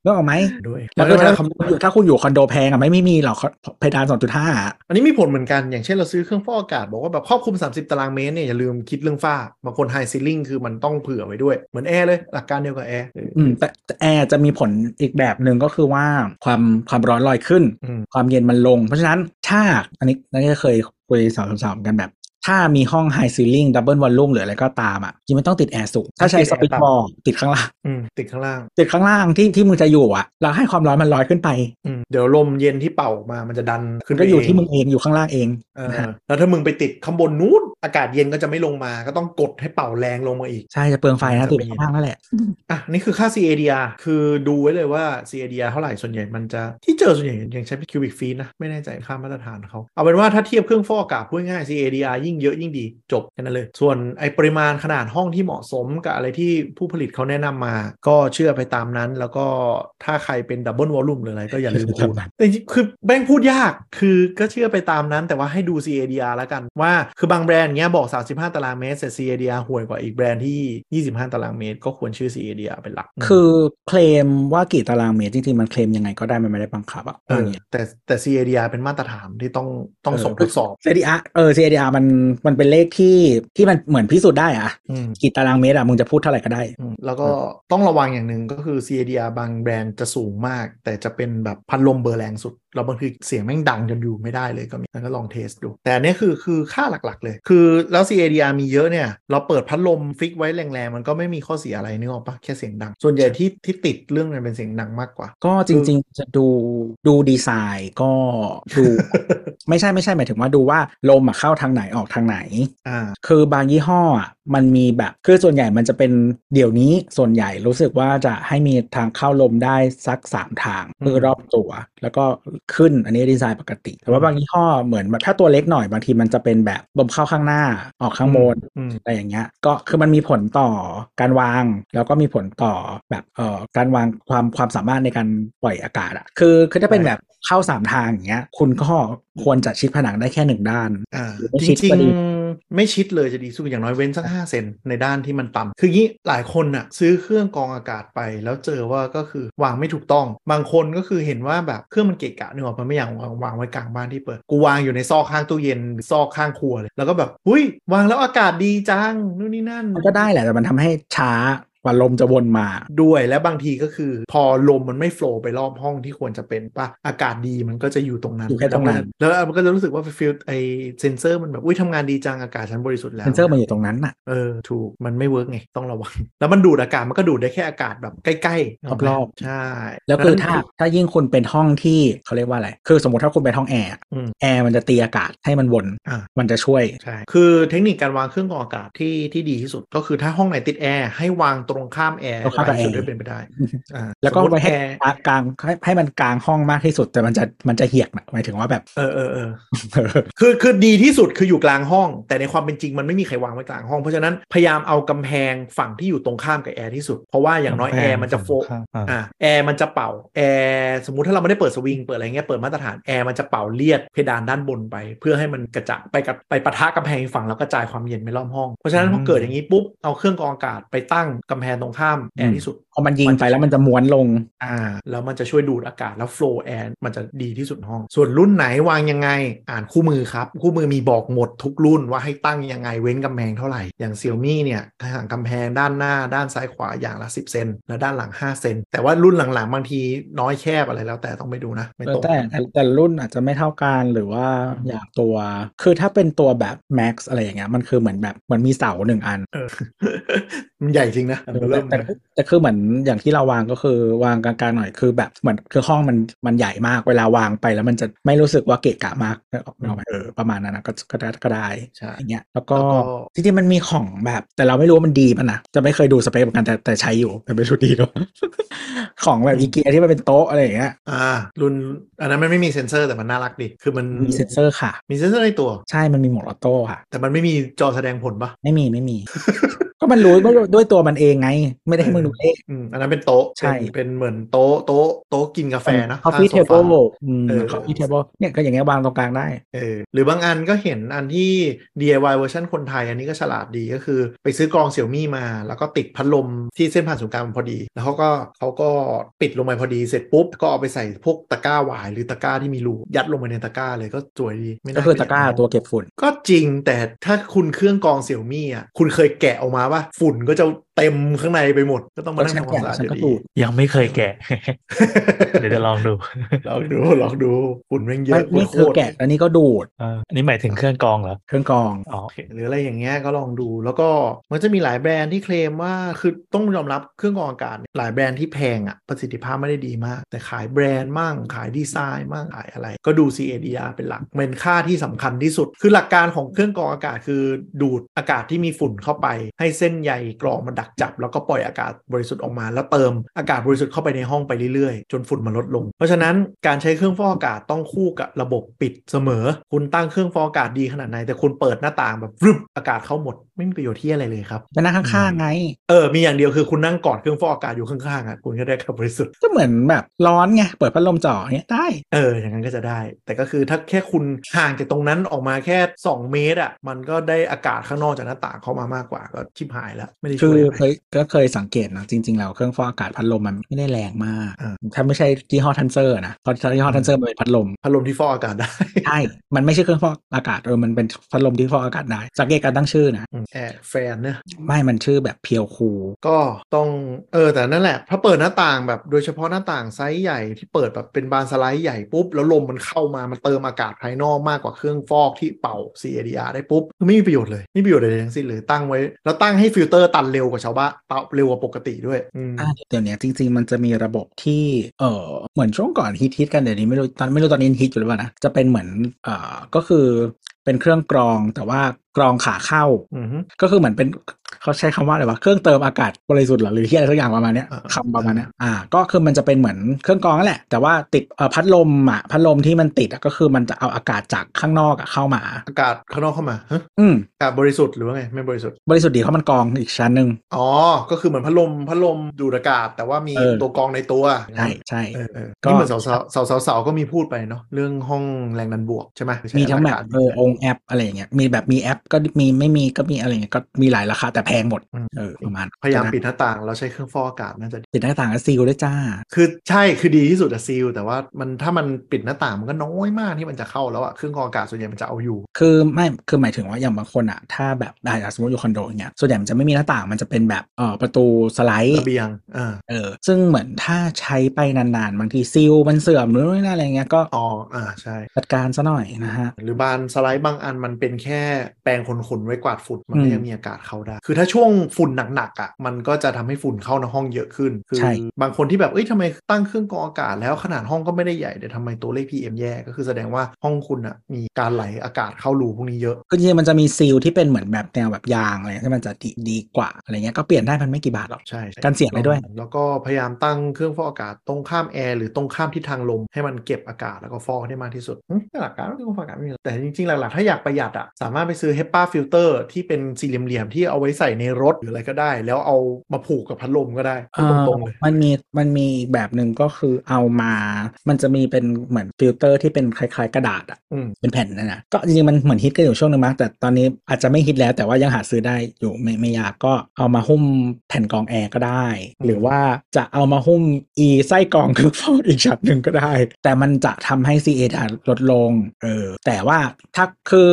Speaker 2: เรื่องของไหม
Speaker 3: ด้วย
Speaker 2: แล้วก็
Speaker 3: มันก็
Speaker 2: ถ้า
Speaker 3: จะ
Speaker 2: คุ
Speaker 3: คำนวณ
Speaker 2: ณอยู่ถ้าคุณอยู่คอนโดแพงอ่ะไม่ไม่มีหรอกเพดาน2.5อ่ะ
Speaker 3: อันนี้มีผลเหมือนกัน อย่างเช่นเราซื้อเครื่องฟอกอากาศ บอกว่าแบบครอบคลุม 30 ตารางเมตรเนี่ย อย่าลืมคิดเรื่องฝ้า บางคนไฮซิลลิงคือมันต้องเผื่อไว้ด้วย เหมือนแอร์เลย หลักการเดียวกับแอร์เออ
Speaker 2: อืมแต่แต่แอร์จะมีผลอีกแบบหนึ่งก็คือว่าความความร้อนลอยขึ้น
Speaker 3: อืม
Speaker 2: ความเย็นมันลง เพราะฉะนั้นถ้าอันนี้นั่นก็เคยคุยสาวสาวกันแบบ ถ้ามีห้องไฮซีลิงดับเบิลวอลลุ่มหรืออะไรก็ตามอ่ะยังไม่ต้องติดแอร์สูง ถ้าใช้สปริตบอลติดข้างล่าง
Speaker 3: อืมติดข้างล่าง
Speaker 2: ติดข้างล่างที่ที่มึงจะอยู่อ่ะ เราให้ความร้อนมันลอยขึ้นไป
Speaker 3: อืมเดี๋ยวลมเย็นที่เป่าออกมามันจะดันขึ้น
Speaker 2: มัน
Speaker 3: ไป
Speaker 2: ก็อยู่
Speaker 3: เ
Speaker 2: ที่มึงเองอยู่ข้างล่างเอง
Speaker 3: เออ
Speaker 2: นะฮะ
Speaker 3: แล้วถ้ามึงไปติดข้างบนนู้นอากาศเย็นก็จะไม่ลงมาก็ต้องกดให้เป่าแรงลงมาอีก
Speaker 2: ใช่จะเปลืองไฟนะ
Speaker 3: จะ
Speaker 2: ติด
Speaker 3: ไม่
Speaker 2: ข้างล่างนั่นแหละ
Speaker 3: อ่ะนี่คือค่า CADR คือดูไว้เลยว่า CADR เท่าไหร่ส่วนใหญ่มันจะที่เจอส่วนใหญ่ยังใช้เป็นคิวบิกฟีนะ ไม่แน่ใจค่ามาตรฐานเขาเอาเป็นว่าถ้าเทียบเครื่องฟอกอากาศพูดง่าย CADR ยิ่งเยอะยิ่งดีจบแค่นั้นเลย ส่วนไอปริมาณขนาดห้องที่เหมาะสมกับอะไรที่ผู้ผลิตเขาแนะนำมา ก็เชื่อไปตามนั้น แล้วก็ถ้าใครเป็นดับเบิลวอลลุ่มหรืออะไรก็อย่าลื มคูณ แต่จริงๆคือแบงค์พูดยาก คือก็เชื่อไปตามนั้น แต่ว่าให้ดู CADR แล้วกัน ว่าคือบางแบรนด์เงี้ยบอก 35 ตารางเมตรแต่ CADR ห่วยกว่าอีกแบรนด์ที่ 25 ตารางเมตร ก็ควรชื่อ CADR เป็นหลัก
Speaker 2: คือเคลมว่ากี่ตารางเมตรจริงๆมันเคลมยังไงก็ได้มันไม่ได้บังคับอ่ะ
Speaker 3: เอ
Speaker 2: เรื่อ
Speaker 3: อง
Speaker 2: นี้
Speaker 3: แต่แต่ CADR เป็นมาตรฐานที่ต้องต้องส่งทดสอบ
Speaker 2: CDR เออ CDR มันมันเป็นเลขที่ที่มันเหมือนพิสูจน์ได้อะ
Speaker 3: อืม
Speaker 2: กี่ตารางเมตรอะมึงจะพูดเท่าไหร่ก็ได้
Speaker 3: อืมแล้วก็ต้องระวังอย่างหนึ่งก็คือ CADR บางแบรนด์จะสูงมาก แต่จะเป็นแบบพัดลมเบอร์แรงสุด เราบางทีเสียงแม่งดังจนอยู่ไม่ได้เลยก็มีแล้วก็ลองเทสดู แต่อันเนี้ยคือคือค่าหลักๆเลย คือแล้ว CADR มีเยอะเนี่ย เราเปิดพัดลมฟิกไว้แรงๆ มันก็ไม่มีข้อเสียอะไรนึกออกปะแค่เสียงดัง ส่วนใหญ่ที่ที่ติดเรื่องมันเป็นเสียงดังมากกว่า
Speaker 2: ก็จริงๆ จะดูดูดีไซน์ก็ดู ไม่ใช่ไม่ใช่หมายถึงว่าดูว่าลมอะเข้าทางไหนออกทางไหน
Speaker 3: อ่า
Speaker 2: คือบางยี่ห้ออะมันมีแบบคือส่วนใหญ่มันจะเป็นเดี๋ยวนี้ส่วนใหญ่รู้สึกว่าจะให้มีทางเข้าลมได้สัก 3 ทาง
Speaker 3: อืม
Speaker 2: คือรอบตัว แล้วก็ขึ้นอันนี้ดีไซน์ปกติ แต่ว่าบางยี่ห้อเหมือนแบบถ้าตัวเล็กหน่อยบางทีมันจะเป็นแบบลมเข้าข้างหน้าออกข้างบน
Speaker 3: อืม
Speaker 2: อะไรอย่างเงี้ยก็คือมันมีผลต่อการวาง แล้วก็มีผลต่อแบบเอ่อการวางความความสามารถในการปล่อยอากาศอะคือคือถ้าเป็น
Speaker 3: ใช่
Speaker 2: แบบเข้าสามทางอย่างเงี้ยคุณก็ควรจะชิดผนังได้แค่หนึ่งด้าน
Speaker 3: อ่า
Speaker 2: หรือไม่
Speaker 3: จ
Speaker 2: ชิด
Speaker 3: ริ
Speaker 2: ก็
Speaker 3: ง
Speaker 2: ดี
Speaker 3: ๆ ไม่ชิดเลยจะดีสุดอย่างน้อยเว้นสัก 5 เซนในด้านที่มันต่ำคืองี้หลายคนน่ะซื้อเครื่องกรองอากาศไป แล้วเจอว่าก็คือวางไม่ถูกต้อง บางคนก็คือเห็นว่าแบบเครื่องมันเกะกะเนื้ออกมาไม่อยากวางวางไว้กลางบ้านที่เปิด กูวางอยู่ในซอกข้างตู้เย็นหรือซอกข้างครัวเลย แล้วก็แบบหุ้ยวางแล้วอากาศดีจังนู่นนี่นั่น
Speaker 2: มันก็ได้แหละแต่มันทำให้ช้ากว่าลมจะวนมา
Speaker 3: ด้วยและบางทีก็คือพอลมมันไม่โฟลว์ไปรอบห้องที่ควรจะเป็นปะอากาศดีมันก็จะอยู่ตรงนั้น
Speaker 2: อยู่แค่ตรงนั้น
Speaker 3: แล้วมันก็จะรู้สึกว่าฟิลไอเซนเซอร์มันแบบอุ้ยทำงานดีจังอากาศฉันบริสุทธิ์แล้ว
Speaker 2: เซนเซอร์มันอยู่ตรงนั้นน่ะ
Speaker 3: เออถูกมันไม่เวิร์กไงต้องระวัง แล้วมันดูดอากาศมันก็ดูดได้แค่อากาศแบบใกล้ๆ
Speaker 2: รอบ
Speaker 3: ใช่
Speaker 2: ๆแล้วคือถ้าถ้ายิ่งคุณเป็นห้องที่เขาเรียกว่าอะไรคือสมมติถ้าคุณเป็นห้องแอร์อะ
Speaker 3: อืม
Speaker 2: แอร์มันจะตีอากาศให้มันวน
Speaker 3: อ่ามั
Speaker 2: มันจะช่วย
Speaker 3: ใช่ คือเทคนิคการวางเครื่องกรองอากาศที่ที่ดีที่สุด ก็คือถ้าห้องไหนติดแอร์ให้วางตรงข้ามแอร์
Speaker 2: ตรงข้ามกับ
Speaker 3: หลยจุด
Speaker 2: แอร์
Speaker 3: ด้วยเป็นไปได้อ่า
Speaker 2: แล้วก็
Speaker 3: สมมุติ
Speaker 2: ไว้ให้
Speaker 3: แอร์
Speaker 2: กลางให้ให้มันกลางห้องมากที่สุดแต่มันจะมันจะเหียกนะหมายถึงว่าแบบ
Speaker 3: เออเออเอ อ คือคือดีที่สุดคืออยู่กลางห้อง แต่ในความเป็นจริงมันไม่มีใครวางไว้กลางห้อง เพราะฉะนั้นพยายามเอากำแพงฝั่งที่อยู่ตรงข้ามกับแอร์ที่สุด เพราะว่าอย่างน้อยแอร์มันจะโฟก
Speaker 4: ครับอ่า
Speaker 3: อ่ะแอร์มันจะเป่าแอร์สมมุติถ้าเราไม่ได้เปิดสวิงเปิดอะไรเงี้ยเปิดมาตรฐานแอร์มันจะเป่าเลียดเพดานด้านบนไป เพื่อให้มันกระจายไปกับไปปะทะกำแพงอีกฝั่งแล้วกระจายความเย็นไปรอบห้องเพราะฉะนั้นพอ
Speaker 4: อืม
Speaker 3: เกิดอย่างนี้ปุ๊บเอาเครื่องกรองอากาศไปตั้งกำแพงตรงข้ามแอร์ที่สุด
Speaker 2: พอมันยิงไปแล้วมันจะม้วนลง
Speaker 3: อ่าแล้วมันจะช่วยดูดอากาศแล้วโฟล w ์แอร์มันจะดีที่สุดในห้อง ส่วนรุ่นไหนวางยังไงอ่านคู่มือครับ คู่มือมีบอกหมดทุกรุ่นว่าให้ตั้งยังไงเว้นกำแพงเท่าไหร่ อย่างเซี่ยมี่เนี่ยห่างกำแพงด้านหน้าด้านซ้ายขวาอย่างละ 10 เซนและด้านหลัง 5 เซน แต่ว่ารุ่นหลังๆ บางทีน้อยแคบอะไรแล้วแต่ต้องไปดูนะ ไม่ตรง
Speaker 2: แต่แต่แต่รุ่นอาจจะไม่เท่ากันหรือว่าอย่างตัว คือถ้าเป็นตัวแบบ Max อะไรอย่างเงี้ยมันคือเหมือนแบบเหมือนมีเสาหนึ่งอัน
Speaker 3: มันใหญ่จริงนะมัน
Speaker 2: แต่
Speaker 3: เริ่ม
Speaker 2: แต่แต่คือเหมือนอย่างที่เราวางก็คือวางกลางๆหน่อยคือแบบเหมือนคือห้องมันมันใหญ่มากเวลาวางไปแล้วมันจะไม่รู้สึกว่าเกะกะมากนึกออกไหมเออประมาณนั้นนะก็ก็ได้ก็ได้
Speaker 3: ใช่
Speaker 2: อย่างเงี้ยแล้วก็
Speaker 3: แล้วก็
Speaker 2: จริงๆมันมีของแบบแต่เราไม่รู้ว่ามันดีป่ะนะจะไม่เคยดูสเปคเหมือนกันแต่แต่ใช้อยู่แต่ไม่รู้ดีหรอก ของแบบอีเกียที่มันเป็นโต๊ะอะไรอย่างเงี้ย
Speaker 3: อ่า รุ่นอันนั้นมันไม่มีเซ็นเซอร์แต่มันน่ารักดีคือมัน
Speaker 2: มีเซ็นเซอร์ค่ะ
Speaker 3: มีเซ็นเซอร์ในตัว
Speaker 2: ใช่มันมีโหมดออโต้ค่ะ
Speaker 3: แต่มันไม่มีจอแสดงผลปะ
Speaker 2: ไม่มีไม่มี ก็มันรู้ด้วยด้วยตัวมันเองไง ไม่ได้ให้มึงดูเลข
Speaker 3: อืมอันนั้นเป็นโต๊ะ
Speaker 2: ใช่
Speaker 3: เป็นเป็นเหมือนโต๊ะโต๊ะโต๊ะกินกาแฟนะ
Speaker 2: คอฟฟี่เท
Speaker 3: ข้าง
Speaker 2: เบิ
Speaker 3: โซา
Speaker 2: ลอืม
Speaker 3: เออ
Speaker 2: คอฟฟี่เทเบิลเนี่ยก็อย่างเงี้ยวางตรงกลางได้
Speaker 3: เออหรือบางอันก็เห็นอันที่ DIY เวอร์ชันคนไทยอันนี้ก็ฉลาดดีก็คือ ไปซื้อกรองเสี่ยมี่มา แล้วก็ติดพัดลมที่เส้นผ่านศูนย์กลางมันพอดี แล้วเขาก็เขาก็ปิดลงไปพอดีเสร็จปุ๊บ ก็เอาไปใส่พวกตะกร้าหวายหรือตะกร้าที่มีรูยัดลงไปในตะกร้าเลยก็สวยดีไม่น่
Speaker 2: ก็คือ
Speaker 3: เยด
Speaker 2: ตะกร้าตัวเก็บฝุ่น
Speaker 3: ก็จริงแต่ถ้าคุณเครื่องกรองเสี่ยมี่อ่ะคุณเคยแกะออกมาว่าฝุ่นก็จะเต็มข้างในไปหมด ก็ต้องมานั่งทำความสะอาด
Speaker 2: ฉั
Speaker 3: อน ยู่
Speaker 2: ก็
Speaker 3: ดี
Speaker 2: ดู ด
Speaker 4: ยังไม่เคยแกะ เดี๋ยวจะลองดู
Speaker 3: ลองดู ลองดูฝุ่นแม่งเย
Speaker 2: ไม่
Speaker 3: อะฝุ่
Speaker 2: นี่
Speaker 3: นโค
Speaker 2: คือ
Speaker 3: ตร
Speaker 2: แกะแล้วนี่ก็ดูด
Speaker 4: เอ่ออันนี้หมายถึงเครื่องกรองเหรอ
Speaker 2: เครื่องกรอง
Speaker 4: อ๋อโอเค
Speaker 3: หรืออะไรอย่างเงี้ยก็ลองดูแล้วก็มันจะมีหลายแบรนด์ที่เคลมว่าคือต้องยอมรับเครื่องกรองอากาศเนี่ยหลายแบรนด์ที่แพงอะประสิทธิภาพไม่ได้ดีมาก แต่ขายแบรนด์มั่งขายดีไซน์มั่งขายอะไร ก็ดู CADR เป็นหลักเป็นค่าที่สำคัญที่สุด คือหลักการของเครื่องกรองอากาศคือดูดอากาศที่มีฝุ่นเข้าไป ให้เส้นใยกรองมันดักจับ แล้วก็ปล่อยอากาศบริสุทธิ์ออกมาแล้วเติมอากาศบริสุทธิ์เข้าไปในห้องไปเรื่อยๆ จนฝุ่นมันลดลง เพราะฉะนั้นการใช้เครื่องฟอกอากาศต้องคู่กับระบบปิดเสมอ คุณตั้งเครื่องฟอกอากาศดีขนาดไหนแต่คุณเปิดหน้าต่างแบบรึบอากาศเข้าหมดไม่มีประโยชน์ที่อะไรเลยครับ
Speaker 2: จะนั่งข้างๆไง
Speaker 3: เออมีอย่างเดียวคือคุณนั่งกอดเครื่องฟอกอากาศอยู่ข้างๆอ่ะคุณก็ได้ครับบริสุทธิ์
Speaker 2: ก็เหมือนแบบร้อนไง เปิดพัดลมจ่ออย่างเงี้ยได้
Speaker 3: เออ อย่างนั้นก็จะได้ แต่ก็คือถ้าแค่คุณห่างจากตรงนั้นออกมาแค่ 2 เมตรอ่ะ มันก็ได้อากาศข้างนอกจากหน้าต่างเข้ามามากกว่าก็ชิบหายแล้ว ไม่ได้
Speaker 2: คื
Speaker 3: ช่ว
Speaker 2: อย เคยก็เคยสังเกตนะจริงๆแล้วเครื่องฟอกอากาศพัดลมมันไม่ได้แรงมาก
Speaker 3: เออ
Speaker 2: ถ้าไม่ใช่ยี่ห้อทันเซอร์นะเพราะยี่ห้อทันเซอร์มันเป็นพัดลม
Speaker 3: พัดลมที่ฟอกอากาศได้
Speaker 2: ใช่ มันไม่ใช่เครื่องฟอกอากาศเออ มันเป็นพัดลมที่ฟอกอากาศได้ สังเกตการตั้งชื่อนะ
Speaker 3: แอบแฟนเนี่ย
Speaker 2: ไม่ มันชื่อแบบเพียวคู
Speaker 3: ก็ต้องเออแต่นั่นแหละถ้าเปิดหน้าต่างแบบโดยเฉพาะหน้าต่างไซส์ใหญ่ที่เปิดแบบเป็นบานสไลด์ใหญ่ปุ๊บ แล้วลมมันเข้ามา มันเติมอากาศภายนอกมากกว่าเครื่องฟอกที่เป่า CADR ได้ปุ๊บคือไม่มีประโยชน์เลยไม่มีประโยชน์ใดๆทั้งสิ้นเลยตั้งไว้ แล้วตั้งให้ฟิลเตอร์ตันเร็วกว่าชาวบ้านเตาเร็วกว่าปกติด้วยอืม
Speaker 2: อ่าเดี๋ยวนี้จริง ๆ มันจะมีระบบที่ เออเหมือนช่วงก่อนฮิตฮิตๆกันเดี๋ยวนี้ไม่รู้ตอนไม่รู้ตอนนี้ยังฮิตอยู่หรือเปล่านะ จะเป็นเหมือนเอ่อก็คือเป็นเครื่องกรองแต่ว่ากรองขาเข้า
Speaker 3: อืม
Speaker 2: ก็คือเหมือนเป็นเขาใช้คำว่าอะไรวะเครื่องเติมอากาศบริสุทธิ์เหรอหรือที่อะไรสักอย่างประมาณเนี้ย
Speaker 3: อ่า
Speaker 2: คำประมาณเนี้ยอ่าก็คือมันจะเป็นเหมือนเครื่องกรองนั่นแหละ แต่ว่าติดเอ่อพัดลมอ่ะพัดลมที่มันติดอ่ะก็คือมันจะเอาอากาศจากข้างนอกอ่ะเข้ามา
Speaker 3: อากาศข้างนอกเข้ามาฮะ
Speaker 2: อืม
Speaker 3: อากาศบริสุทธิ์หรือว่าไงไม่บริสุทธิ์
Speaker 2: บริสุทธิ์ดีเพราะมันกรองอีกชั้นหนึ่ง
Speaker 3: อ๋อก็คือเหมือนพัดลมพัดลมดูดอากาศ แต่ว่ามี
Speaker 2: เออ
Speaker 3: ตัวกรองในตัว
Speaker 2: ใช่ใช่
Speaker 3: เออเออ
Speaker 2: ก็
Speaker 3: นี่เหมือนสาวสาวสาวสาวๆก็มีพูดไปเนาะเรื่องห้องแรงดันบวกใช่ไหมใช้
Speaker 2: มีทั้งแบบ
Speaker 3: อากาศ
Speaker 2: เออองค์แอปอะไรอย่างเงี้ยมีแบบมีแอปก็มีไม่มีก็มีอะไรอย่างเงี้ยก็มีหลายราคาแต่แพงหมด
Speaker 3: อืม
Speaker 2: เออประมาณ
Speaker 3: พยายามปิดหน้าต่างเราใช้เครื่องฟอกอากาศน่าจะดี
Speaker 2: ปิดหน้าต่างแล้วซีลด้วยจ้า
Speaker 3: คือใช่คือดีที่สุดอะซีลแต่ว่ามันถ้ามันปิดหน้าต่างมันก็น้อยมากที่มันจะเข้าแล้วอะเครื่องกรองอากาศส่วนใหญ่มันจะเอาอยู่
Speaker 2: คือไม่คือหมายถึงว่าอย่างบางคนอะถ้าแบบอ่ะสมมติอยู่คอนโดอย่างเงี้ยส่วนใหญ่มันจะไม่มีหน้าต่างมันจะเป็นแบบเออประตูสไลด์
Speaker 3: ระเบียงเออ
Speaker 2: เออซึ่งเหมือนถ้าใช้ไปนานๆ บางทีซีลมันเสื่อมหรือนู่นนนั่นอะไรเงี้ยก็
Speaker 3: อ๋ออ่าใช่
Speaker 2: จัดการซะหน่อยนะฮะ
Speaker 3: หรือบานสไลด์บางอันมันเป็นแค่แปรงขนขนๆไว้กวาดฝุ่นมัน
Speaker 2: อื
Speaker 3: ก็
Speaker 2: ม
Speaker 3: ยังมีอากาศเข้าได้ คือถ้าช่วงฝุ่นหนักๆอ่ะมันก็จะทำให้ฝุ่นเข้าในห้องเยอะขึ้น คื
Speaker 2: ใช่
Speaker 3: บางคนที่แบบเอ้ยทำไมตั้งเครื่องกรองอากาศแล้วขนาดห้องก็ไม่ได้ใหญ่แต่ทำไมตัวเลข PM แย่ก็คือแสดงว่าห้องคุณอ่ะมีการไหลอากาศเข้ารูพวกนี้เยอะ
Speaker 2: ก็จริงๆมันจะมีซีลที่เป็นเหมือนแบบแนวแบบยางอะไรเงี้ยที่มันจะดีดีกว่าอะไรเงี้ยก็เปลี่ยนได้มันไม่กี่บาทหรอก
Speaker 3: ใช่ใช่
Speaker 2: กันเสียงได้ด้วย
Speaker 3: แล้วก็พยายามตั้งเครื่องฟอกอากาศตรงข้ามแอร์หรือตรงข้ามทิศทางลมให้มันเก็บอากาศแล้วก็ฟอกได้มากที่สุดหึหลักการเครื่องฟอกอากาศไม่มีหรอกแต่จริงๆหลักๆถ้าอยากประหยัดอ่ะสามารถไปซื้อ HEPA filter ที่เป็นสี่เหลี่ยมๆที่เอาไว้ใส่ในรถหรืออะไรก็ได้ แล้วเอามาผูกกับพัดลมก็ได้พูดตรงๆเลย
Speaker 2: เอ่อมันมีมันมีแบบหนึ่งก็คือเอามา มันจะมีเป็นเหมือนฟิลเตอร์ที่เป็นคล้ายๆกระดาษอ่ะ
Speaker 3: อืม
Speaker 2: เป็นแผ่นนั่นนะก็จริงๆมันเหมือนฮิตกันอยู่ช่วงหนึงมั้งแต่ตอนนี้อาจจะไม่ฮิตแล้วแต่ว่ายังหาซื้อได้อยู่ไม่ไม่ยากก็เอามาหุ้มแผ่นกรองแอร์ก็ได้ หรือว่าจะเอามาหุ้มอีไส้กรองคือฟอกอีกชั้นหนึ่งก็ได้ แต่มันจะทำให้ CA ดาลดลงเออแต่ว่าถ้าคือ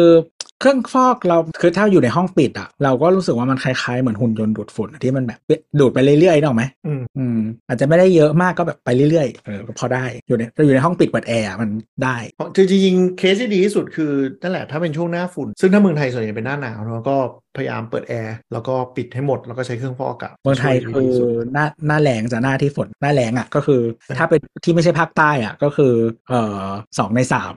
Speaker 2: เครื่องฟอกเราคือถ้าอยู่ในห้องปิดอ่ะเราก็รู้สึกว่ามันคล้ายๆเหมือนหุ่นยนต์ดูดฝุ่นอะที่มันแบบดูดไปเรื่อยๆนึกออกไหม
Speaker 3: อืม
Speaker 2: อืมอาจจะไม่ได้เยอะมากก็แบบไปเรื่อยๆเออก็พอได้อยู่ในเราอยู่ในห้องปิดเปิดแอร์อะมันได้
Speaker 3: เพราะจริงๆเคสที่ดีที่สุดคือนั่นแหละถ้าเป็นช่วงหน้าฝุ่น ซึ่งถ้าเมืองไทยส่วนใหญ่เป็นหน้าหนาวเนอะก็พยายามเปิดแอร์แล้วก็ปิดให้หมดแล้วก็ใช้เครื่องฟอกอากาศ
Speaker 2: เมืองไทย
Speaker 3: ช่ว
Speaker 2: คื
Speaker 3: ด้
Speaker 2: อ
Speaker 3: ดีที่สุด
Speaker 2: หน้าหน้าแรงจะหน้าที่ฝนหน้าแรงอ่ะ ก็คือ ถ้าเป็นที่ไม่ใช่ภาคใต้อ่ะ ก็คือ เอ่อสองในสาม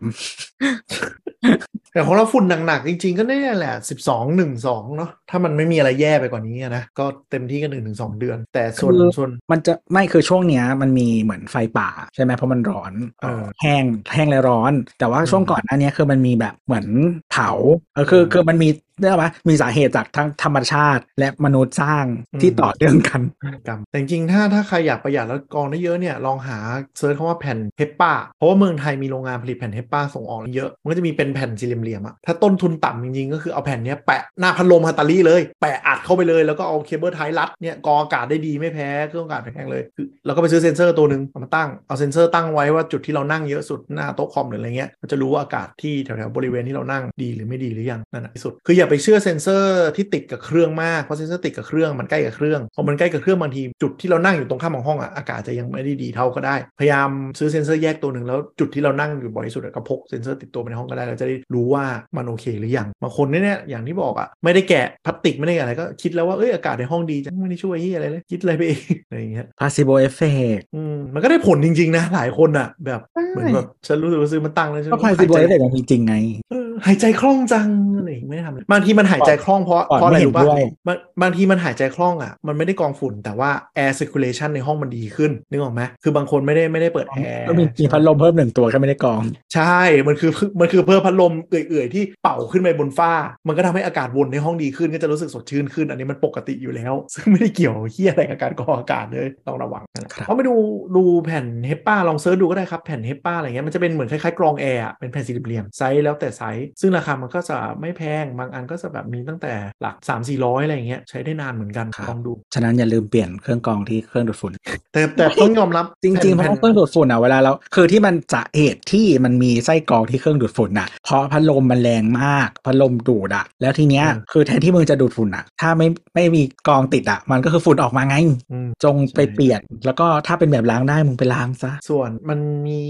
Speaker 3: แต่ของเราฝุ่นหนักๆจริงๆ ก็เนี่ยแหละ 12 1 2 เนาะถ้ามันไม่มีอะไรแย่ไปกว่านี้อะนะก็เต็มที่กัน1 2 เดือน แต่ส่วนส่วน
Speaker 2: มันจะไม่คือช่วงเนี้ยมันมีเหมือนไฟป่าใช่ไหมเพราะมันร้อน
Speaker 3: เออ
Speaker 2: แห้งแห้งและร้อน แต่ว่าช่วง
Speaker 3: อืม
Speaker 2: ก่อนหน้าเนี้ยคือมันมีแบบเหมือนเผาเออคือ
Speaker 3: อืม
Speaker 2: คือมันมีเรียกว่ามีสาเหตุจากทั้งธรรมชาติ และมนุษย์สร้างที่
Speaker 3: อืม
Speaker 2: ต่อเนื่องกัน
Speaker 3: กรรมแต่จริงๆถ้าถ้าใครอยากประหยัดแล้วกรองได้เยอะเนี่ยลองหาเซิร์ชคำว่าแผ่นเฮปปาเพราะว่าเมืองไทยมีโรงงานผลิตแผ่นเฮปปาส่งออกเยอะ มันก็จะมีเป็นแผ่นสี่เหลี่ยมๆอะถ้าต้นทุนต่ำจริงๆ ก็คือเอาแผ่นเนี้ยแปะหน้าพัดลมฮัตตาลีเลย แปะอัดเข้าไปเลยแล้วก็เอาเคเบิลไทยรัดเนี่ยกรองอากาศได้ดีไม่แพ้เครื่องกรองอากาศแพงๆเลยคือแล้วก็ไปซื้อเซ็นเซอร์ตัวหนึ่งเอามาตั้งเอาเซ็นเซอร์ตั้งไว้ว่าจุดที่เรานั่งเยอะสุดหน้าโต๊ะคอมหรืออะไรเงี้ยมันจะรู้ว่าอากาศที่แถวๆบริเวณที่เรานั่งดีหรือไม่ดีหรือยังนั่นแหะที่สุดคืออย่าไปเชื่อเซ็นเซอร์ที่ติดกับเครื่องมากเพราะเซ็นเซอร์ติดกับเครื่องมันใกล้กับเครื่องพอมันใกล้กับเครื่องบางทีจุดที่เรานั่งอยู่ตรงข้ามของห้องอะอากาศจะยังไม่ได้ดีเท่าก็ได้ พยายามซื้อเซ็นเซอร์แยกตัวหนึ่งแล้วจุดที่เรานั่งอยู่บ่อยที่สุดอะก็พกเซ็นเซอร์ติดตัวไปในห้องก็ได้เราจะได้รู้ว่ามันโอเคหรือยังบางคนเนี่ยอย่างที่บอกอะไม่ได้แกะพลาสติกไม่ได้อะไรก็คิดแล้วว่าเอ้ยอากาศในห้องดีจังไม่ได้ช่วยเหี้ยอะไรเลยคิดอะไรไปเอง อะไรอย่างเงี้ย
Speaker 2: possible effect
Speaker 3: อืมมันก็ได้ผลจริง ๆ นะ หลายคนอ่ะ แบบ
Speaker 2: ใช่
Speaker 3: เหมือนแบบฉันรู้สึกว่าซื้อมันตั้งแล้วฉัน
Speaker 2: ก็ possible effect มันมีจริงไง
Speaker 3: เออหายใจคล่องจังอะไรอย่างงี้ไม่ได้ทำเลยบางทีมันหายใจคล่องเพราะ
Speaker 2: ก่อน
Speaker 3: เพราะอะไร
Speaker 2: ไม่เห็น
Speaker 3: รู้ป่ะ
Speaker 2: ด้วย
Speaker 3: บางบางทีมันหายใจคล่องอ่ะมันไม่ได้กรองฝุ่นแต่ว่า air circulation ในห้องมันดีขึ้นนึกออกไหมคือบางคนไม่ได้ไม่ได้เปิดแอร์
Speaker 2: ก็มีมีพัดลมเพิ่มหนึ่งตัวแค่ไม่ได้กรอง
Speaker 3: ใช่ มันคือ มันคือเพิ่มพัดลมเอื่อยๆ ที่เป่าขึ้นไปบนฟ้า มันก็ทำให้อากาศวนในห้องดีขึ้น ก็จะรู้สึกสดชื่นขึ้น อันนี้มันปกติอยู่แล้ว ซึ่งไม่ได้เกี่ยวเฮียอะไรกับการกรองอากาศเลย ต้องระวังนั่นแหละ
Speaker 2: ครับ
Speaker 3: เพราะไปดู ดูแผ่นเฮปป้าลองเซิร์ชดูก็ได้ครับ แผ่นเฮปป้าอะไรเงี้ย มันจะเป็นเหมือนคล้ายๆกรองแอร์อะเป็นแผ่นสี่เหลี่ยมไซส์แล้วแต่ไซส์
Speaker 5: ซึ่งราคามันก็จะไม่แพง บางอันก็จะแบบมีตั้งแต่หลัก 3 4 0 0อะไรอย่างเงี้ยใช้ได้นานเหมือนกัน
Speaker 2: ครับ
Speaker 5: ลองดู
Speaker 2: ฉะนั้นอย่าลืมเปลี่ยนเครื่องกรองที่เครื่องดูดฝุ่น
Speaker 3: แต่แต่ต้องยอมรับ
Speaker 2: จริงๆเพ
Speaker 3: แผ่น
Speaker 2: ราะเครื่องดูดฝุ่นอ่ะเวลาเราคือที่มันจะเหตุที่มันมีไส้กรองที่เครื่องดูดฝุ่นอ่ะเพราะพัดลมมันแรงมากพัดลมดูดอ่ะ แล้วทีเนี้ย
Speaker 5: อืม
Speaker 2: คือแทนที่มึงจะดูดฝุ่นอ่ะ ถ้าไม่ไม่มีกรองติดอ่ะ มันก็คือฝุ่นออกมาไง
Speaker 5: อืม
Speaker 2: จงไปเปลี่ยน แล้วก็ถ้าเป็นแบบล้างได้มึงไปล้างซะ
Speaker 3: ส่วนมันมี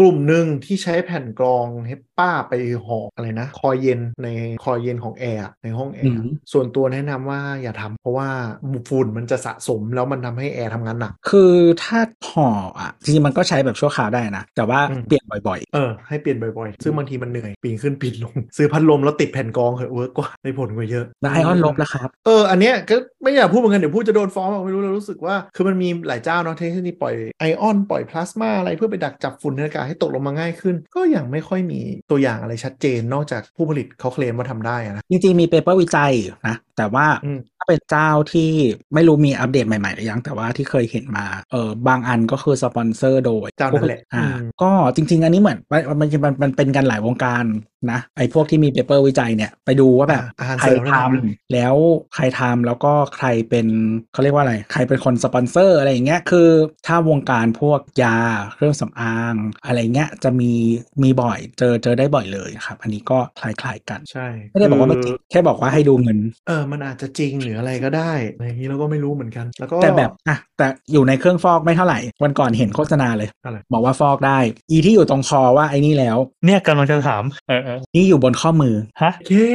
Speaker 3: กลุ่มหนึ่งที่ใช้แผ่นกรองเฮปป้าไปห่ออะไรนะ คอยเย็นในคอยเย็นของแอร์อะในห้องแอร์
Speaker 2: อืม
Speaker 3: ส่วนตัวแนะนำว่าอย่าทำเพราะว่าฝุ่นมันจะสะสมแล้วมันทำให้แอร์ทำงานหนัก
Speaker 2: คือถ้าห่ออ่ะจริงๆมันก็ใช้แบบชั่วคราวได้นะ แต่ว่า
Speaker 3: อืม
Speaker 2: เปลี่ยนบ่อย
Speaker 3: เออให้เปลี่ยนบ่อยๆ ซึ่งบางทีมันเหนื่อยปีนขึ้นปีนลง ซื้อพัดลมแล้วติดแผ่นกรองเหอะเวิร์กกว่าได้ผลกว่าเยอะ
Speaker 2: ๆแล้วไอออนลบแล้วครับ
Speaker 3: เออ อันเนี้ยก็ไม่อยากพูดเหมือนกันเดี๋ยวพูดจะโดนฟ้องเอาไม่รู้เรารู้สึกว่า คือมันมีหลายเจ้าเนาะที่ที่ปล่อยไอออนปล่อยพลาสมาอะไรเพื่อไปดักจับฝุ่นในอากาศให้ตกลงมาง่ายขึ้น ก็ยังไม่ค่อยมีตัวอย่างอะไรชัดเจนนอกจากผู้ผลิตเขาเคลมว่าทำได้อะนะ
Speaker 2: จริงๆมีเปเปอร์วิจัยอยู่นะ แต่ว่า
Speaker 3: อืม
Speaker 2: ถ้าเป็นเจ้าที่ไม่รู้มีอัปเดตใหม่ๆหรือยัง แต่ว่าที่เคยเห็นมาเออบางอันก็คือสปอนเซอร์โดย
Speaker 3: เจ้านั้นแหละ
Speaker 2: อ่า
Speaker 3: อืม
Speaker 2: ก็จริง ๆ อันนี้เหมือนมันมันมันมันเป็นกันหลายวงการนะไอ้พวกที่มีเปเปอร์วิจัยเนี่ยไปดูว่าแบบ
Speaker 3: อ่าอ่าน
Speaker 2: ใคร
Speaker 3: เสริม
Speaker 2: ท
Speaker 3: แล้วนะ
Speaker 2: ำแล้วใครทำแล้วก็ใครเป็นเขาเรียกว่าอะไร ใครเป็นคนสปอนเซอร์อะไรอย่างเงี้ยคือถ้าวงการพวกยาเครื่องสำอาง อะไรเงี้ยจะมีมีบ่อยเจอเจอได้บ่อยเลยครับอันนี้ก็คล้ายๆกัน
Speaker 3: ใช่
Speaker 2: ไม่ได้บอกว่าไม่จริงแค่บอกว่าให้ดูเงิน
Speaker 3: เออมันอาจจะจริงหรืออะไรก็ได้อะไรอย่างนี้เราก็ไม่รู้เหมือนกัน แล้วก็
Speaker 2: แต่แบบอ่ะแต่อยู่ในเครื่องฟอกไม่เท่าไหร่ วันก่อนเห็นโฆษณาเลย
Speaker 3: อะไร
Speaker 2: บอกว่าฟอกได้ อีที่อยู่ตรงคอว่าไอ้นี่แล้ว
Speaker 4: เนี่ยกำลังจะถามเออเออ
Speaker 2: นี่อยู่บนข้อมือ
Speaker 4: ฮะ
Speaker 3: เย้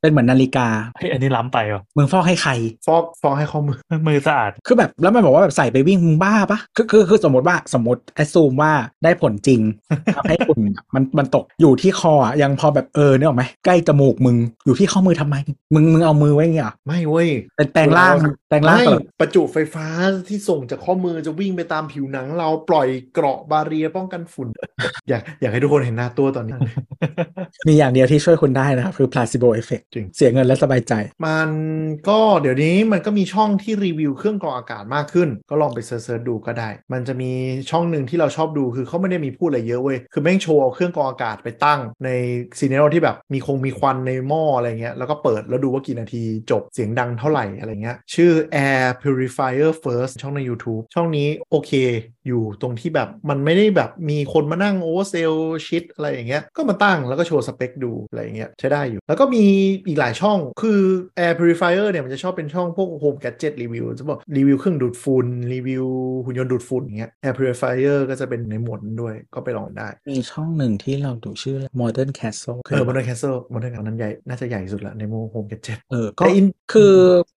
Speaker 2: เป็นเหมือนนาฬิกา
Speaker 4: เฮ้ยอันนี้ล้ำไปว่ะ
Speaker 2: มึงฟอกให้ใคร
Speaker 3: ฟอกฟอกให้ข้อมือ
Speaker 4: มือสะอาด
Speaker 2: คือแบบแล้วมันบอกว่าแบบใส่ไปวิ่งมึงบ้าปะคือคือคือสมมติว่าสมมติแอซูมว่าได้ผลจริง ทำให้คุณมันมันตกอยู่ที่คออ่ะยังพอแบบเออเนี่ยหรอกไหมใกล้จมูกมึงอยู่ที่ข้อมือทำไม มึงมึงเอามือไว้อย่างเงี้ยเหรอ
Speaker 3: ไม่เว้ย
Speaker 2: เป็นแปลงร่างแปลงร่าง
Speaker 3: ไม่
Speaker 2: ตลอด
Speaker 3: ประจุไฟฟ้าที่ส่งจากข้อมือจะวิ่งไปตามผิวหนัง เราปล่อยเกราะบาเรียร์ป้องกัน ฝุ่น อยากอยากให้ทุกคนเห็นหน้าตัว ตอนนี้
Speaker 2: มีอย่างเดียวที่ช่วยคุณได้นะครับ คือ placebo effect
Speaker 3: จริง
Speaker 2: เสียเงินแล้วสบายใจ
Speaker 3: มันก็เดี๋ยวนี้มันก็มีช่องที่รีวิวเครื่องกรองอากาศมากขึ้น ก็ลองไปเซิร์ชๆดูก็ได้ มันจะมีช่องหนึ่งที่เราชอบดูคือเขาไม่ได้มีพูดอะไรเยอะเว้ยคือแม่งโชว์เอาเครื่องกรองอากาศไปตั้ง ในซีเนโรที่แบบมีคงมีควันในหม้ออะไรเงี้ยแล้วก็เปิดแล้วดูว่ากี่นาทีจบเสียงดังเท่าไหร่อะไรเงี้ยชื่อ Air Purifier First ช่องใน YouTube ช่องนี้โอเค อยู่ตรงที่แบบมันไม่ได้แบบมีคนมานั่งโอเวอร์เซลชิดอะไรอย่างเงี้ย ก็มาตั้งแล้วก็โชว์สเปคดูอะไรอย่างเงี้ยใช้ได้อยู่ แล้วก็มีอีกหลายช่องคือ Air Purifier เนี่ยมันจะชอบเป็นช่องพวก Home Gadget Review จะบอกรีวิวเครื่องดูดฝุ่นรีวิวหุ่นยนต์ดูดฝุ่นอย่างเงี้ย Air Purifier ก็จะเป็นในหมวดนั้นด้วยก็ไปลองได้
Speaker 2: มีช่องหนึ่งที่เราดูชื่อ Modern Castle
Speaker 3: เออ Modern Castle Modern Castle นั้นใหญ่น่าจะใหญ่สุดละในหมู่ Home Gadget
Speaker 2: เออก็
Speaker 3: แต่อิน
Speaker 2: คือ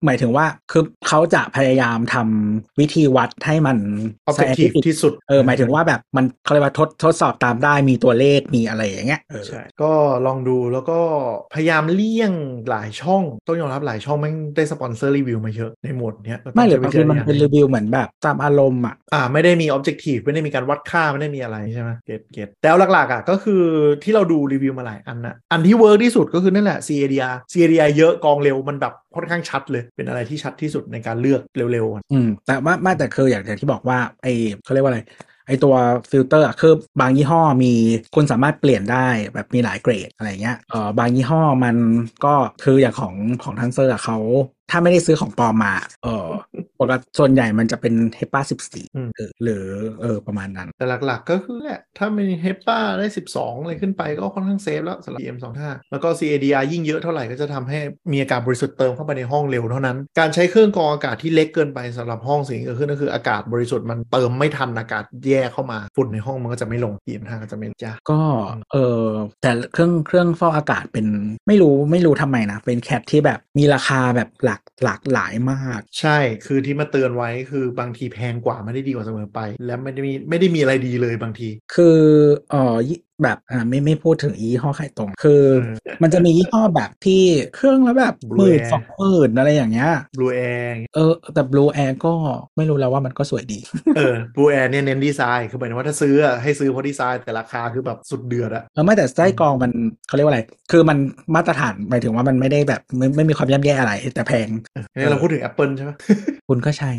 Speaker 2: หมายถึงว่าคือเขาจะพยายามทำวิธีวัดให้มัน
Speaker 3: Objective
Speaker 2: scientific
Speaker 3: ที่สุด
Speaker 2: เออหมายถึงว่าแบบมันเขาเรียกว่าทดทดสอบตามได้มีตัวเลขมีอะไรอย่างเงี้ยเออ
Speaker 3: ใช่ก็ลองดูแล้วก็พยายามเลี่ยงหลายช่อง ต้องยอมรับหลายช่องแม่งได้สปอนเซอร์รีวิวมาเยอะในหมวดเนี้ย
Speaker 2: ไม่หรือบางทีมัน
Speaker 3: ก็ต้ใช้วิจารณญาณ
Speaker 2: เป็นรีวิวเหมือนแบบตามอารมณ์อ่ะ
Speaker 3: อ่าไม่ได้มีออบเจกตีฟไม่ได้มีการวัดค่า ไม่ได้มีอะไรใช่ไหมเกตเกตแต่เอาหลักๆอ่ะก็คือที่เราดูรีวิวมาหลายอันนะอันที่เวิร์กที่สุดก็คือนั่นแหละ CADR CADR เยอะกองเร็วมันแบบค่อนข้างชัดเลย เป็นอะไรที่ชัดที่สุดในการเลือกเร็วๆอ่ะ
Speaker 2: อืมแต่ว่าไม่แต่คืออย่างอย่างที่บอกว่าไอเขาเรียกว่าอะไรไอตัวฟิลเตอร์อะคือบางยี่ห้อมีคุณสามารถเปลี่ยนได้แบบมีหลายเกรดอะไรเงี้ยเออบางยี่ห้อมันก็คืออย่างของของทันเซอร์อะเขาถ้าไม่ได้ซื้อของปลอมมาเออปกติส่วนใหญ่มันจะเป็นเฮป a 1สิบสี่
Speaker 3: อืม
Speaker 2: หรือเออประมาณนั้น
Speaker 3: แต่หลักๆก็คือแหละ ถ้ามีเฮปป้าได้ 12 อะไรขึ้นไปก็ค่อนข้างเซฟแล้วสำหรับ PM25 แล้วก็ CADR ยิ่งเยอะเท่าไหร่ก็จะทำให้มีอาการบริสุทธิ์เติมเข้าไปในห้องเร็วเท่านั้น การใช้เครื่องกรองอากาศที่เล็กเกินไปสำหรับห้องสิ่งที่เกิดขึ้นก็คืออากาศบริสุทธิ์มันเติมไม่ทันอากาศแย่เข้ามาฝุ่นในห้องมันก็จะไม่ลง PM5 ก็จะไม่จ้า
Speaker 2: ก็
Speaker 3: อืม
Speaker 2: เออแต่เครื่องเครื่องฟอกอากาศเป็นไม่รู้ไม่รู้ทำไมนะ เป็นแคทที่แบบมีราคาแบบหลักหลากหลายมาก
Speaker 3: ใช่ คือที่มาเตือนไว้คือบางทีแพงกว่าไม่ได้ดีกว่าเสมอไป และไม่ได้มีไม่ได้มีอะไรดีเลยบางที
Speaker 2: คือเออยี่แบบอ่าไม่ไม่พูดถึงยี่ห้อขายตรง คือ มันจะมียี่ห้อแบบที่เครื่องแล้วแบบ
Speaker 3: Blue
Speaker 2: หมื่น
Speaker 3: Air
Speaker 2: สองหมื่นอะไรอย่างเงี้ย
Speaker 3: Blue Air อย่างเงี้ย
Speaker 2: เออแต่ Blue Air ก็ไม่รู้แล้วว่ามันก็สวยดี
Speaker 3: เออบูแอร์เนี่ยเน้นดีไซน์ คือหมายถึงว่าถ้าซื้ออะให้ซื้อเพราะดีไซน์แต่ราคาคือแบบสุดเดือดอะ
Speaker 2: เออไม่แต่ไส้กรองมันเขาเรียกว่าอะไร คือมันมาตรฐานหมายถึงว่ามันไม่ได้แบบไม่ไม่มีความย่ำแย่อะไรแต่แพง
Speaker 3: อันนี้เราพูดถึง Apple ใช่ไหม
Speaker 2: คุณก็ใช้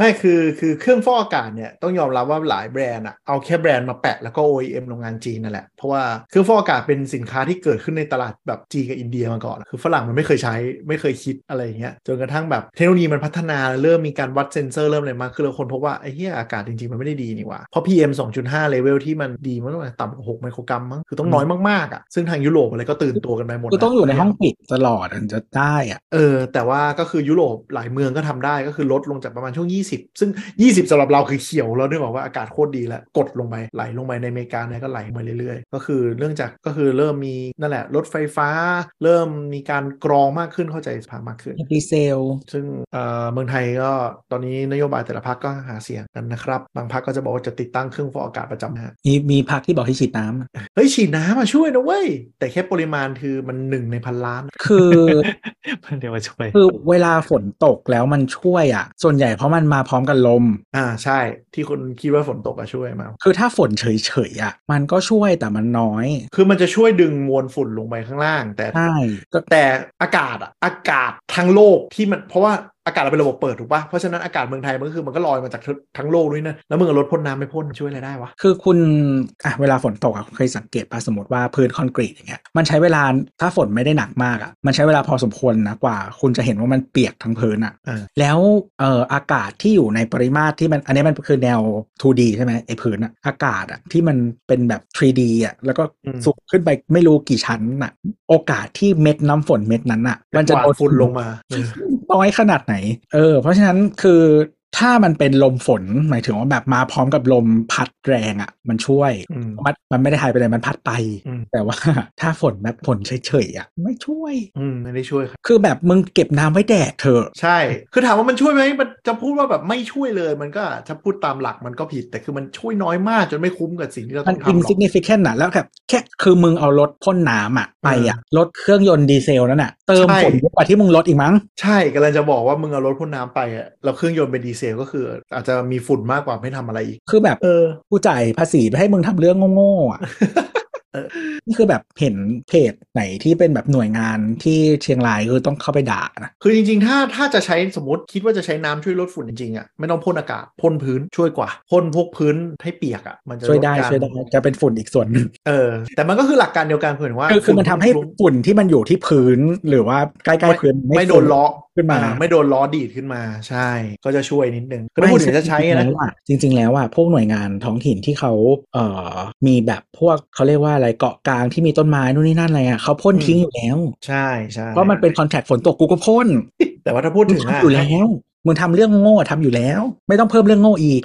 Speaker 3: ไม่คือคือเครื่องฟอกอากาศเนี่ยต้องยอมรับว่าหลายแบรนด์อะเอาแค่แบรนด์มาแปะแล้วก็ OEM โรงงานจีนนั่นแหละ เพราะว่าเครื่องฟอกอากาศเป็นสินค้าที่เกิดขึ้นในตลาดแบบจีนกับอินเดียมาก่อน คือฝรั่งมันไม่เคยใช้ไม่เคยคิดอะไรอย่างเงี้ยจนกระทั่งแบบเทคโนโลยีมันพัฒนาเริ่มมีการวัดเซนเซอร์เริ่มอะไรมากขึ้นแล้วคนพบว่าไอ้เหี้ยอากาศจริงๆมันไม่ได้ดีนี่หว่าเพราะ PM 2.5เลเวลที่มันดีมันต้องต่ำกว่า6ไมโครกรัมมั้งคือต้องน้อยมากๆอะซึ่งทางยุโรปอะไรก็ตื่นตัวกันไปหมด
Speaker 2: คือต้องอยู่ใน
Speaker 3: แล้ว
Speaker 2: ห้องปิดตลอดถึงจะได้อะ
Speaker 3: เออแต่ว่าก็คือยุโรปหลายเมืองก็ทำได้ก็คือลดลงจากประมาณช่วง 20 ซึ่ง 20สำหรับเราคือเขียวแล้วนึกออกว่าอากาศโคตรดีแล้วกดลงไปไหลลงไปในอเมริกาเนี่ยก็ไหลมาเรื่อยๆ ก็คือเนื่องจากก็คือเริ่มมีนั่นแหละรถไฟฟ้า เริ่มมีการกรองมากขึ้นเข้าใจสภามากขึ้น
Speaker 2: ดีเซล
Speaker 3: ซึ่งเอ่อเมืองไทยก็ตอนนี้นโยบายแต่ละพักก็หาเสียงกันนะครับบางพักก็จะบอกว่าจะติดตั้งเครื่องฟอกอากาศประจำนะฮะ
Speaker 2: มีมีพักที่บอกที่ฉีดน้ำอะ
Speaker 3: เฮ้ยฉีดน้ำมาช่วยนะเว้ยแต่แค่ปริมาณคือมันหนึ่งในพันล้าน
Speaker 2: คือ
Speaker 4: มันเดี๋ยวมาช่วย
Speaker 2: คือเวลาฝนตกแล้วมันช่วยอ่ะ ส่วนใหญ่เพราะมันมาพร้อมกับลม
Speaker 3: อ่าใช่ที่คนคิดว่าฝนตกอะช่วยมา
Speaker 2: คือถ้าฝนเฉยๆอ่ะ มันก็ช่วยแต่มันน้อย
Speaker 3: คือมันจะช่วยดึงมวลฝุ่นลงไปข้างล่าง แต่
Speaker 2: ใช่ก็
Speaker 3: แต่อากาศอะอากาศทั้งโลกที่มันเพราะว่าอากาศเราเป็นระบบเปิดถูกปะ่ะเพราะฉะนั้นอากาศเมืองไทยมันก็คือมันก็ลอยมาจากทั้งโลกด้วยนะแล้วมึงเอารถพ่นน้ำไปพ่นช่วยอะไรได้วะ
Speaker 2: คือคุณอ่ะเวลาฝนตกอ่ะเคยสังเกตป่ะสมมติว่าพื้นคอนกรีตอย่างเงี้ยมันใช้เวลาถ้าฝนไม่ได้หนักมากอ่ะมันใช้เวลาพอสมควรนะกว่า คุณจะเห็นว่ามันเปียกทั้งพื้นอ่ะ
Speaker 3: อ่า
Speaker 2: แล้วเอ่ออากาศที่อยู่ในปริมาตรที่มันอันนี้มันคือแนว 2D ใช่ไหมไอ้ผืนอะอากาศอะที่มันเป็นแบบ 3D อะแล้วก็สูงขึ้นไปไม่รู้กี่ชั้นอะโอกาสที่เม็ดน้ำฝนเม็ดนั้นอะมันจะ
Speaker 3: กวา
Speaker 2: โดน
Speaker 3: ดฝุ่นลงมาเออ
Speaker 2: น้อยขนาดไหนเออเพราะฉะนั้นคือถ้ามันเป็นลมฝนหมายถึงว่าแบบมาพร้อมกับลมพัดแรงอะมันช่วย
Speaker 3: อืม
Speaker 2: มันมันไม่ได้หายไปไหนมันพัดไป
Speaker 3: อืม
Speaker 2: แต่ว่า ถ้าฝนแบบฝนเฉยๆอะไม่ช่วย
Speaker 3: อืมไม่ได้ช่วยครับ
Speaker 2: คือแบบมึงเก็บน้ำไว้แดดเถอะ
Speaker 3: ใช่ คือถามว่ามันช่วยไหมมันจะพูดว่าแบบไม่ช่วยเลย มันก็ถ้าพูดตามหลักมันก็ผิด แต่คือมันช่วยน้อยมากจนไม่คุ้มกับสิ่งที่เรา
Speaker 2: มั
Speaker 3: ต้
Speaker 2: น
Speaker 3: องทำหรอก
Speaker 2: insignificant น่ะแล้วแบบแค่คือมึงเอารถพ่นน้ำอ่ะไปอ่ะรถเครื่องยนต์ดีเซลนั่นน่ะเติม
Speaker 3: ใช่
Speaker 2: ฝนเยอะกว่าที่มึงลดอีกมั้ง
Speaker 3: ใช่กำลังจะบอกว่ามึงเอารถพ่นน้ำไปอะแล้วเครื่องยนต์เป็นดีเซลก็คือ อาจจะมีฝุ่นมากกว่าไม่ทำอะไรอีก
Speaker 2: คือแบบ
Speaker 3: เออ
Speaker 2: กูจ่ายภาษีไปให้มึงทำเรื่องโง่ๆอ่ะ
Speaker 3: เออ
Speaker 2: นี่คือแบบเห็นเพจไหนที่เป็นแบบหน่วยงานที่เชียงรายคือต้องเข้าไปด่านะ
Speaker 3: คือจริงๆ ถ้าถ้าจะใช้สมมติคิดว่าจะใช้น้ำช่วยลดฝุ่นจริงๆอะไม่ต้องพ่นอากาศพ่นพื้นช่วยกว่าพ่นพวกพื้นให้เปียกอะมันจะ
Speaker 2: ช่วยได้
Speaker 3: ลการ
Speaker 2: ช่วยได้จะเป็นฝุ่นอีกส่วนหนึ่ง
Speaker 3: เออ แต่มันก็คือหลักการเดียวกันเผื่อว่า
Speaker 2: คือคือมันทำให้
Speaker 3: ฝุ่
Speaker 2: ฝุ่นที่มันอยู่ที่พื้นหรือว่าใกล้ๆพื้น
Speaker 3: ไม่โดนล้อ
Speaker 2: ขึ้นมา
Speaker 3: เออไม่โดนล้อดีดขึ้นมา ใช่ ก็จะช่วยนิดนึงคือถ้าพูดถึงจะใช้
Speaker 2: จริงๆ
Speaker 3: นะ
Speaker 2: แล้วอจริง ๆ แล้วอ่ะพวกหน่วยงานท้องถิ่นที่เขาเอ่อมีแบบพวกเขาเรียกว่าอะไรเกาะกลางที่มีต้นไม้นู่นนี่นั่นอะไรอ่ะเขาพ่น
Speaker 3: อืม
Speaker 2: ทิ้งอยู่แล้ว
Speaker 3: ใช่ใช่
Speaker 2: เพราะมันเป็นคอนแทคฝนตกกูก็พ่น
Speaker 3: แต่ว่าถ้าพูด
Speaker 2: มึง
Speaker 3: ถึงะ
Speaker 2: ทำอยู่แล้วมึงทำเรื่องโง่ทำอยู่แล้ว ไม่ต้องเพิ่มเรื่องโง่อีก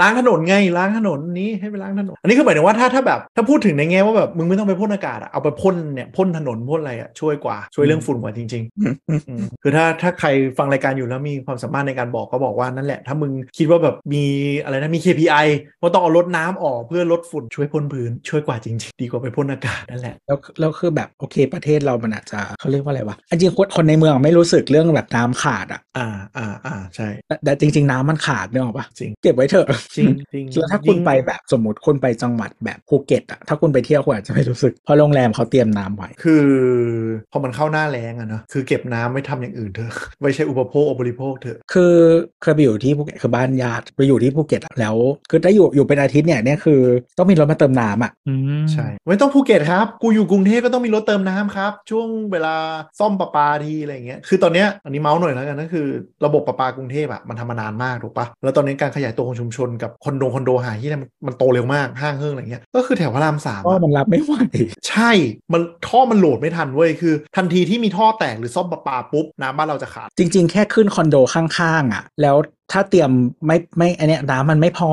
Speaker 3: ล้างถนนไงล้างถนนนี้ให้ไปล้างถนนอันนี้คือหมายถึงว่าถ้าถ้าแบบถ้าพูดถึงในแง่ว่าแบบมึงไม่ต้องไปพ่นอากาศอะเอาไปพ่นเนี่ยพ่นถนนพ่นอะไรอะช่วยกว่าช่วยเรื่องฝุ่นกว่าจริง ๆ อืมคือถ้าถ้าใครฟังรายการอยู่แล้วมีความสามารถในการบอกก็บอกว่านั่นแหละ ถ้ามึงคิดว่าแบบมีอะไรนะมี KPI ว่าต้องเอารถน้ำออกเพื่อลดฝุ่นช่วยพ่นพื้น ช่วยกว่าจริงๆ ดีกว่าไปพ่นอากาศนั่นแหละ
Speaker 2: แล้วแล้วคือแบบโอเคประเทศเรามันอาจจะเขาเรียกว่าอะไรวะจริงๆคนคนในเมืองไม่รู้สึกเรื่องแบบน้ำขาดอ่ะ
Speaker 3: อ่าอ่าอ่าใช่
Speaker 2: แต่แต่จริง ๆ น้ำมันขาดเนี่ยหรอกปะ
Speaker 3: จริง
Speaker 2: เก็บไว้เถอะ
Speaker 3: จริงจริง
Speaker 2: แล้วถ้าคุณไปแบบสมมติคุณไปจังหวัดแบบภูเก็ตอะถ้าคุณไปเที่ยวคุณอาจจะไม่รู้สึกเพราะโรงแรมเขาเตรียมน้ำไว้
Speaker 3: คือพอมันเข้าหน้าแล้งอะเนอะคือเก็บน้ำไว้ทำอย่างอื่นเถอะ ไว้ใช้อุปโภคบริโภคเถอะ
Speaker 2: คือเคยไปอยู่ที่ภูเก็ตคือบ้านญาติไปอยู่ที่ภูเก็ตอะแล้วคือได้อยู่อยู่เป็นอาทิตย์เนี่ยเนี่ยคือต้องมีรถมาเติมน้ำอะ
Speaker 4: อืม
Speaker 3: ใช่ ไม่ต้องภูเก็ตครับ กูอยู่กรุงเทพก็ต้องมีรถเติมน้ำครับ ช่วงเวลาซ่อมประปาทีอะไรอย่างเงี้ยคือตอนเนี้ยอันนี้เมาส์หน่อยแล้วกันก็คือระบบประปากรุงเทพอะมันทำมานานมากถูกปะแล้วตอนนี้การขยายตัวของชุมชนกับคอนโดคอนโดหายที่เนี่ยมันมันโตเร็วมากห้างเฮิ่งอะไรเงี้ยก็คือแถวพระรามสาม
Speaker 2: ก็
Speaker 3: อะ
Speaker 2: มันรับไม่ไหว
Speaker 3: ใช่มันท่อมันโหลดไม่ทันเว้ยคือ ทันทีที่มีท่อแตกหรือซ่อมประปาปุ๊บน้ำบ้านเราจะขาด
Speaker 2: จริง ๆ แค่ขึ้นคอนโดข้างๆอะแล้วถ้าเตรียมไม่ไม่อันเนี้ยน้ำมันไม่พอ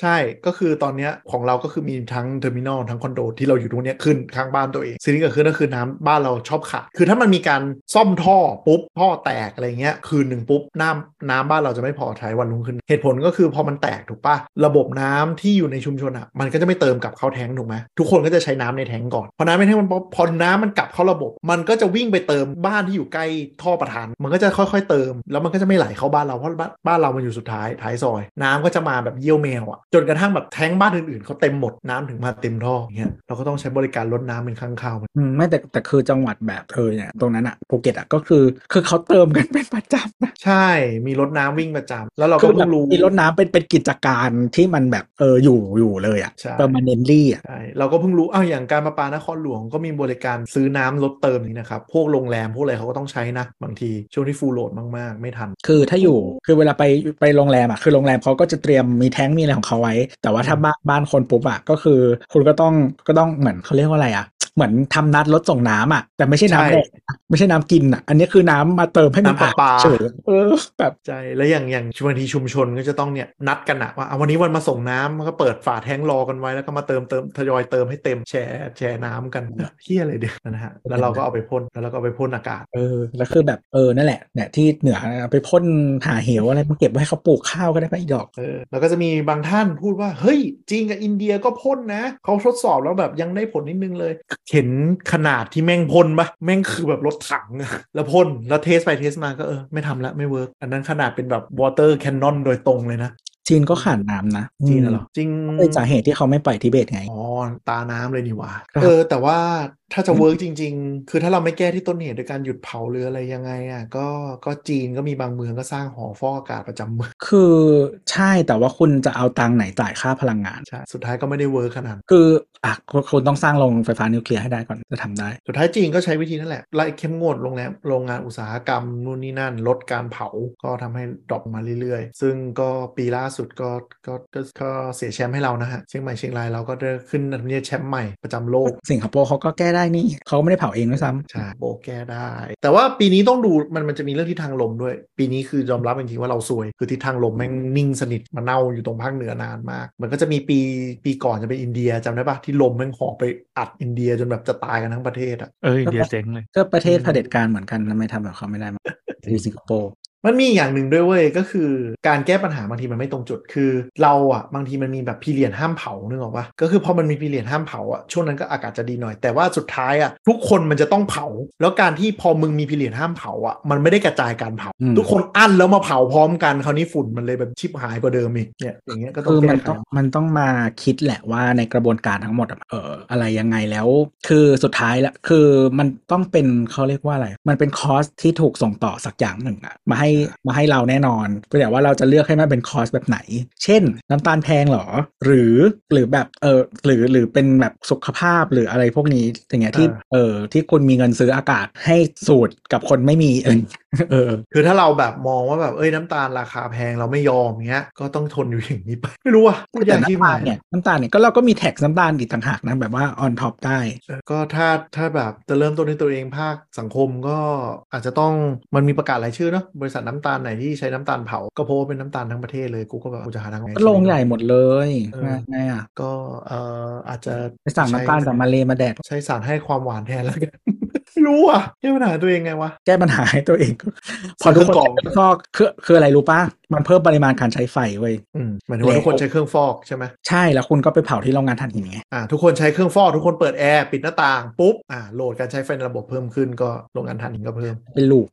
Speaker 3: ใช่ ก็คือตอนเนี้ยของเราก็คือมีทั้งเทอร์มินอลทั้งคอนโดที่เราอยู่ตรงเนี้ยขึ้นข้างบ้านตัวเองสิ่งที่เกิดขึ้นก็คือน้ำบ้านเราชอบขาด คือถ้ามันมีการซ่อมท่อปุ๊บท่อแตกอะไรเงี้ยคืนหนึ่งปุ๊บน้ำน้ำบ้านเราจะไม่พอใช้วันรุ่งขึ้น เหตุผลก็คือพอมันแตกถูกปะระบบน้ำที่อยู่ในชุมชนอ่ะมันก็จะไม่เติมกลับเข้าแทงค์ถูกไหมทุกคนก็จะใช้น้ำในแทงค์ก่อนพอน้ำในแทงค์มันพอพอน้ำมันกลับเข้าระบบ มันก็จะวิ่งไปเติมบ้านที่อยู่ใกล้ท่อประทาน มันก็จะค่อยๆเติม แล้วมันก็จะไม่ไหลเข้าบ้านเราเพราะบ้านบ้านเรา มันอยู่สุดท้ายท้ายซอย น้ำก็จะมาแบบเยี่ยวแมวอะ่ะจนกระทั่งแบบแท้งบ้านอื่นๆเขาเต็มหมดน้ำถึงมาเต็มท่ออย่างเงี้ยเราก็ต้องใช้บริการลดน้ำเป็นครั้งคราว
Speaker 2: อืมไม่แต่แต่คือจังหวัดแบบเธอเนี่ยตรงนั้นอะภูเก็ตอะก็คือคือเขาเติมกัน เป็นประจำนะ
Speaker 3: ใช่ มีรถน้ำวิ่งประจำแล้วเรา
Speaker 2: คื
Speaker 3: ก็
Speaker 2: อแบ
Speaker 3: เพิ่
Speaker 2: บ
Speaker 3: งรู้
Speaker 2: มีรถน้ำเป็นเป็นกิจการที่มันแบบเอออยู่อยู่เลยอะ
Speaker 3: ใช่
Speaker 2: ประมาณเนนลี่อะ
Speaker 3: ใช่ เราก็เพิ่งรู้อ้าวอย่างการประปานครหลวงก็มีบริการซื้อน้ำลดเติมนี่นะครับ พวกโรงแรม พวกอะไรเขาก็ต้องใช้นะ บางที ช่วงที่ฟูลโหลดมาก ๆ ไม่ทัน
Speaker 2: คือถ้าอยู่คือเวลาไปไปโรงแรมอะคือโรงแรมเขาก็จะเตรียมมีแท้งมีอะไรของเขาไว้ แต่ว่าถ้าบ้านบ้านคนปุ๊บอะก็คือคุณก็ต้องก็ต้องเหมือนเขาเรียกว่าอะไรอะเหมือนทำนัดรถส่งน้ำอะแต่ไม่ใช่น้ำ
Speaker 3: ใช่
Speaker 2: แดกนะไม่ใช่น้ำกินอะอันนี้คือน้ำมาเติมให้มัน
Speaker 3: น้ำประปา
Speaker 2: เฉยเออแบบ
Speaker 3: ใช่ แล้วอย่างอย่างบางทีชุมชนก็จะต้องเนี่ยนัดกันอะว่าอ่ะวันนี้วันมาส่งน้ำมันก็เปิดฝาแท้งรอกันไว้แล้วก็มาเติมเติมทยอยเติมให้เต็มแชร์แชร์น้ำกันเฮี้ยอะไรเดียวนะฮะ แล้วเราก็เอาไปพ่น แล้วเราก็เอาไปพ่นอากาศ
Speaker 2: เออแล้วคือแบบเออนั่นแหละเนี่ยที่เหนือไปพ่นหาเหวอะไรมาเก็บไว้ให้เขาปลูกข้าวก็ได้ไปะอีดอก
Speaker 3: เออแล้วก็จะมีบางท่านพูดว่า เฮ้ย จีนกับอินเดียก็พ่นนะ เขาทดสอบแล้วแบบยังได้ผลนิดนึงเลย เห็นขนาดที่แม่งพ่นปะแม่งคือแบบรถถังอะ แล้วพ่น แล้วเทสไปเทสมาก็เออ ไม่ทำละไม่เวิร์กอันนั้นขนาดเป็นแบบวอเตอร์แคนนอนโดยตรงเลยนะ
Speaker 2: จีนก็ขาดน้ำนะ
Speaker 3: จีนน่ะเหรอจริง
Speaker 2: เป็นสาเหตุที่เขาไม่ปล่อยทิเบตไง
Speaker 3: อ๋อ ตาน้ำเลยนี่หว่า
Speaker 2: ครับ
Speaker 3: เออ แต่ว่าถ้าจะเวิร์กจริง ๆ คือถ้าเราไม่แก้ที่ต้นเหตุโดยการหยุดเผาหรืออะไรยังไงอ่ะก็ก็จีนก็มีบางเมืองก็สร้างหอฟอกอากาศประจำเมือง
Speaker 2: คือใช่แต่ว่าคุณจะเอาตังค์ไหนจ่ายค่าพลังงาน
Speaker 3: ใช่สุดท้ายก็ไม่ได้เวิร์กขนาดนั้น
Speaker 2: คืออ่ะคุณคุณต้องสร้างโรงไฟฟ้านิวเคลียร์ให้ได้ก่อนจะทำได้
Speaker 3: สุดท้ายจีนก็ใช้วิธีนั่นแหละไล่เข้มงวดโรงแรมโรงงานอุตสาหกรรมนู่นนี่นั่น ลดการเผาก็ทำให้ดรอปมาเรื่อยๆ ซึ่งก็ปีล่าสุดก็ก็ก็ก็เสียแชมป์ให้เรานะฮะเชียงใหม่เชียงรายเราก็ได้ขึ้นอันดับเนี่ยแชมป์ใหม่ประจำโลก
Speaker 2: สิงคโปร์เขาก็แก้ได้นี่เขาก็ไม่ได้เผาเองด้วยซ้ำ
Speaker 3: ใช่โบแก้ได้ แต่ว่าปีนี้ต้องดูมันมันจะมีเรื่องทิศทางลมด้วย ปีนี้คือยอมรับจริงๆว่าเราซวย คือทิศทางลมแม่งนิ่งสนิทมาเน่าอยู่ตรงภาคเหนือนานมาก มันก็จะมีปีปีก่อนจะเป็นอินเดียจำได้ปะที่ลมแม่งหอบไปอัดอินเดียจนแบบจะตายกันทั้งประเทศอะ
Speaker 4: เอออินเดียเจ๋งเลย
Speaker 2: ก็ประเทศเผด็จการเหมือนกันทำไมทำแบบเขาไม่ได้มาอยู่สิงคโปร์
Speaker 3: มันมีอย่างหนึ่งด้วยเว้ยก็คือการแก้ปัญหาบางทีมันไม่ตรงจุดคือเราอ่ะบางทีมันมีแบบพีเรียนห้ามเผานึกออกปะก็คือพอมันมีพีเรียนห้ามเผาอ่ะช่วงนั้นก็อากาศจะดีหน่อยแต่ว่าสุดท้ายอ่ะทุกคนมันจะต้องเผา แล้วการที่พอมึงมีพีเรียนห้ามเผาอ่ะมันไม่ได้กระจายการเผา
Speaker 2: อืม
Speaker 3: ทุกคนอั้นแล้วมาเผาพร้อมกันคราวนี้ฝุ่นมันเลยแบบชิบหายกว่าเดิมอีกเนี่ยอย่างเงี้ยก็ต้อ
Speaker 2: คื
Speaker 3: ง
Speaker 2: อ
Speaker 3: แก้
Speaker 2: มัน
Speaker 3: ไข
Speaker 2: ต้องมันต้องมาคิดแหละว่าในกระบวนการทั้งหมดอะเอออะไรยังไงแล้ว คือสุดท้ายแล้วคือมันต้องเป็นเขาเรียกว่าอะไร มันเป็นคอสที่ถูกส่งต่อสักอย่างหนึ่งอะมาให้มาให้เราแน่นอนเพียงแต่ว่าเราจะเลือกให้มันเป็นคอสแบบไหน เช่น น้ำตาลแพงเหรอ หรือหรือแบบเออหรือหรือเป็นแบบสุขภาพหรืออะไรพวกนี้อย่างเงี้ยที่เออที่คุณมีเงินซื้ออากาศให้สูตรกับคนไม่มีเออเออ
Speaker 3: คือถ้าเราแบบมองว่าแบบเอ้ยน้ำตาลราคาแพงเราไม่ยอมเงี้ยก็ต้องทนอยู่อย่างนี้ไปไม่รู้อ่ะพูดอ
Speaker 2: แต่
Speaker 3: ย่างที่
Speaker 2: น้ำ
Speaker 3: ห
Speaker 2: ตาล
Speaker 3: มาย
Speaker 2: เนี่ยน้ำตาลเนี่ยก็เราก็มีแท็กน้ำตาลอีกต่างหากนะแบบว่าออนท็อปได้
Speaker 3: เออก็ถ้าถ้าแบบจะเริ่มต้นในตัวเองภาคสังคมก็อาจจะต้องมันมีประกาศรายชื่อเนาะบริษัทน้ำตาลไหนที่ใช้น้ำตาลเผา ก็พบว่าเป็นน้ำตาลทั้งประเทศเลยกูก็แบบกูจะหาทางออก
Speaker 2: ก็ลงใหญ่หมดเลย
Speaker 3: เออ
Speaker 2: ไงอ่ะ
Speaker 3: ก็เอ่ออาจจะ
Speaker 2: ไปสั่งน้ำตาลจากมาเลมาแดก
Speaker 3: ใช้สารให้ความหวานแทนแล้วกัน ไม่รู้อ่ะแก้ปัญหาตัวเองไงวะ
Speaker 2: แก้ปัญหาให้ตัวเอง พอทุกคน
Speaker 3: เครื่องกรอง
Speaker 2: ก็คือคืออะไรรู้ป่ะ มันเพิ่มปริมาณการใช้ไฟเว้ย
Speaker 3: อืมหมายถึงว่า
Speaker 2: แล้ว
Speaker 3: ทุกคนใช้เครื่องฟอกใช่ไหม
Speaker 2: ใช่แล้วคุณก็ไปเผาที่โรงงานถ่านหินไง
Speaker 3: อ่าทุกคนใช้เครื่องฟอก ทุกคนเปิดแอร์ปิดหน้าต่างปุ๊บอ่าโหลดการใช้ไฟในระบบเพิ่มขึ้นก็โรงงานถ่านหินก็เพิ่ม
Speaker 2: เป็น ลูก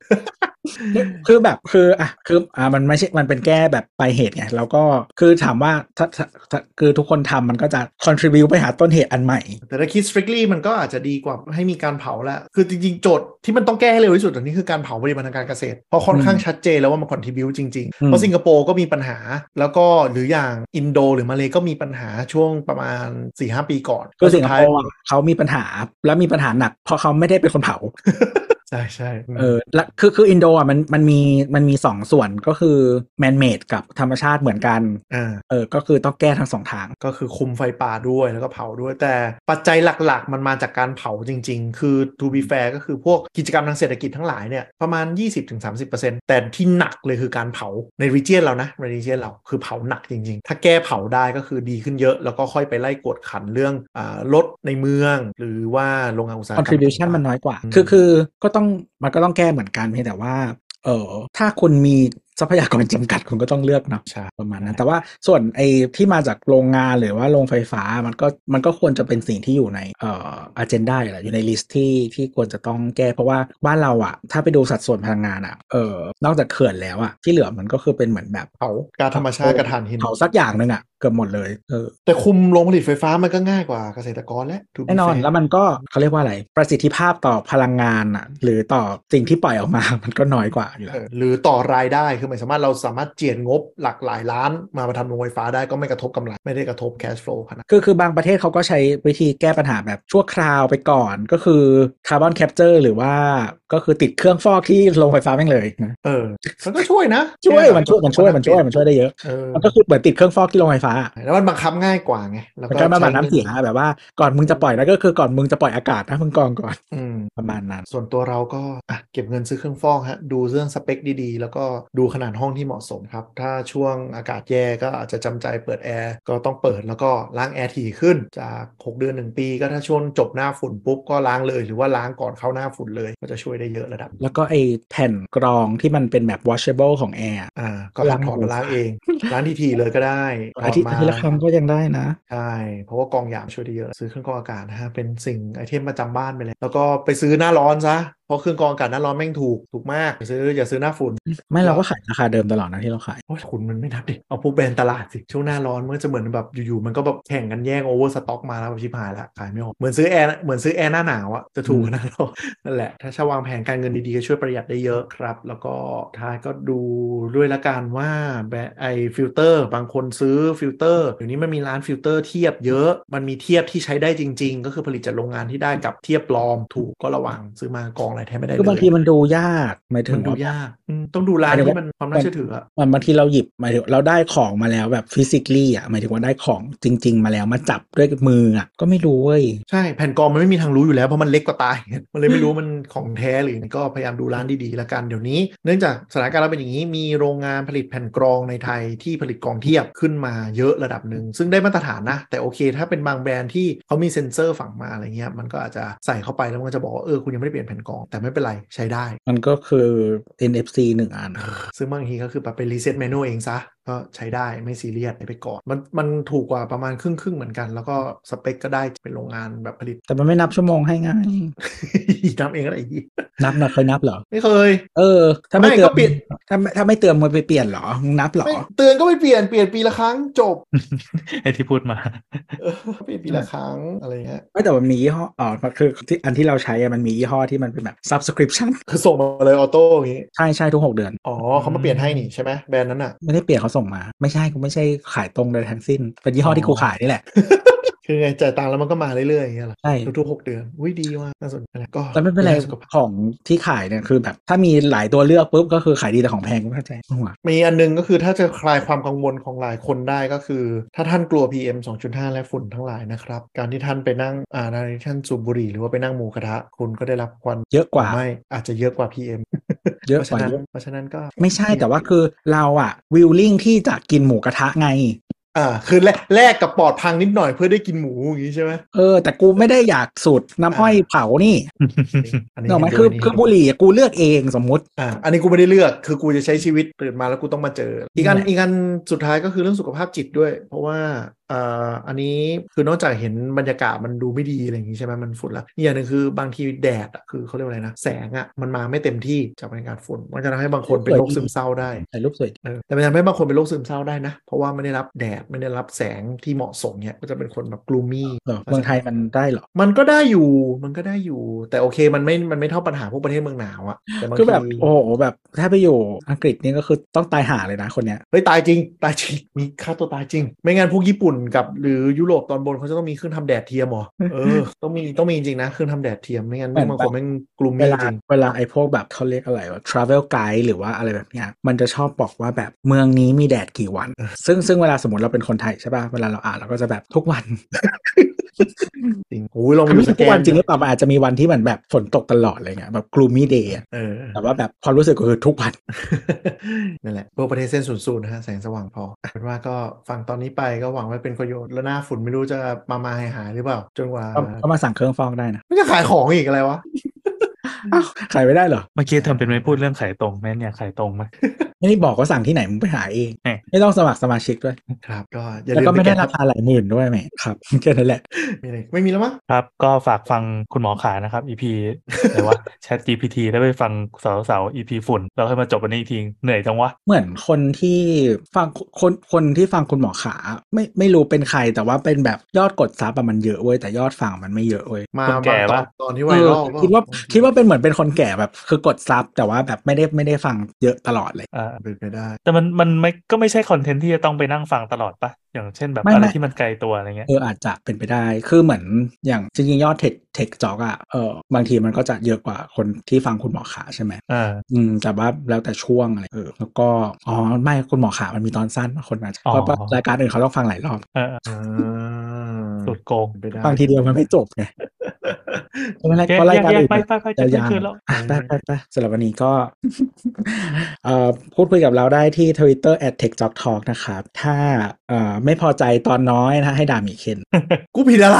Speaker 2: คือแบบคืออ่ะคืออ่ะมันไม่ใช่มันเป็นแก้แบบปลายเหตุไงแล้วก็คือถามว่าถ้าถ้าถ้าคือทุกคนทำมันก็จะ contribu ไปหาต้นเหตุอันใหม่
Speaker 3: แต่ถ้าคิด strictly มันก็อาจจะดีกว่าให้มีการเผาแหละ คือจริงๆ โจทย์ที่มันต้องแก้ให้เร็วที่สุดตอนนี้คือการเผาผลิตภัณฑ์ทางการเกษตร เพราะค่อนข้างชัดเจนแล้วว่ามัน contribu จริง
Speaker 2: อื
Speaker 3: ๆ
Speaker 2: ม
Speaker 3: เพราะสิงคโปร์ก็มีปัญหา แล้วก็หรืออย่างอินโดหรือมาเลก็มีปัญหาช่วงประมาณ 4-5 ปีก่อน
Speaker 2: คือสิงคโป
Speaker 3: ย
Speaker 2: ร์อ่ะเขามีปัญหาแล้วมีปัญหาหนักเพราะเขาไม่ได้เป็นคนเผา
Speaker 3: ใช่ใช่อืม
Speaker 2: เออและคือคืออินโดอ่ะมันมันมีมันมีสองส่วนก็คือแมนเมดกับธรรมชาติเหมือนกัน
Speaker 3: อ่า
Speaker 2: เออก็คือต้องแก้ทั้งสองทาง
Speaker 3: ก็คือคุมไฟป่าด้วยแล้วก็เผาด้วย แต่ปัจจัยหลักๆ มันมาจากการเผาจริง ๆ คือ to be fair ก็คือพวกกิจกรรมทางเศรษฐกิจทั้งหลายเนี่ยประมาณ 20-30%แต่ที่หนักเลยคือการเผาในรีเจียนเรานะในรีเจียนเราคือเผาหนักจริง ๆ ถ้าแก้เผาได้ก็คือดีขึ้นเยอะ แล้วก็ค่อยไปไล่กวดขันเรื่องอารถในเมือง หรือว่าโรงงานอุตสาหกรรม
Speaker 2: contribution มันน้อยกว่า
Speaker 3: อืม
Speaker 2: คือคือก็ต้องมันก็ต้องแก้เหมือนกันเพียงแต่ว่าเออถ้าคุณมี ทรัพยากรจำกัดคุณก็ต้องเลือกเนาะ
Speaker 3: ใช่
Speaker 2: ประมาณนั้นแต่ว่าส่วนไอ้ที่มาจากโรงงานหรือว่าโรงไฟฟ้ามันก็มันก็ควรจะเป็นสิ่งที่อยู่ในเอ่ออเจนดาแหละอยู่ในลิสต์ที่ที่ควรจะต้องแก้เพราะว่าบ้านเราอะถ้าไปดูสัดส่วนพลังงานอะเออนอกจากเขื่อนแล้วอะที่เหลือมันก็คือเป็นเหมือนแบบ
Speaker 3: เผาการธรรมชาติกระถานหิน
Speaker 2: เผาสักอย่างหนึ่งอะเกือบหมดเลยเออ
Speaker 3: แต่คุมโรงผลิตไฟฟ้ามันก็ง่ายกว่าเกษตรกรและ to be
Speaker 2: แน่นอน
Speaker 3: fair
Speaker 2: แล้วมันก็เขาเรียกว่าอะไร ประสิทธิภาพต่อพลังงานอ่ะ หรือต่อสิ่งที่ปล่อยออกมา มันก็น้อยกว่าอยู่แล้
Speaker 3: เอ
Speaker 2: ว
Speaker 3: อหรือต่อรายได้คือหมายสามารถเราสามารถเจียดงบหลักหลายล้านมามาทำโรงไฟฟ้าได้ก็ไม่กระทบกำไรไม่ได้กระทบ cash flow ขนาด
Speaker 2: คือคือบางประเทศเขาก็ใช้วิธีแก้ปัญหาแบบชั่วคราวไปก่อน ก็คือคาร์บอนแคปเจอร์หรือว่าก็คือติดเครื่องฟอกที่โรงไฟฟ้าแม่งเลยนะ
Speaker 3: เออมันก็ช่วยนะ
Speaker 2: ช่วยมันช่วยมันช่วยมันช่วยมันช่วยได้เยอะ
Speaker 3: เออ
Speaker 2: มันก็คือเหมือนติดเครื่องฟอกที่โรงไฟฟ้า
Speaker 3: แล้วมันบังคับง่ายกว่าไงแล้ว
Speaker 2: มัน
Speaker 3: ก็
Speaker 2: ก็มาบำบัดน้ำเสียแบบว่าก่อนมึงจะปล่อยนะก็คือก่อนมึงจะปล่อยอากาศนะมึงกรองก่อน
Speaker 3: อืม
Speaker 2: ประมาณนั้น
Speaker 3: ส่วนตัวเราก็อ่ะเก็บเงินซื้อเครื่องฟอกฮะดูเรื่องสเปคดีๆ แล้วก็ดูขนาดห้องที่เหมาะสมครับ ถ้าช่วงอากาศแย่ก็อาจจะจำใจเปิดแอร์ก็ต้องเปิดแล้วก็ล้างแอร์ถี่ขึ้นจาก 6 เดือน 1 ปี ก็ถ้าช่วงจบหน้าฝุ่นปุ๊บก็ล้างเลย หรือว่าล้างก่อนเข้าหน้าฝุ่นเลยก็จะช่วยได้เยอะระดับ
Speaker 2: แล้วก็ไอแผ่นกรองที่มันเป็นแบบ washable ของแอร์
Speaker 3: อ่าก็
Speaker 2: ล้า
Speaker 3: ล้าง งถอด
Speaker 2: เลย
Speaker 3: มาล้างเอง ล้างทีๆเลยก็ได้ถอ
Speaker 2: อา
Speaker 3: ด
Speaker 2: ทิตย์
Speaker 3: มา
Speaker 2: อาทิตย์ละครั้งก็ยังได้นะ
Speaker 3: ใช่เพราะว่ากองหยามช่วยได้เยอะซื้อเครื่องกรองอากาศนะฮะเป็นสิ่งไอเทมประจำบ้านไปเลยแล้วก็ไปซื้อหน้าร้อนซะเพราะเครื่องกรองอากาศหน้าร้อนแม่งถูกถูกมากอย่าซื้ออย่าซื้อหน้าฝุ่น
Speaker 2: ไม่เราก็ขายราคาเดิมตลอดนะที่เราขาย
Speaker 3: โอ้ยคุณมันไม่นับดิ เอาพวกแบรนด์ตลาดสิ ช่วงหน้าร้อนมันก็จะเหมือนแบบอยู่ๆ มันก็แบบแข่งกันแย่งโอเวอร์สต็อกมาแล้วแบบชิบหายละขายไม่ออก เหมือนซื้อแอร์เหมือนซื้อแอร์หน้าหนาวอะจะถูกกว่าหนะเรา นั่นแหละ ถ้าชาวางแผนการเงินดีๆ ก็ช่วยประหยัดได้เยอะครับ แล้วก็ท้ายก็ดูด้วยละกันว่าแบรนด์ไอฟิลเตอร์บางคนซื้อฟิลเตอร์เดี๋ยวนี้มันมีร้านฟิลเตอร์เทียบเยอะ มันมีเทียบที่ใช้ได้จริง ๆ ก็คือผลิตจากโรงงานที่ได้กับเทียบปลอมถูกก็ระวังซื้อมากองอะไรแทบไม่ได้เลย
Speaker 2: คือบางทีมันดูยากหมายถึ
Speaker 3: มั
Speaker 2: ง
Speaker 3: นดู
Speaker 2: ว่าย
Speaker 3: ากอืมต้องดูร้านที่มันความน่าเชื่อถืออะ
Speaker 2: มันบางทีเราหยิบหมายถึงเราได้ของมาแล้วแบบฟิสิก a l อ่ะหมายถึงว่าได้ของจริง ๆ มาแล้วมาจับด้วยมืออ่ะก็ไม่รู้เว้ย
Speaker 3: ใช่แผ่นกรองมันไม่มีทางรู้อยู่แล้วเพราะมันเล็กกว่าตาย มันเลยไม่รู้มันของแท้หรือยังไงก็พยายามดูร้านดีๆแล้วกันเดี๋ยวนี้ เนื่องจากสถานการณ์เราเป็นอย่างนี้มีโรงงานผลิตแผ่นกรองในไทยที่ผลิตกรองเทียบขึ้นมาเยอะระดับหนึ่งซึ่งได้มาตรฐานนะ แต่โอเค ถ้าเป็นบางแบรนด์ที่เขามีเซ็นเซอร์ฝังมาอะไรเงี้ยมันก็อาจจะใส่เข้าไปแล้วมันก็จะบอกว่าเออคุณยังไม่ได้เปลี่ยนแผ่นกรองแต่ไม่เป็นไรใช้ได้
Speaker 2: มันก็คือ NFC หนึ่งอัน
Speaker 3: ซึ่งบางทีก็คือแบบไปรีเซ็ตเมนูเองซะ ก็ใช้ได้ไม่ซีเรียสไปก่อนมันมันถูกกว่าประมาณครึ่งครึ่งๆเหมือนกัน แล้วก็สเปคก็ได้เป็นโรงงานแบบผลิต
Speaker 2: แต่มันไม่นับชั่วโมงให้ไง่าย
Speaker 3: ทำเองก็ได้อีก
Speaker 2: นับนะเคยนับเหรอ
Speaker 3: ไม่เคย
Speaker 2: เออ ถ้าไม่
Speaker 3: ไม่
Speaker 2: เติ
Speaker 3: ก็
Speaker 2: ม
Speaker 3: ปิด
Speaker 2: ถ้าไม่ถ้าไม่เติมมันไปเปลี่ยนเหรอมึงนับเหรอ
Speaker 3: ไม่เตือนก็ไม่เปลี่ยนเปลี่ยนปีละครั้งจบ
Speaker 4: ไอ้ที่พูดมา
Speaker 3: เออ เปลี่ยนปีละครั้งอะไรเงี้ย
Speaker 2: ไม่แต่มันมียี่ห้ออ๋อมันคือที่อันที่เราใช้อะมันมียี่ห้อที่มันเป็นแบบ subscription
Speaker 3: คือส่งมาเลยออโต้อย่างงี้
Speaker 2: ใช่ใช่ทุกหกเดือน
Speaker 3: อ๋อเขามาเปลี่ยนให้นี่ใช่ไหมแบรนด์นั้นอ่ะ
Speaker 2: ไม่ได้เปลี่ยนเขาส่งมา ไม่ใช่กูไม่ใช่ขายตรงใดทั้งสิ้น เป็นยี่ห้อที่กูขายนี่แหละ
Speaker 3: คือไงจ่ายตังค์แล้วมันก็มาเรื่อยๆอย่างเงี้ยเหรอ
Speaker 2: ใช่
Speaker 3: ทุกๆหกเดือนอุ้ยดีว่ะน่าสนใจแหละก็
Speaker 2: แต่ไม่เป็นไร
Speaker 3: ดูแลสุขภาพ
Speaker 2: ของที่ขายเนี่ยคือแบบ ถ้ามีหลายตัวเลือกปุ๊บก็คือขายดีแต่ของแพงก็เข้าใจหัว
Speaker 3: มีอันนึงก็คือถ้าจะคลายความกังวลของหลายคนได้ก็คือ ถ้าท่านกลัว PM 2.5 และฝุ่นทั้งหลายนะครับการที่ท่านไปนั่งอ่าการที่ท่านสูบบุหรี่หรือว่าไปนั่งหมูกระทะคุณก็ได้รับควัน
Speaker 2: เยอะกว่า
Speaker 3: ไม่อาจจะเยอะกว่า PM
Speaker 2: เยอะ
Speaker 3: เพราะ
Speaker 2: กว่า
Speaker 3: ฉะนั้น
Speaker 2: เยอะ
Speaker 3: เพราะฉะนั้นก็
Speaker 2: ไม่ใช่แต่ว่าคือเราอะวิลลิ่งที่จะกินหมูกระทะไง
Speaker 3: อ่าคือแลกแลกกับปอดพังนิดหน่อยเพื่อได้กินหมูอย่างนี้ใช่ไหม
Speaker 2: เออ แต่กูไม่ได้อยากสูตรน้ำอ้อยเผานี่เนกอะไหม
Speaker 3: เห็
Speaker 2: คือ
Speaker 3: ด้วย
Speaker 2: คือบุหรี่อะกูเลือกเองสมมุติ
Speaker 3: อ่าอันนี้กูไม่ได้เลือกคือกูจะใช้ชีวิตตื่นมาแล้วกูต้องมาเจอ อีกอัน
Speaker 2: นั่นแหละ
Speaker 3: อีกอันสุดท้ายก็คือเรื่องสุขภาพจิตด้วย เพราะว่าอ่าอันนี้คือนอกจากเห็นบรรยากาศมันดูไม่ดีอะไรอย่างนี้ใช่ไหมมันฝุ่นละอีกอย่างหนึ่งคือบางทีแดดอ่ะคือเขาเรียกว่าอะไรนะ แสงอ่ะมันมาไม่เต็มที่จากบรรยากาศฝุ่นมันจะทำให้บางคนเป็นโรคซึมเศร้าได้
Speaker 2: ถ่ายรูปสวย
Speaker 3: เออแต่มันทำให้บางคนเป็นโรคซึมเศร้าได้นะ เพราะว่าไม่ได้รับแดดไม่ได้รับแสงที่เหมาะสมเนี่ยก็จะเป็นคนแบบ gloomy
Speaker 2: เหรอเมืองไทยมันได้เหรอ
Speaker 3: มันก็ได้อยู่ มันก็ได้อยู่ แต่โอเค มันไม่ มันไม่เท่าปัญหาพวกประเทศเมืองหนาวอะแต่บาง
Speaker 2: คือแบบ
Speaker 3: ที
Speaker 2: โอ้โหแบบถ้าไปอยู่อังกฤษนี่ก็คือต้องตายหาเลยนะคนเนี้ย
Speaker 3: เฮ้ยตายจริง ตายจริง มีค่าตัวตายจริง ไม่งั้นพวกญี่ปุ่นกับหรือยุโรปตอนบนเขาจะต้องมีเครื่องทำแดดเทียมเหรอ เออ ต้องมี ต้องมีจริงนะ เครื่องทำแดดเทียม ไม่งั้น
Speaker 2: เหมือน
Speaker 3: บางคนแม่งกลุ่ม
Speaker 2: เว
Speaker 3: ไม่
Speaker 2: ลา
Speaker 3: จริง
Speaker 2: เวลาไอ้พวกแบบเขาเรียกอะไรว่า travel guide หรือว่าอะไรแบบเนี้ยมันจะชอบบอกว่าแบบเมืองนี้มีแดดกี่วัน ซึ่งซึ่งเวลาสมมติเราเป็นคนไทยใช่ป่ะ เวลาเราอ่านเราก็จะแบบทุกวัน
Speaker 3: จริงโอ้ยลองไป
Speaker 2: ไม่
Speaker 3: ดูส
Speaker 2: ใช่
Speaker 3: แก
Speaker 2: ทุกวัน
Speaker 3: น
Speaker 2: จริงหรือเปล่ามันอาจจะมีวันที่เหมือนแบบฝนตกตลอดอะไรเงี้ยแบบ gloomy day อะ
Speaker 3: เอ อ
Speaker 2: แต่ว่าแบบความรู้สึกก็คือทุกวัน
Speaker 3: นั่นแหละพวกประเทศเส้นศูนย์ศูนย์นะฮะแสงสว่างพออ่ะเป็นว่าก็ฟังตอนนี้ไปก็หวังว่าเป็นประโยชน์แล้วหน้าฝุ่นไม่รู้จะมามาหายหายๆหรือเปล่าจนกว่า
Speaker 2: ก็ก็มาสั่งเครื่องฟอกได้นะ
Speaker 3: ไม่จะขายของอีกอะไรวะ
Speaker 2: อ้าวขายไม่ได้เหรอ
Speaker 4: เมื่อกี้ทำเป็นไม่พูดเรื่องขายตรงแม่เนี่ยขายตรงไหม
Speaker 2: ไม่ได้บอกว่าสั่งที่ไหนมึงไปหาเอง
Speaker 4: เอ๊ะ
Speaker 2: ไม่ต้องสมัครสมาชิกด้วย
Speaker 3: ครับก็อย่า
Speaker 2: แล้ว
Speaker 3: ลืม
Speaker 2: ก็
Speaker 3: ป
Speaker 2: ไม่
Speaker 3: แก
Speaker 2: ได้ราคาหลายหมื่นด้วยแหมครับ แค่นั้นแหละ
Speaker 3: มีอะไรไม่มีแล้วมั้ง
Speaker 4: ครับก็ฝากฟังคุณหมอขานะครับ EP อะไรวะ Chat GPT แล้วไปฟังสาวสาวๆ EP ฝุ่นแล้วค่อยมาจบวันนี้อีกทีเหนื่อยจังวะ
Speaker 2: เหมือนคนที่ฟังคนคนที่ฟังคุณหมอขา ไม่ไม่รู้เป็นใครแต่ว่าเป็นแบบยอดกดซับอะมันเยอะเว้ยแต่ยอดฟังมันไม่เยอะเว้ย
Speaker 3: มา
Speaker 4: คนแก่
Speaker 3: มาตอน
Speaker 4: ปะ
Speaker 3: ตอนที่ไว
Speaker 2: เออ
Speaker 3: รัลก็
Speaker 2: คิดว่าคิดว่าเป็นเหมือนเป็นคนแก่แบบคือกดซับแต่ว่าแบบไม่ได้ไม่ได้ฟังเยอะตลอดเลย
Speaker 4: อ่า
Speaker 3: เป็นไปได้
Speaker 4: แต่มันมันไม่ก็ไม่ใช่คอนเทนต์ที่จะต้องไปนั่งฟังตลอดปะอย่างเช่นแบบ
Speaker 2: ไม่
Speaker 4: อะไร
Speaker 2: ไม่
Speaker 4: ที่มันไกลตัวอะไรเงี้ย
Speaker 2: เอออาจจะเป็นไปได้คือเหมือนอย่างจริงๆยอดเทคเทคจ็อกอะเออบางทีมันก็จะเยอะกว่าคนที่ฟังคุณหมอขาใช่ไหม
Speaker 4: อ่า
Speaker 2: อืมแต่ว่าแล้วแต่ช่วงอะไรเออแล้วก็อ๋อไม่คุณหมอขามันมีตอนสั้นคนอาจจะ
Speaker 4: อ๋อ
Speaker 2: เพราะว่ารายการอื่นเขาต้องฟังหลายรอบ
Speaker 4: เออเออ
Speaker 3: อ่า
Speaker 4: สุดโกง
Speaker 3: เป็นไปได้
Speaker 2: ฟังทีเดียวมันไม่จบไงใช่ไหม
Speaker 4: แย
Speaker 2: เพราะรายการ
Speaker 4: ก
Speaker 2: อื่
Speaker 4: ๆ
Speaker 2: น
Speaker 4: ไป
Speaker 2: มัน
Speaker 4: ไปไปจะเที่ย
Speaker 2: ยางว
Speaker 4: คืนแล้ว
Speaker 2: ๆอ่ะไปไปไปสำหรับวันนี้ก็ เอ่อพูดคุยกับเราได้ที่ Twitter at techjobtalk นะครับ ถ้าเอ่อไม่พอใจตอนน้อยนะให้ด่าหมีเคน
Speaker 3: กูผิดอะไร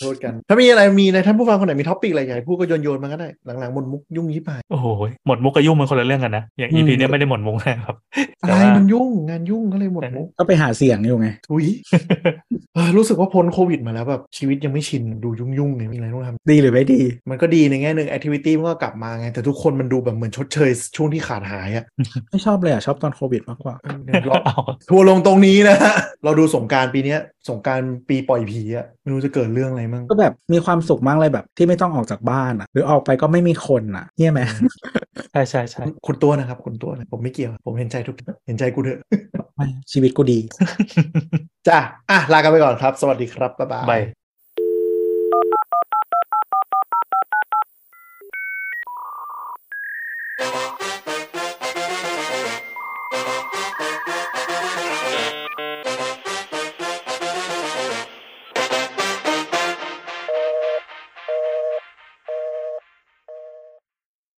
Speaker 3: โทษกัน ถ้ามีอะไรมีในท่านผู้ฟังคนไหนมีท็อปิกอะไรอยากให้พูดก็โยนโยนๆมาก็ได้ หลังๆหมดมุกยุ่งยิบหาย
Speaker 4: โอ้โหหมดมุกกับยุ่งมันคนละเรื่องกันนะ อย่าง EP เนี้ยไม่ได้หมดมุกนะครับ
Speaker 3: อะ
Speaker 4: แต่
Speaker 3: ไร
Speaker 4: ว่า
Speaker 3: มันยุ่งงานยุ่งก็เลยหมดมุก
Speaker 2: ก็ไปหาเสียงอยู่ไง
Speaker 3: ทุ ยเออรู้สึกว่าพ้นโควิดมาแล้วแบบชีวิตยังไม่ชินดูยุ่งยุ่งๆเนี่ยมีอะไรต้องทำ
Speaker 2: ดีหรือไม่ดี
Speaker 3: มันก็ดีในแง่หนึ่งแอคทิวิตี้มันก็กลับมาไงแต่ทุกคนมันดูแบบเหมือนชดเชยช่วงที่ขาดหายอะ
Speaker 2: ไม่ชอบเลยอ่ะ ชอบตอนโควิดมากกว่า
Speaker 3: เออเนี่ยเรา
Speaker 4: เอา
Speaker 3: ทัวร์ลงตรงนี้นะ เราดูสงกรารปีเนี้ยสงกรารปีปล่อยผีอะไม่รู้จะเกิดเรื่องอะไรมั่ง
Speaker 2: ก็แบบมีความสุขมากเลยแบบ ที่ไม่ต้องออกจากบ้านอ่ะ หรือออกไปก็ไม่มีคนอ่ะเยี่ยไหม
Speaker 4: ใช่ใช่ใช่
Speaker 3: คุณตัวนะครับคุณตัวนะผมไม่เกี่ยว ผมเห็นใจทุกเห็นใจกูเถอะ
Speaker 2: ไม่ชีวิตกูดี
Speaker 3: จ้ะอ่ะ ลากันไปก่อนครับ สวัสดีครับ บ๊ายบาย
Speaker 4: ใบาย
Speaker 6: Thank